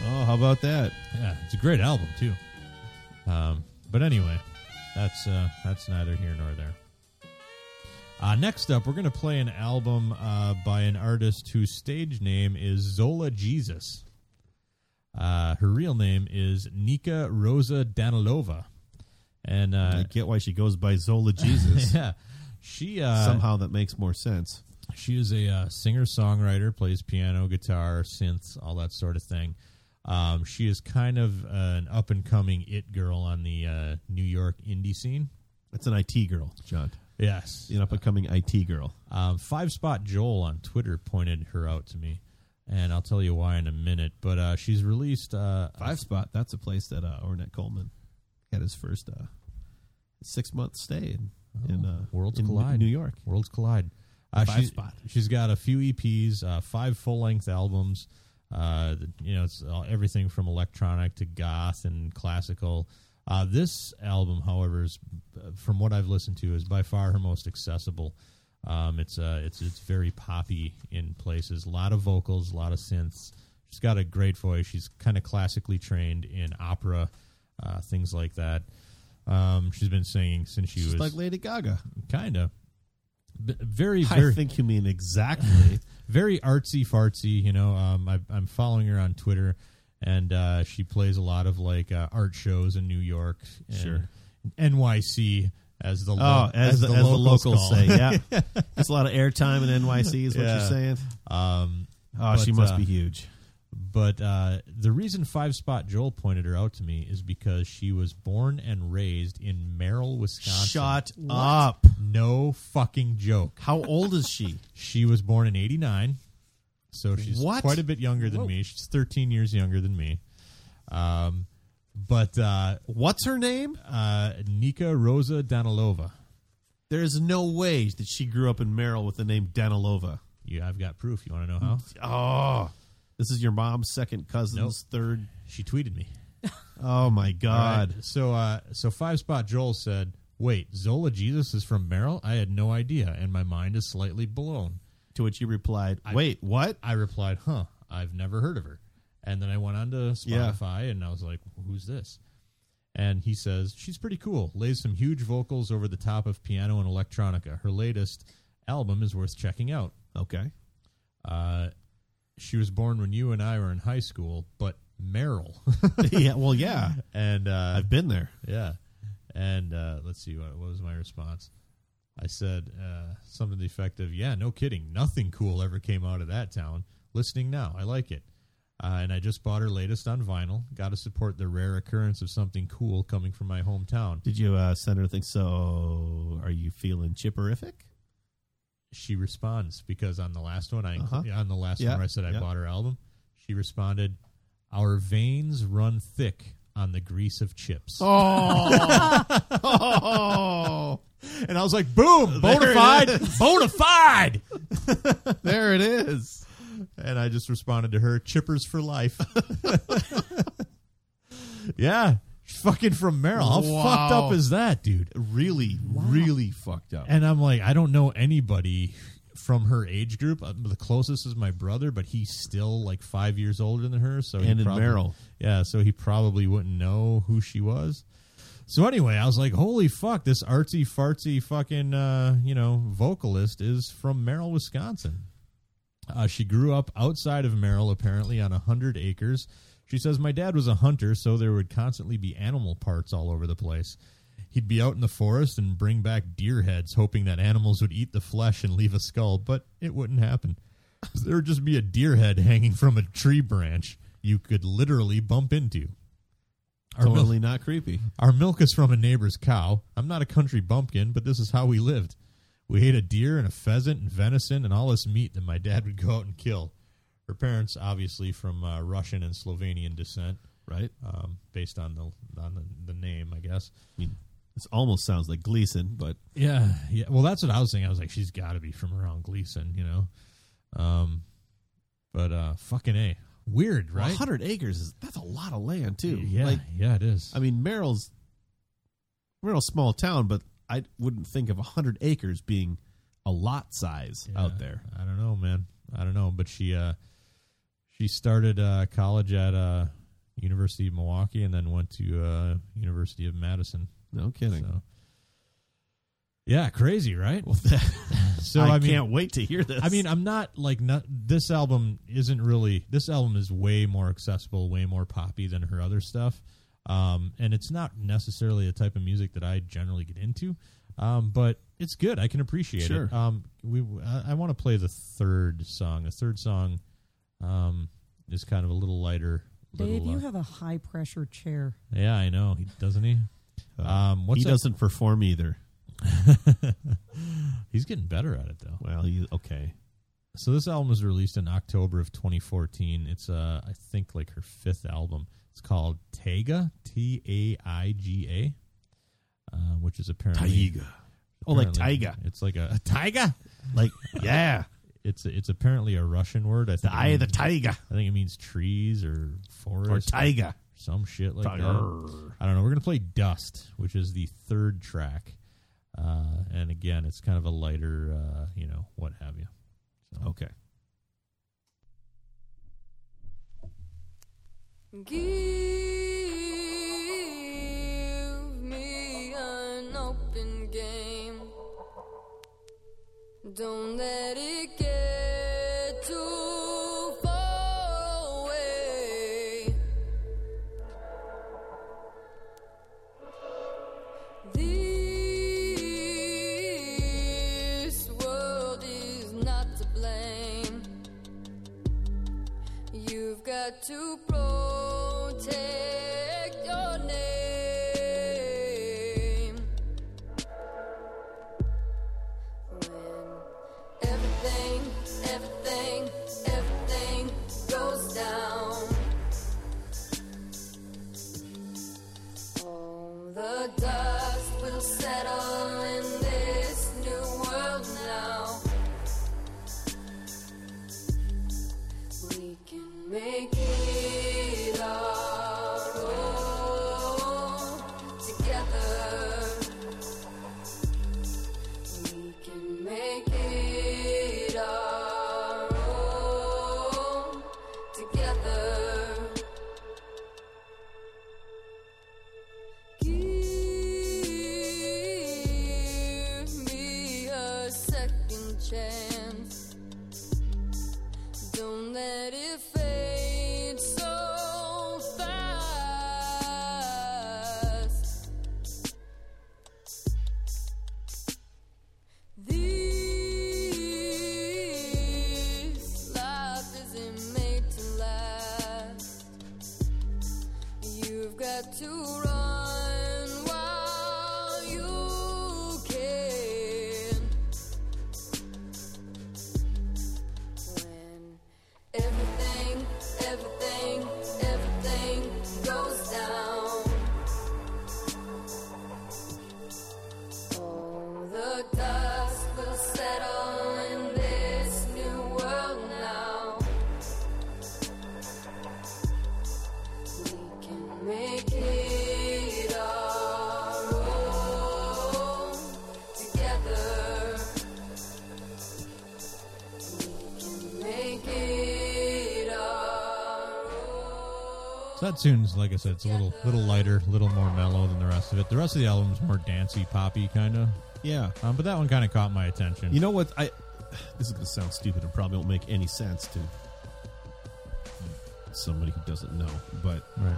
S1: Oh, how about that?
S3: Yeah, it's a great album too. Um, but anyway, that's uh, that's neither here nor there. Uh, next up, we're gonna play an album uh, by an artist whose stage name is Zola Jesus. Uh, her real name is Nika Rosa Danilova, and
S1: I
S3: uh,
S1: get why she goes by Zola Jesus.
S3: yeah, she uh,
S1: Somehow that makes more sense.
S3: she is a uh, singer songwriter, plays piano, guitar, synths, all that sort of thing. Um, she is kind of uh, an up and coming it girl on the uh, New York indie scene.
S1: That's an IT girl, John.
S3: Yes.
S1: An up and coming IT girl.
S3: Um, Five Spot Joel on Twitter pointed her out to me, and I'll tell you why in a minute. But uh, she's released uh,
S1: Five Spot, that's a place that uh, Ornette Coleman had his first uh, six month stay in, in uh,
S3: Worlds
S1: in
S3: Collide,
S1: New York.
S3: Worlds Collide. Uh,
S1: Five
S3: she,
S1: Spot.
S3: She's got a few EPs, uh, five full length albums. Uh, the- you know, it's all, everything from electronic to goth and classical. Uh, this album, however, is uh, from what I've listened to, is by far her most accessible. Um, it's uh, it's it's very poppy in places. A lot of vocals, a lot of synths. She's got a great voice. She's kind of classically trained in opera, uh, things like that. Um, she's been singing since she
S1: She's
S3: was
S1: like Lady Gaga.
S3: kind of B- very
S1: I
S3: very
S1: think you mean exactly.
S3: very artsy fartsy you know um I, i'm following her on twitter and uh she plays a lot of like uh, art shows in new york and
S1: Sure.
S3: nyc as the
S1: oh,
S3: lo-
S1: as, the, as the locals
S3: call
S1: say,
S3: it.
S1: yeah. It's a lot of airtime in NYC, is what
S3: Yeah.
S1: you're saying.
S3: um
S1: Oh, she must be
S3: huge but uh the reason five spot joel pointed her out to me is because she was born and raised in merrill wisconsin
S1: Shut
S3: What?
S1: up.
S3: no fucking joke
S1: How old is she?
S3: She was born in '89, so she's
S1: What?
S3: quite a bit younger than me. She's 13 years younger than me. Um, but uh,
S1: what's her name?
S3: Uh, Nika Rosa Danilova.
S1: There's no way that she grew up in Merrill with the name Danilova.
S3: You, I've got proof. You want to know how?
S1: Oh, this is your mom's second cousin's third.
S3: She tweeted me.
S1: Oh my God!
S3: All right. So uh, so five spot Joel said, "Wait, Zola Jesus is from Merrill? I had no idea, and my mind is slightly blown."
S1: To which you replied,
S3: I-
S1: "Wait, what?
S3: I replied, "Huh, I've never heard of her." And then I went on to
S1: Yeah.
S3: Spotify and I was like, "Who's this?" And he says, "She's pretty cool. Lays some huge vocals over the top of piano and electronica. Her latest album is worth checking out."
S1: Okay.
S3: Uh, she was born when you and I were in high school, but Merrill.
S1: yeah, well, yeah.
S3: And uh,
S1: I've been there.
S3: Yeah. And uh, let's see, what, what was my response? I said uh, something to the effect of, yeah, no kidding. Nothing cool ever came out of that town. Listening now, I like it. Uh, and I just bought her latest on vinyl. Got to support the rare occurrence of something cool coming from my hometown.
S1: Did you uh, send her a thing? So, are you feeling chipperific?
S3: She responds because on the last one, I
S1: Uh-huh.
S3: on the last
S1: Yeah,
S3: one where I said I
S1: yeah.
S3: bought her album, she responded, "Our veins run thick on the grease of chips."
S1: Oh, oh,
S3: and I was like, boom, bona
S1: There it
S3: fide,
S1: is.
S3: bona fide.
S1: there it is.
S3: And I just responded to her, chippers for life. yeah. she's Fucking from Merrill. How
S1: Wow.
S3: fucked up is that, dude?
S1: Really, really fucked up.
S3: And I'm like, I don't know anybody from her age group. Uh, The closest is my brother, but he's still like five years older than her. So
S1: And
S3: he
S1: in
S3: probably,
S1: Merrill.
S3: yeah. So he probably wouldn't know who she was. So anyway, I was like, holy fuck, this artsy fartsy fucking uh, you know vocalist is from Merrill, Wisconsin. Uh, she grew up outside of Merrill, apparently on a hundred acres. She says, "My dad was a hunter, so there would constantly be animal parts all over the place. He'd be out in the forest and bring back deer heads, hoping that animals would eat the flesh and leave a skull, but it wouldn't happen. There would just be a deer head hanging from a tree branch you could literally bump into." Our mil-
S1: totally not creepy.
S3: our milk is from a neighbor's cow. I'm not a country bumpkin, but this is how we lived. We ate a deer and a pheasant and venison and all this meat that my dad would go out and kill. Her parents, obviously from uh, Russian and Slovenian descent,
S1: Right.
S3: um, based on the on the, the name, I guess.
S1: I mean, this almost sounds like Gleason, but
S3: Yeah, yeah. Well, that's what I was thinking. I was like, she's got to be from around Gleason, you know. Um, but uh, fucking a weird, right?
S1: 100 acres is that's a lot of land too.
S3: Yeah,
S1: Like,
S3: yeah, it is.
S1: I mean, Merrill's Merrill's a small town, but I wouldn't think of 100 acres being a lot size out there.
S3: I don't know, man. I don't know, but she uh she started uh college at uh University of Milwaukee and then went to uh University of Madison.
S1: No kidding.
S3: So Yeah, crazy, right?
S1: Well, that,
S3: so
S1: I,
S3: I, mean,
S1: can't wait to hear this.
S3: I mean, I'm not like not, this album isn't really. This album is way more accessible, way more poppy than her other stuff, um, and it's not necessarily the type of music that I generally get into. Um, but it's good. I can appreciate it.
S1: Sure.
S3: Um, we I, I want to play the third song. The third song um, is kind of a little lighter
S2: Dave,
S3: little,
S2: you
S3: uh,
S2: have a high pressure chair.
S3: Yeah, I know. He doesn't he. Um, what's
S1: Uh, he
S3: that-
S1: doesn't perform either.
S3: He's getting better at it though.
S1: Well, he okay.
S3: So this album was released in October of 2014. It's uh, I think like her fifth album. It's called Taiga, T A I G A, uh, which is apparently
S1: Taiga. Oh, like
S3: apparently-
S1: taiga.
S3: It's like a, a taiga.
S1: Like yeah.
S3: It's it's apparently a Russian word. I think
S1: eye
S3: it
S1: of the
S3: means-
S1: taiga.
S3: I think it means trees or forest
S1: taiga.
S3: some shit like that.
S1: Tiger.
S3: I don't know. We're gonna play Dust, which is the third track, uh, and again, it's kind of a lighter, uh, you know, what have you. So.
S1: Okay.
S17: Give me an open game. Don't let it get too far away. This world is not to blame. You've got to protect your name. When everything, everything, everything goes down, all the dust will settle in this new world now. We can make it our own together. We can make it our own together. Give me a second chance. Don't let it fade so fast. This life isn't made to last. You've got to run while you can. Everything, everything, everything goes down. All the dust will settle in this new world now. We can make it our own together. Make it
S3: So that tune's like I said, it's a little little lighter, a little more mellow than the rest of it. The rest of the album's more dancey, poppy kind of.
S1: Yeah.
S3: Um, but that one kind of caught my attention.
S1: You know what? I this is gonna sound stupid and probably won't make any sense to somebody who doesn't know, but
S3: Right.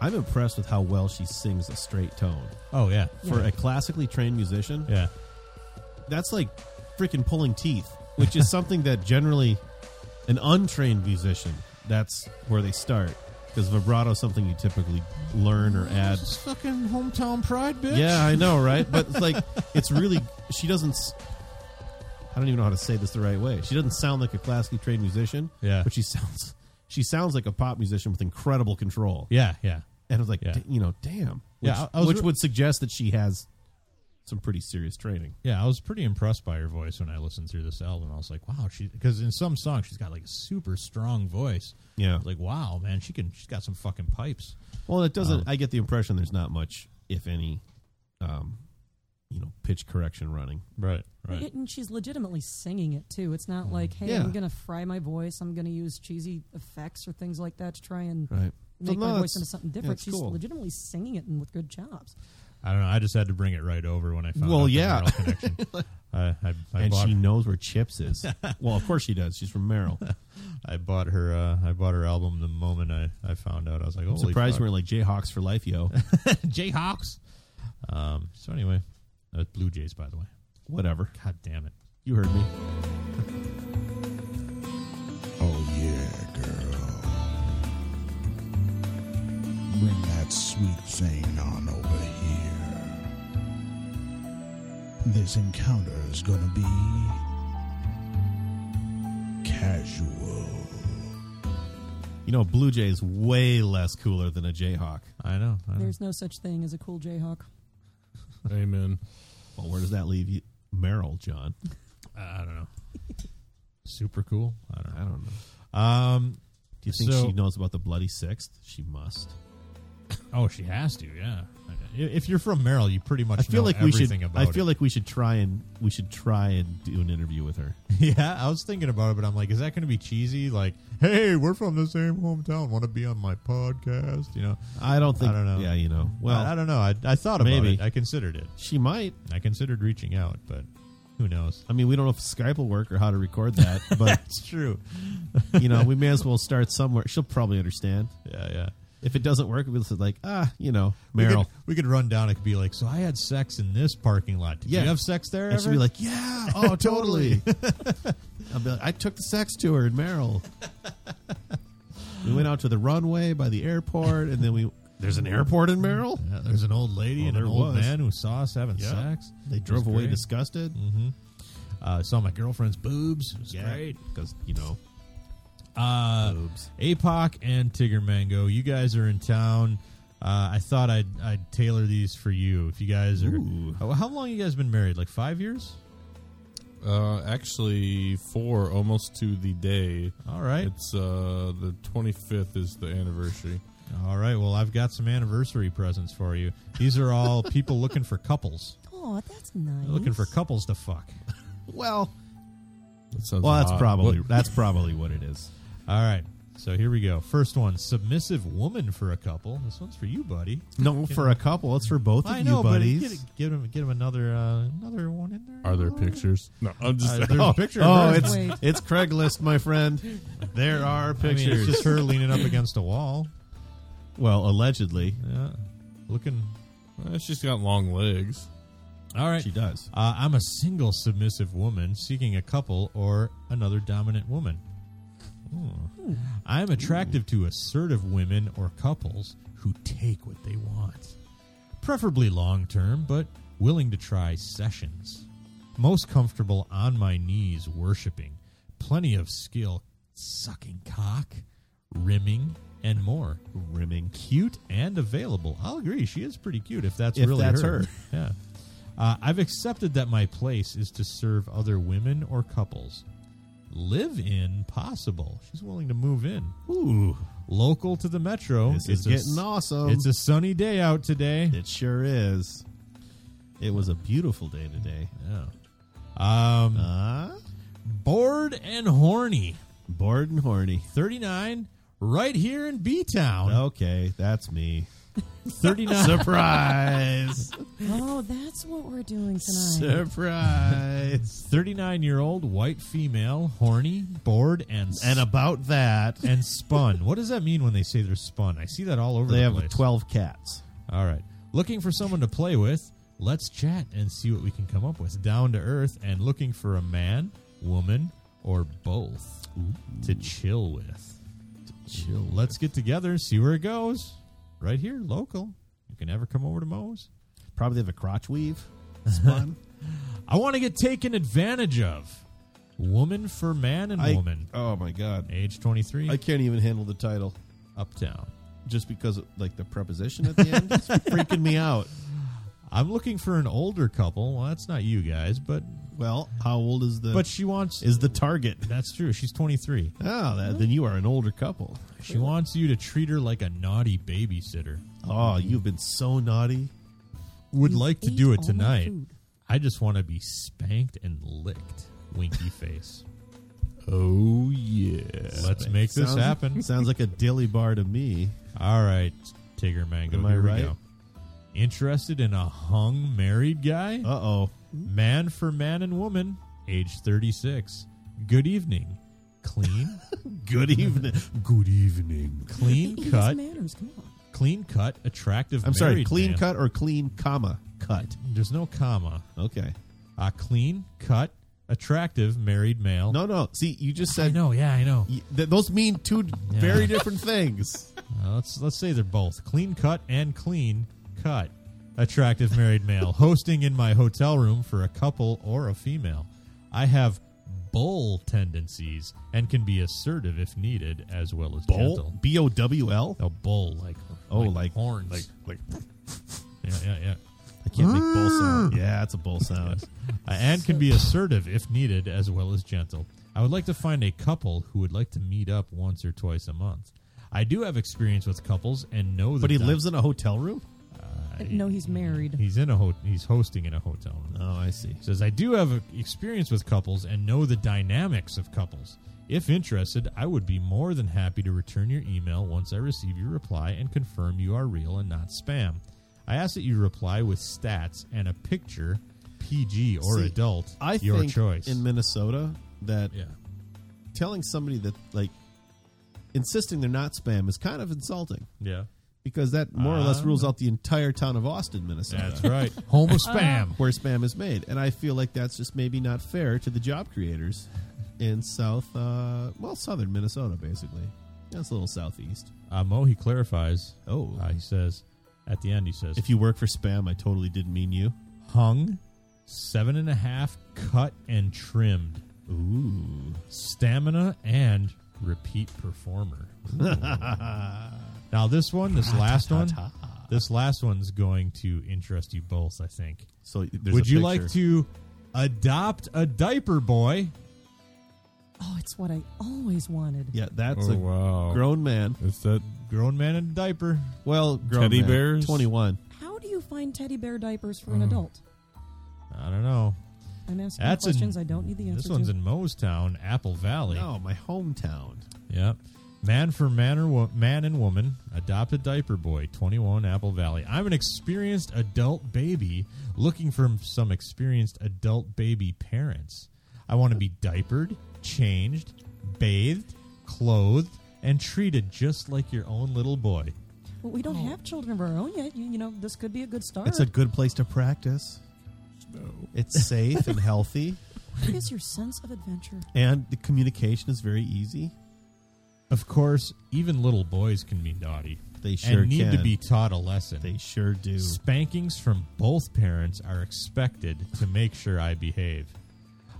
S1: I'm impressed with how well she sings a straight tone.
S3: Oh, yeah.
S1: for
S3: Yeah.
S1: a classically trained musician,
S3: yeah,
S1: that's like freaking pulling teeth, which is something that generally an untrained musician that's where they start because vibrato is something you typically learn or add
S3: fucking hometown pride, bitch.
S1: yeah, I know, right? But it's like, it's really she doesn't. s- I don't even know how to say this the right way. She doesn't sound like a classically trained musician.
S3: Yeah.
S1: but she sounds she sounds like a pop musician with incredible control.
S3: Yeah, yeah.
S1: And I was like,
S3: Yeah.
S1: d- you know, damn. Which,
S3: Yeah, I- I was
S1: which
S3: re-
S1: would suggest that she has some pretty serious training.
S3: Yeah, I was pretty impressed by her voice when I listened through this album. I was like, wow, she because in some songs she's got like a super strong voice.
S1: Yeah.
S3: I was like wow, man, she can. She's got some fucking pipes.
S1: Well, it doesn't.
S3: Um,
S1: I get the impression there's not much, if any, um, you know, pitch correction running.
S3: Right, Mm.
S2: It- and she's legitimately singing it too. It's not like, hey,
S1: Yeah.
S2: I'm gonna fry my voice. I'm gonna use cheesy effects or things like that to try and
S1: Right.
S2: make
S1: Well, no,
S2: my
S1: it's-
S2: voice into something
S1: yeah,
S2: different.
S1: it's
S2: she's
S1: cool.
S2: legitimately singing it and with good chops.
S3: I don't know. I just had to bring it right over when I found.
S1: Well,
S3: out the
S1: yeah.
S3: Merrill connection. I, I, I
S1: and
S3: bought,
S1: she knows where Chips is. well, of course she does. She's from Merrill.
S3: I bought her. Uh, I bought her album the moment I, I found out. I was like,
S1: I'm
S3: holy
S1: surprised
S3: fuck.
S1: you weren't like Jayhawks for life, yo.
S3: Jayhawks. Um, so anyway, uh, Blue Jays, by the way.
S1: Whatever.
S3: God damn it.
S1: You heard me.
S18: Oh yeah, girl. insane on over here. This encounter is gonna be casual.
S1: You know, a Blue Jay is way less cooler than a Jayhawk.
S3: I know. I
S2: There's no such thing as a cool Jayhawk.
S5: Amen.
S1: Well, where does that leave you, Merrill, John?
S3: I don't know. Super cool. I don't.
S1: I don't know.
S3: Um,
S1: Do you think
S3: so-
S1: she knows about the bloody sixth? She must.
S3: Oh, she has to. Yeah. I- If you're from Merrill, you pretty much.
S1: I feel
S3: know
S1: like we
S3: everything
S1: should.
S3: About
S1: I
S3: it.
S1: feel like we should try and we should try and do an interview with her.
S3: Yeah, I was thinking about it, but I'm like, is that going to be cheesy? Like, hey, we're from the same hometown. Want to be on my podcast? You know,
S1: I don't think.
S3: I don't know.
S1: Yeah, you know. Well,
S3: I, I don't know. I, I thought about
S1: maybe.
S3: it. I considered it.
S1: She might.
S3: I considered reaching out, but who knows?
S1: I mean, we don't know if Skype will work or how to record that, but
S3: That's true.
S1: you know, we may as well start somewhere. She'll probably understand.
S3: Yeah, yeah.
S1: If it doesn't work, we'll say like, ah, you know,
S3: We could-
S1: Meryl.
S3: we could, run down. It could be like, so I had sex in this parking lot. Did
S1: Yeah.
S3: you have sex there?
S1: And she'll
S3: ever?"
S1: be like, yeah, oh, totally. I'll be like, I took the sex tour in Merrill. we went out to the runway by the airport, and then we. There's an airport in Merrill.
S3: Yeah, Uh, there's an old lady
S1: Well,
S3: and an
S1: there
S3: old
S1: was.
S3: man who saw us having
S1: Yeah.
S3: sex.
S1: They drove away disgusted.
S3: Mm-hmm. Uh, saw my girlfriend's boobs. It was great.
S1: because you know
S3: Uh,
S1: Boobs.
S3: APOC and Tigger Mango, you guys are in town. Uh, I thought I'd, I'd tailor these for you. If you guys are,
S1: Ooh.
S3: how, how long you guys been married? Like five years?
S5: Uh, actually, four almost to the day.
S3: All right,
S5: It's uh the 25th is the anniversary.
S3: all right. Well, I've got some anniversary presents for you. These are all people looking for couples,
S2: Oh, that's nice.
S3: They're looking for couples to fuck.
S1: Well,
S5: That sounds
S1: well, that's
S5: hot.
S1: probably
S5: What-
S1: that's probably Uh, what it is.
S3: All right, so here we go. First one: submissive woman for a couple. This one's for you, buddy.
S1: No, for a couple, it's for both of
S3: I know,
S1: you,
S3: but
S1: buddies.
S3: get, get him, get him another, uh, another one in there.
S5: Are there pictures? No, I'm just.
S3: Uh, there's a picture. of
S1: oh,
S3: her.
S1: it's
S2: Wait.
S1: it's Craigslist, my friend. There are
S3: I mean,
S1: pictures.
S3: it's just her leaning up against a wall.
S1: well, allegedly,
S3: Yeah, looking.
S5: Uh, she's got long legs.
S3: All right.
S1: she does.
S3: Uh, I'm a single submissive woman seeking a couple or another dominant woman. Ooh. I am attractive to assertive women or couples who take what they want, preferably long term, but willing to try sessions. Most comfortable on my knees, worshiping. Plenty of skill, sucking cock, rimming, and more.
S1: Rimming.
S3: Cute and available. I'll agree. She is pretty cute if that's
S1: If
S3: really
S1: that's
S3: her.
S1: her.
S3: Yeah. Uh, I've accepted that my place is to serve other women or couples. Live in possible. She's willing to move in.
S1: Ooh,
S3: Local to the metro.
S1: this is
S3: a s-
S1: getting awesome.
S3: It's a sunny day out today.
S1: it sure is. It was a beautiful day today.
S3: Yeah. Um,
S1: Uh,
S3: bored and horny.
S1: bored and horny.
S3: 39, right here in B Town.
S1: Okay, that's me.
S3: 39.
S1: Surprise!
S2: Oh, that's what we're doing tonight.
S1: Surprise!
S3: 39 year old white female, horny, bored, and
S1: and about that,
S3: and spun. What does that mean when they say they're spun? I see that all over
S1: they
S3: the
S1: have
S3: place.
S1: twelve cats.
S3: All right. Looking for someone to play with? Let's chat and see what we can come up with. Down to earth and looking for a man, woman, or both to chill with.
S1: Chill.
S3: Let's get together, see where it goes. Right here, local. You can ever come over to Moe's.
S1: Probably they have a crotch weave. Spun.
S3: I want to get taken advantage of. Woman for man and
S1: I-
S3: woman.
S1: Oh my god!
S3: Age 23,
S1: I can't even handle the title
S3: uptown.
S1: just because of, like the preposition at the end. It's freaking me out.
S3: I'm looking for an older couple. Well, that's not you guys, but
S1: Well, how old is the?
S3: but she wants
S1: is the target?
S3: That's true. She's 23.
S1: Oh, that, then you are an older couple.
S3: She wants you to treat her like a naughty babysitter.
S1: Oh, you've been so naughty.
S3: Would
S2: You
S3: like to
S2: ate
S3: do
S2: all
S3: it
S2: my
S3: tonight.
S2: food.
S3: I just want to be spanked and licked. Winky face.
S5: Oh yeah.
S3: Let's make this
S1: Sounds-
S3: happen.
S1: Sounds like a dilly bar to me.
S3: All right, Tigger Mango.
S1: Am I
S3: here we
S1: right?
S3: go. Interested in a hung married guy?
S1: Uh oh.
S3: Man for man and woman, age 36. Good evening. Clean,
S1: Good evening. Good evening.
S3: clean
S2: Use
S3: cut,
S2: manners. Come on.
S3: clean cut, attractive.
S1: I'm sorry.
S3: married
S1: Clean
S3: man.
S1: cut or clean comma cut.
S3: There's no comma.
S1: Okay.
S3: A clean cut, attractive married male.
S1: No, no. See, you just
S3: I
S1: said
S3: know. Yeah, I know.
S1: y- th- those mean two
S3: Yeah.
S1: very different things.
S3: Uh, let's let's say they're both clean cut and clean cut. Attractive married male hosting in my hotel room for a couple or a female. I have bull tendencies and can be assertive if needed, as well as
S1: Bull?
S3: gentle. B o w l. A bull like
S1: Oh,
S3: like,
S1: like-
S3: horns
S1: like- like-
S3: yeah yeah yeah.
S1: I can't make bull sound.
S3: Yeah, it's a bull sound. Uh, and can be assertive if needed, as well as gentle. I would like to find a couple who would like to meet up once or twice a month. I do have experience with couples and know that.
S1: But he lives in a hotel room.
S2: no, he's married.
S3: He's in a ho- he's hosting in a hotel room. Oh, I see. Says I do have uh, experience with couples and know the dynamics of couples. If interested, I would be more than happy to return your email once I receive your reply and confirm you are real and not spam. I ask that you reply with stats and a picture, PG or
S1: See,
S3: adult,
S1: I
S3: your
S1: think
S3: choice.
S1: in Minnesota that telling somebody that like insisting they're not spam is kind of insulting.
S3: Yeah.
S1: Because that more or less
S3: Um,
S1: rules out the entire town of Austin, Minnesota.
S3: That's right. Uh-huh. Home of spam.
S1: where spam is made, and I feel like that's just maybe not fair to the job creators in South, uh, well, Southern Minnesota, basically. That's a little southeast.
S3: Uh, Mo, he clarifies.
S1: Oh,
S3: Uh, he says at the end, he says,
S1: if you work for spam, I totally didn't mean you.
S3: hung, seven and a half, cut and trimmed.
S1: Ooh.
S3: Stamina and repeat performer. now this one,
S1: Ah,
S3: this last one, this last one's going to interest you both, I think.
S1: So there's
S3: would
S1: a
S3: you like
S1: picture.
S3: to adopt a diaper boy?
S2: Oh, it's what I always wanted.
S1: Yeah, that's
S3: Oh,
S1: a
S3: wow.
S1: grown man.
S5: It's that
S3: Grown man in a diaper.
S1: well, grown
S5: Teddy
S1: man,
S5: bears?
S1: twenty-one.
S2: How do you find teddy bear diapers for an
S3: Oh.
S2: adult?
S3: I don't know.
S2: I'm asking
S3: That's in-
S2: questions I don't need the answer
S3: This one's
S2: to.
S3: in Moe's town, Apple Valley.
S1: No, my hometown.
S3: Yep. Man for man or wo- man and woman, adopt a diaper boy, 21 Apple Valley. I'm an experienced adult baby looking for some experienced adult baby parents. I want to be diapered, changed, bathed, clothed, and treated just like your own little boy.
S2: Well, we don't have children of our own yet. You, you know, this could be a good start.
S1: It's a good place to practice. It's safe and healthy,
S2: What is your sense of adventure?
S1: and the communication is very easy.
S3: Of course, even little boys can be naughty.
S1: They sure
S3: and need to
S1: can.
S3: be taught a lesson.
S1: They sure do.
S3: Spankings from both parents are expected to make sure I behave.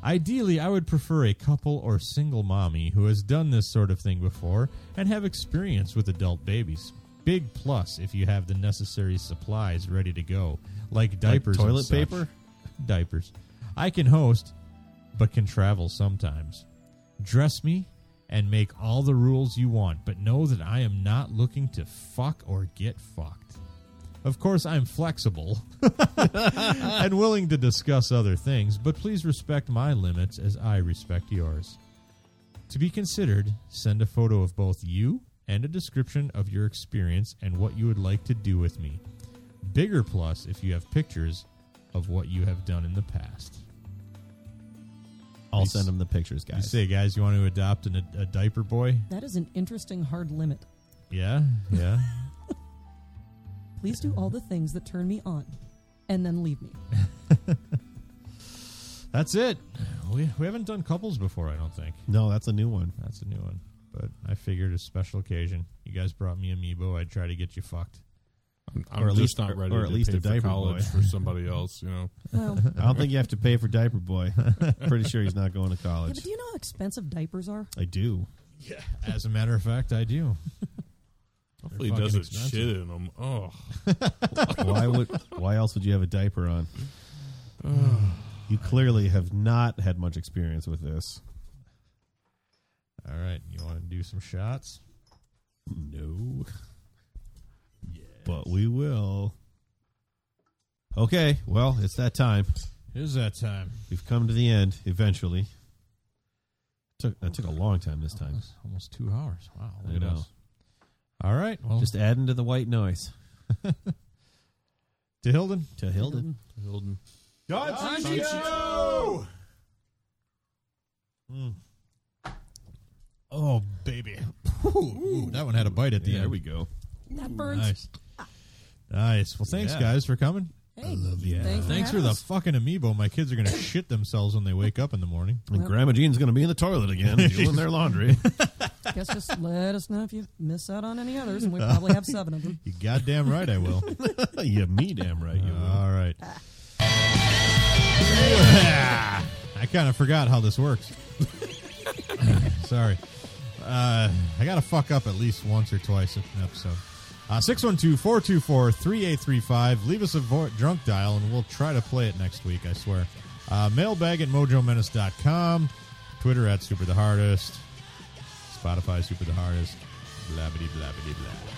S3: Ideally, I would prefer a couple or single mommy who has done this sort of thing before and have experience with adult babies. Big plus if you have the necessary supplies ready to go, like diapers, and
S1: toilet
S3: such.
S1: paper?
S3: diapers. I can host, but can travel sometimes. Dress me and make all the rules you want, but know that I am not looking to fuck or get fucked. Of course, I'm flexible and willing to discuss other things, but please respect my limits as I respect yours. To be considered, send a photo of both you and a description of your experience and what you would like to do with me. Bigger plus if you have pictures of what you have done in the past.
S1: I'll
S3: You
S1: send
S3: s-
S1: them the pictures,
S3: You
S1: guys.
S3: say, guys, you want to adopt an, a diaper boy?
S2: That is an interesting hard limit.
S3: Yeah, yeah.
S2: Please do all the things that turn me on, and then leave me.
S3: That's it. We, we haven't done couples before, I don't think.
S1: No, that's a new one.
S3: That's a new one. But I figured a special occasion. You guys brought me Amiibo. I'd try to get you fucked.
S5: I'm,
S1: Or
S5: I'm
S1: at
S5: just
S1: least-
S5: not ready
S1: or at
S5: to
S1: least
S5: pay
S1: a
S5: for
S1: diaper
S5: college
S1: boy.
S5: for somebody else. You know,
S2: Well,
S1: I don't think you have to pay for diaper boy. Pretty sure he's not going to
S2: yeah,
S1: college.
S2: but do you know how expensive diapers are?
S1: I do.
S3: Yeah. As a matter of fact, I do.
S5: hopefully he
S3: fucking
S5: doesn't
S3: expensive.
S5: shit in them. Oh,
S1: why would? Why else would you have a diaper on? you clearly have not had much experience with this.
S3: All right. You want to do some shots?
S1: No. But we will. Okay, well, it's that time.
S3: It is that time.
S1: We've come to the end eventually. Took that took a long time this time.
S3: Almost, almost two hours. Wow.
S1: I
S3: Look at
S1: know.
S3: us. All right. Well,
S1: Just adding to the white noise.
S3: to Hilden.
S1: To Hilden.
S5: Hilden.
S3: Oh, baby. Ooh, that one had a bite at the
S1: There
S3: end.
S1: we go.
S2: That burns.
S3: Nice. Nice. Well, thanks,
S1: Yeah.
S3: guys, for coming.
S2: Hey, thanks for,
S3: Thanks for
S2: having
S3: the
S2: us.
S3: fucking amiibo. My kids are going to shit themselves when they wake up in the morning.
S1: And Grandma Jean's going to be in the toilet again doing their laundry.
S2: guess just let us know if you miss out on any others, and we probably have seven of them.
S3: You goddamn right I will.
S1: yeah, me damn right you will.
S3: All right. Yeah. I kind of forgot how this works. Sorry. Uh, I got to fuck up at least once or twice an episode. Uh, 612 424 3835. Leave us a vo- drunk dial and we'll try to play it next week, I swear. Uh, mailbag at mojomenace.com. Twitter at Super the Hardest. Spotify Super the Hardest. Blah, blah, blah, blah, blah.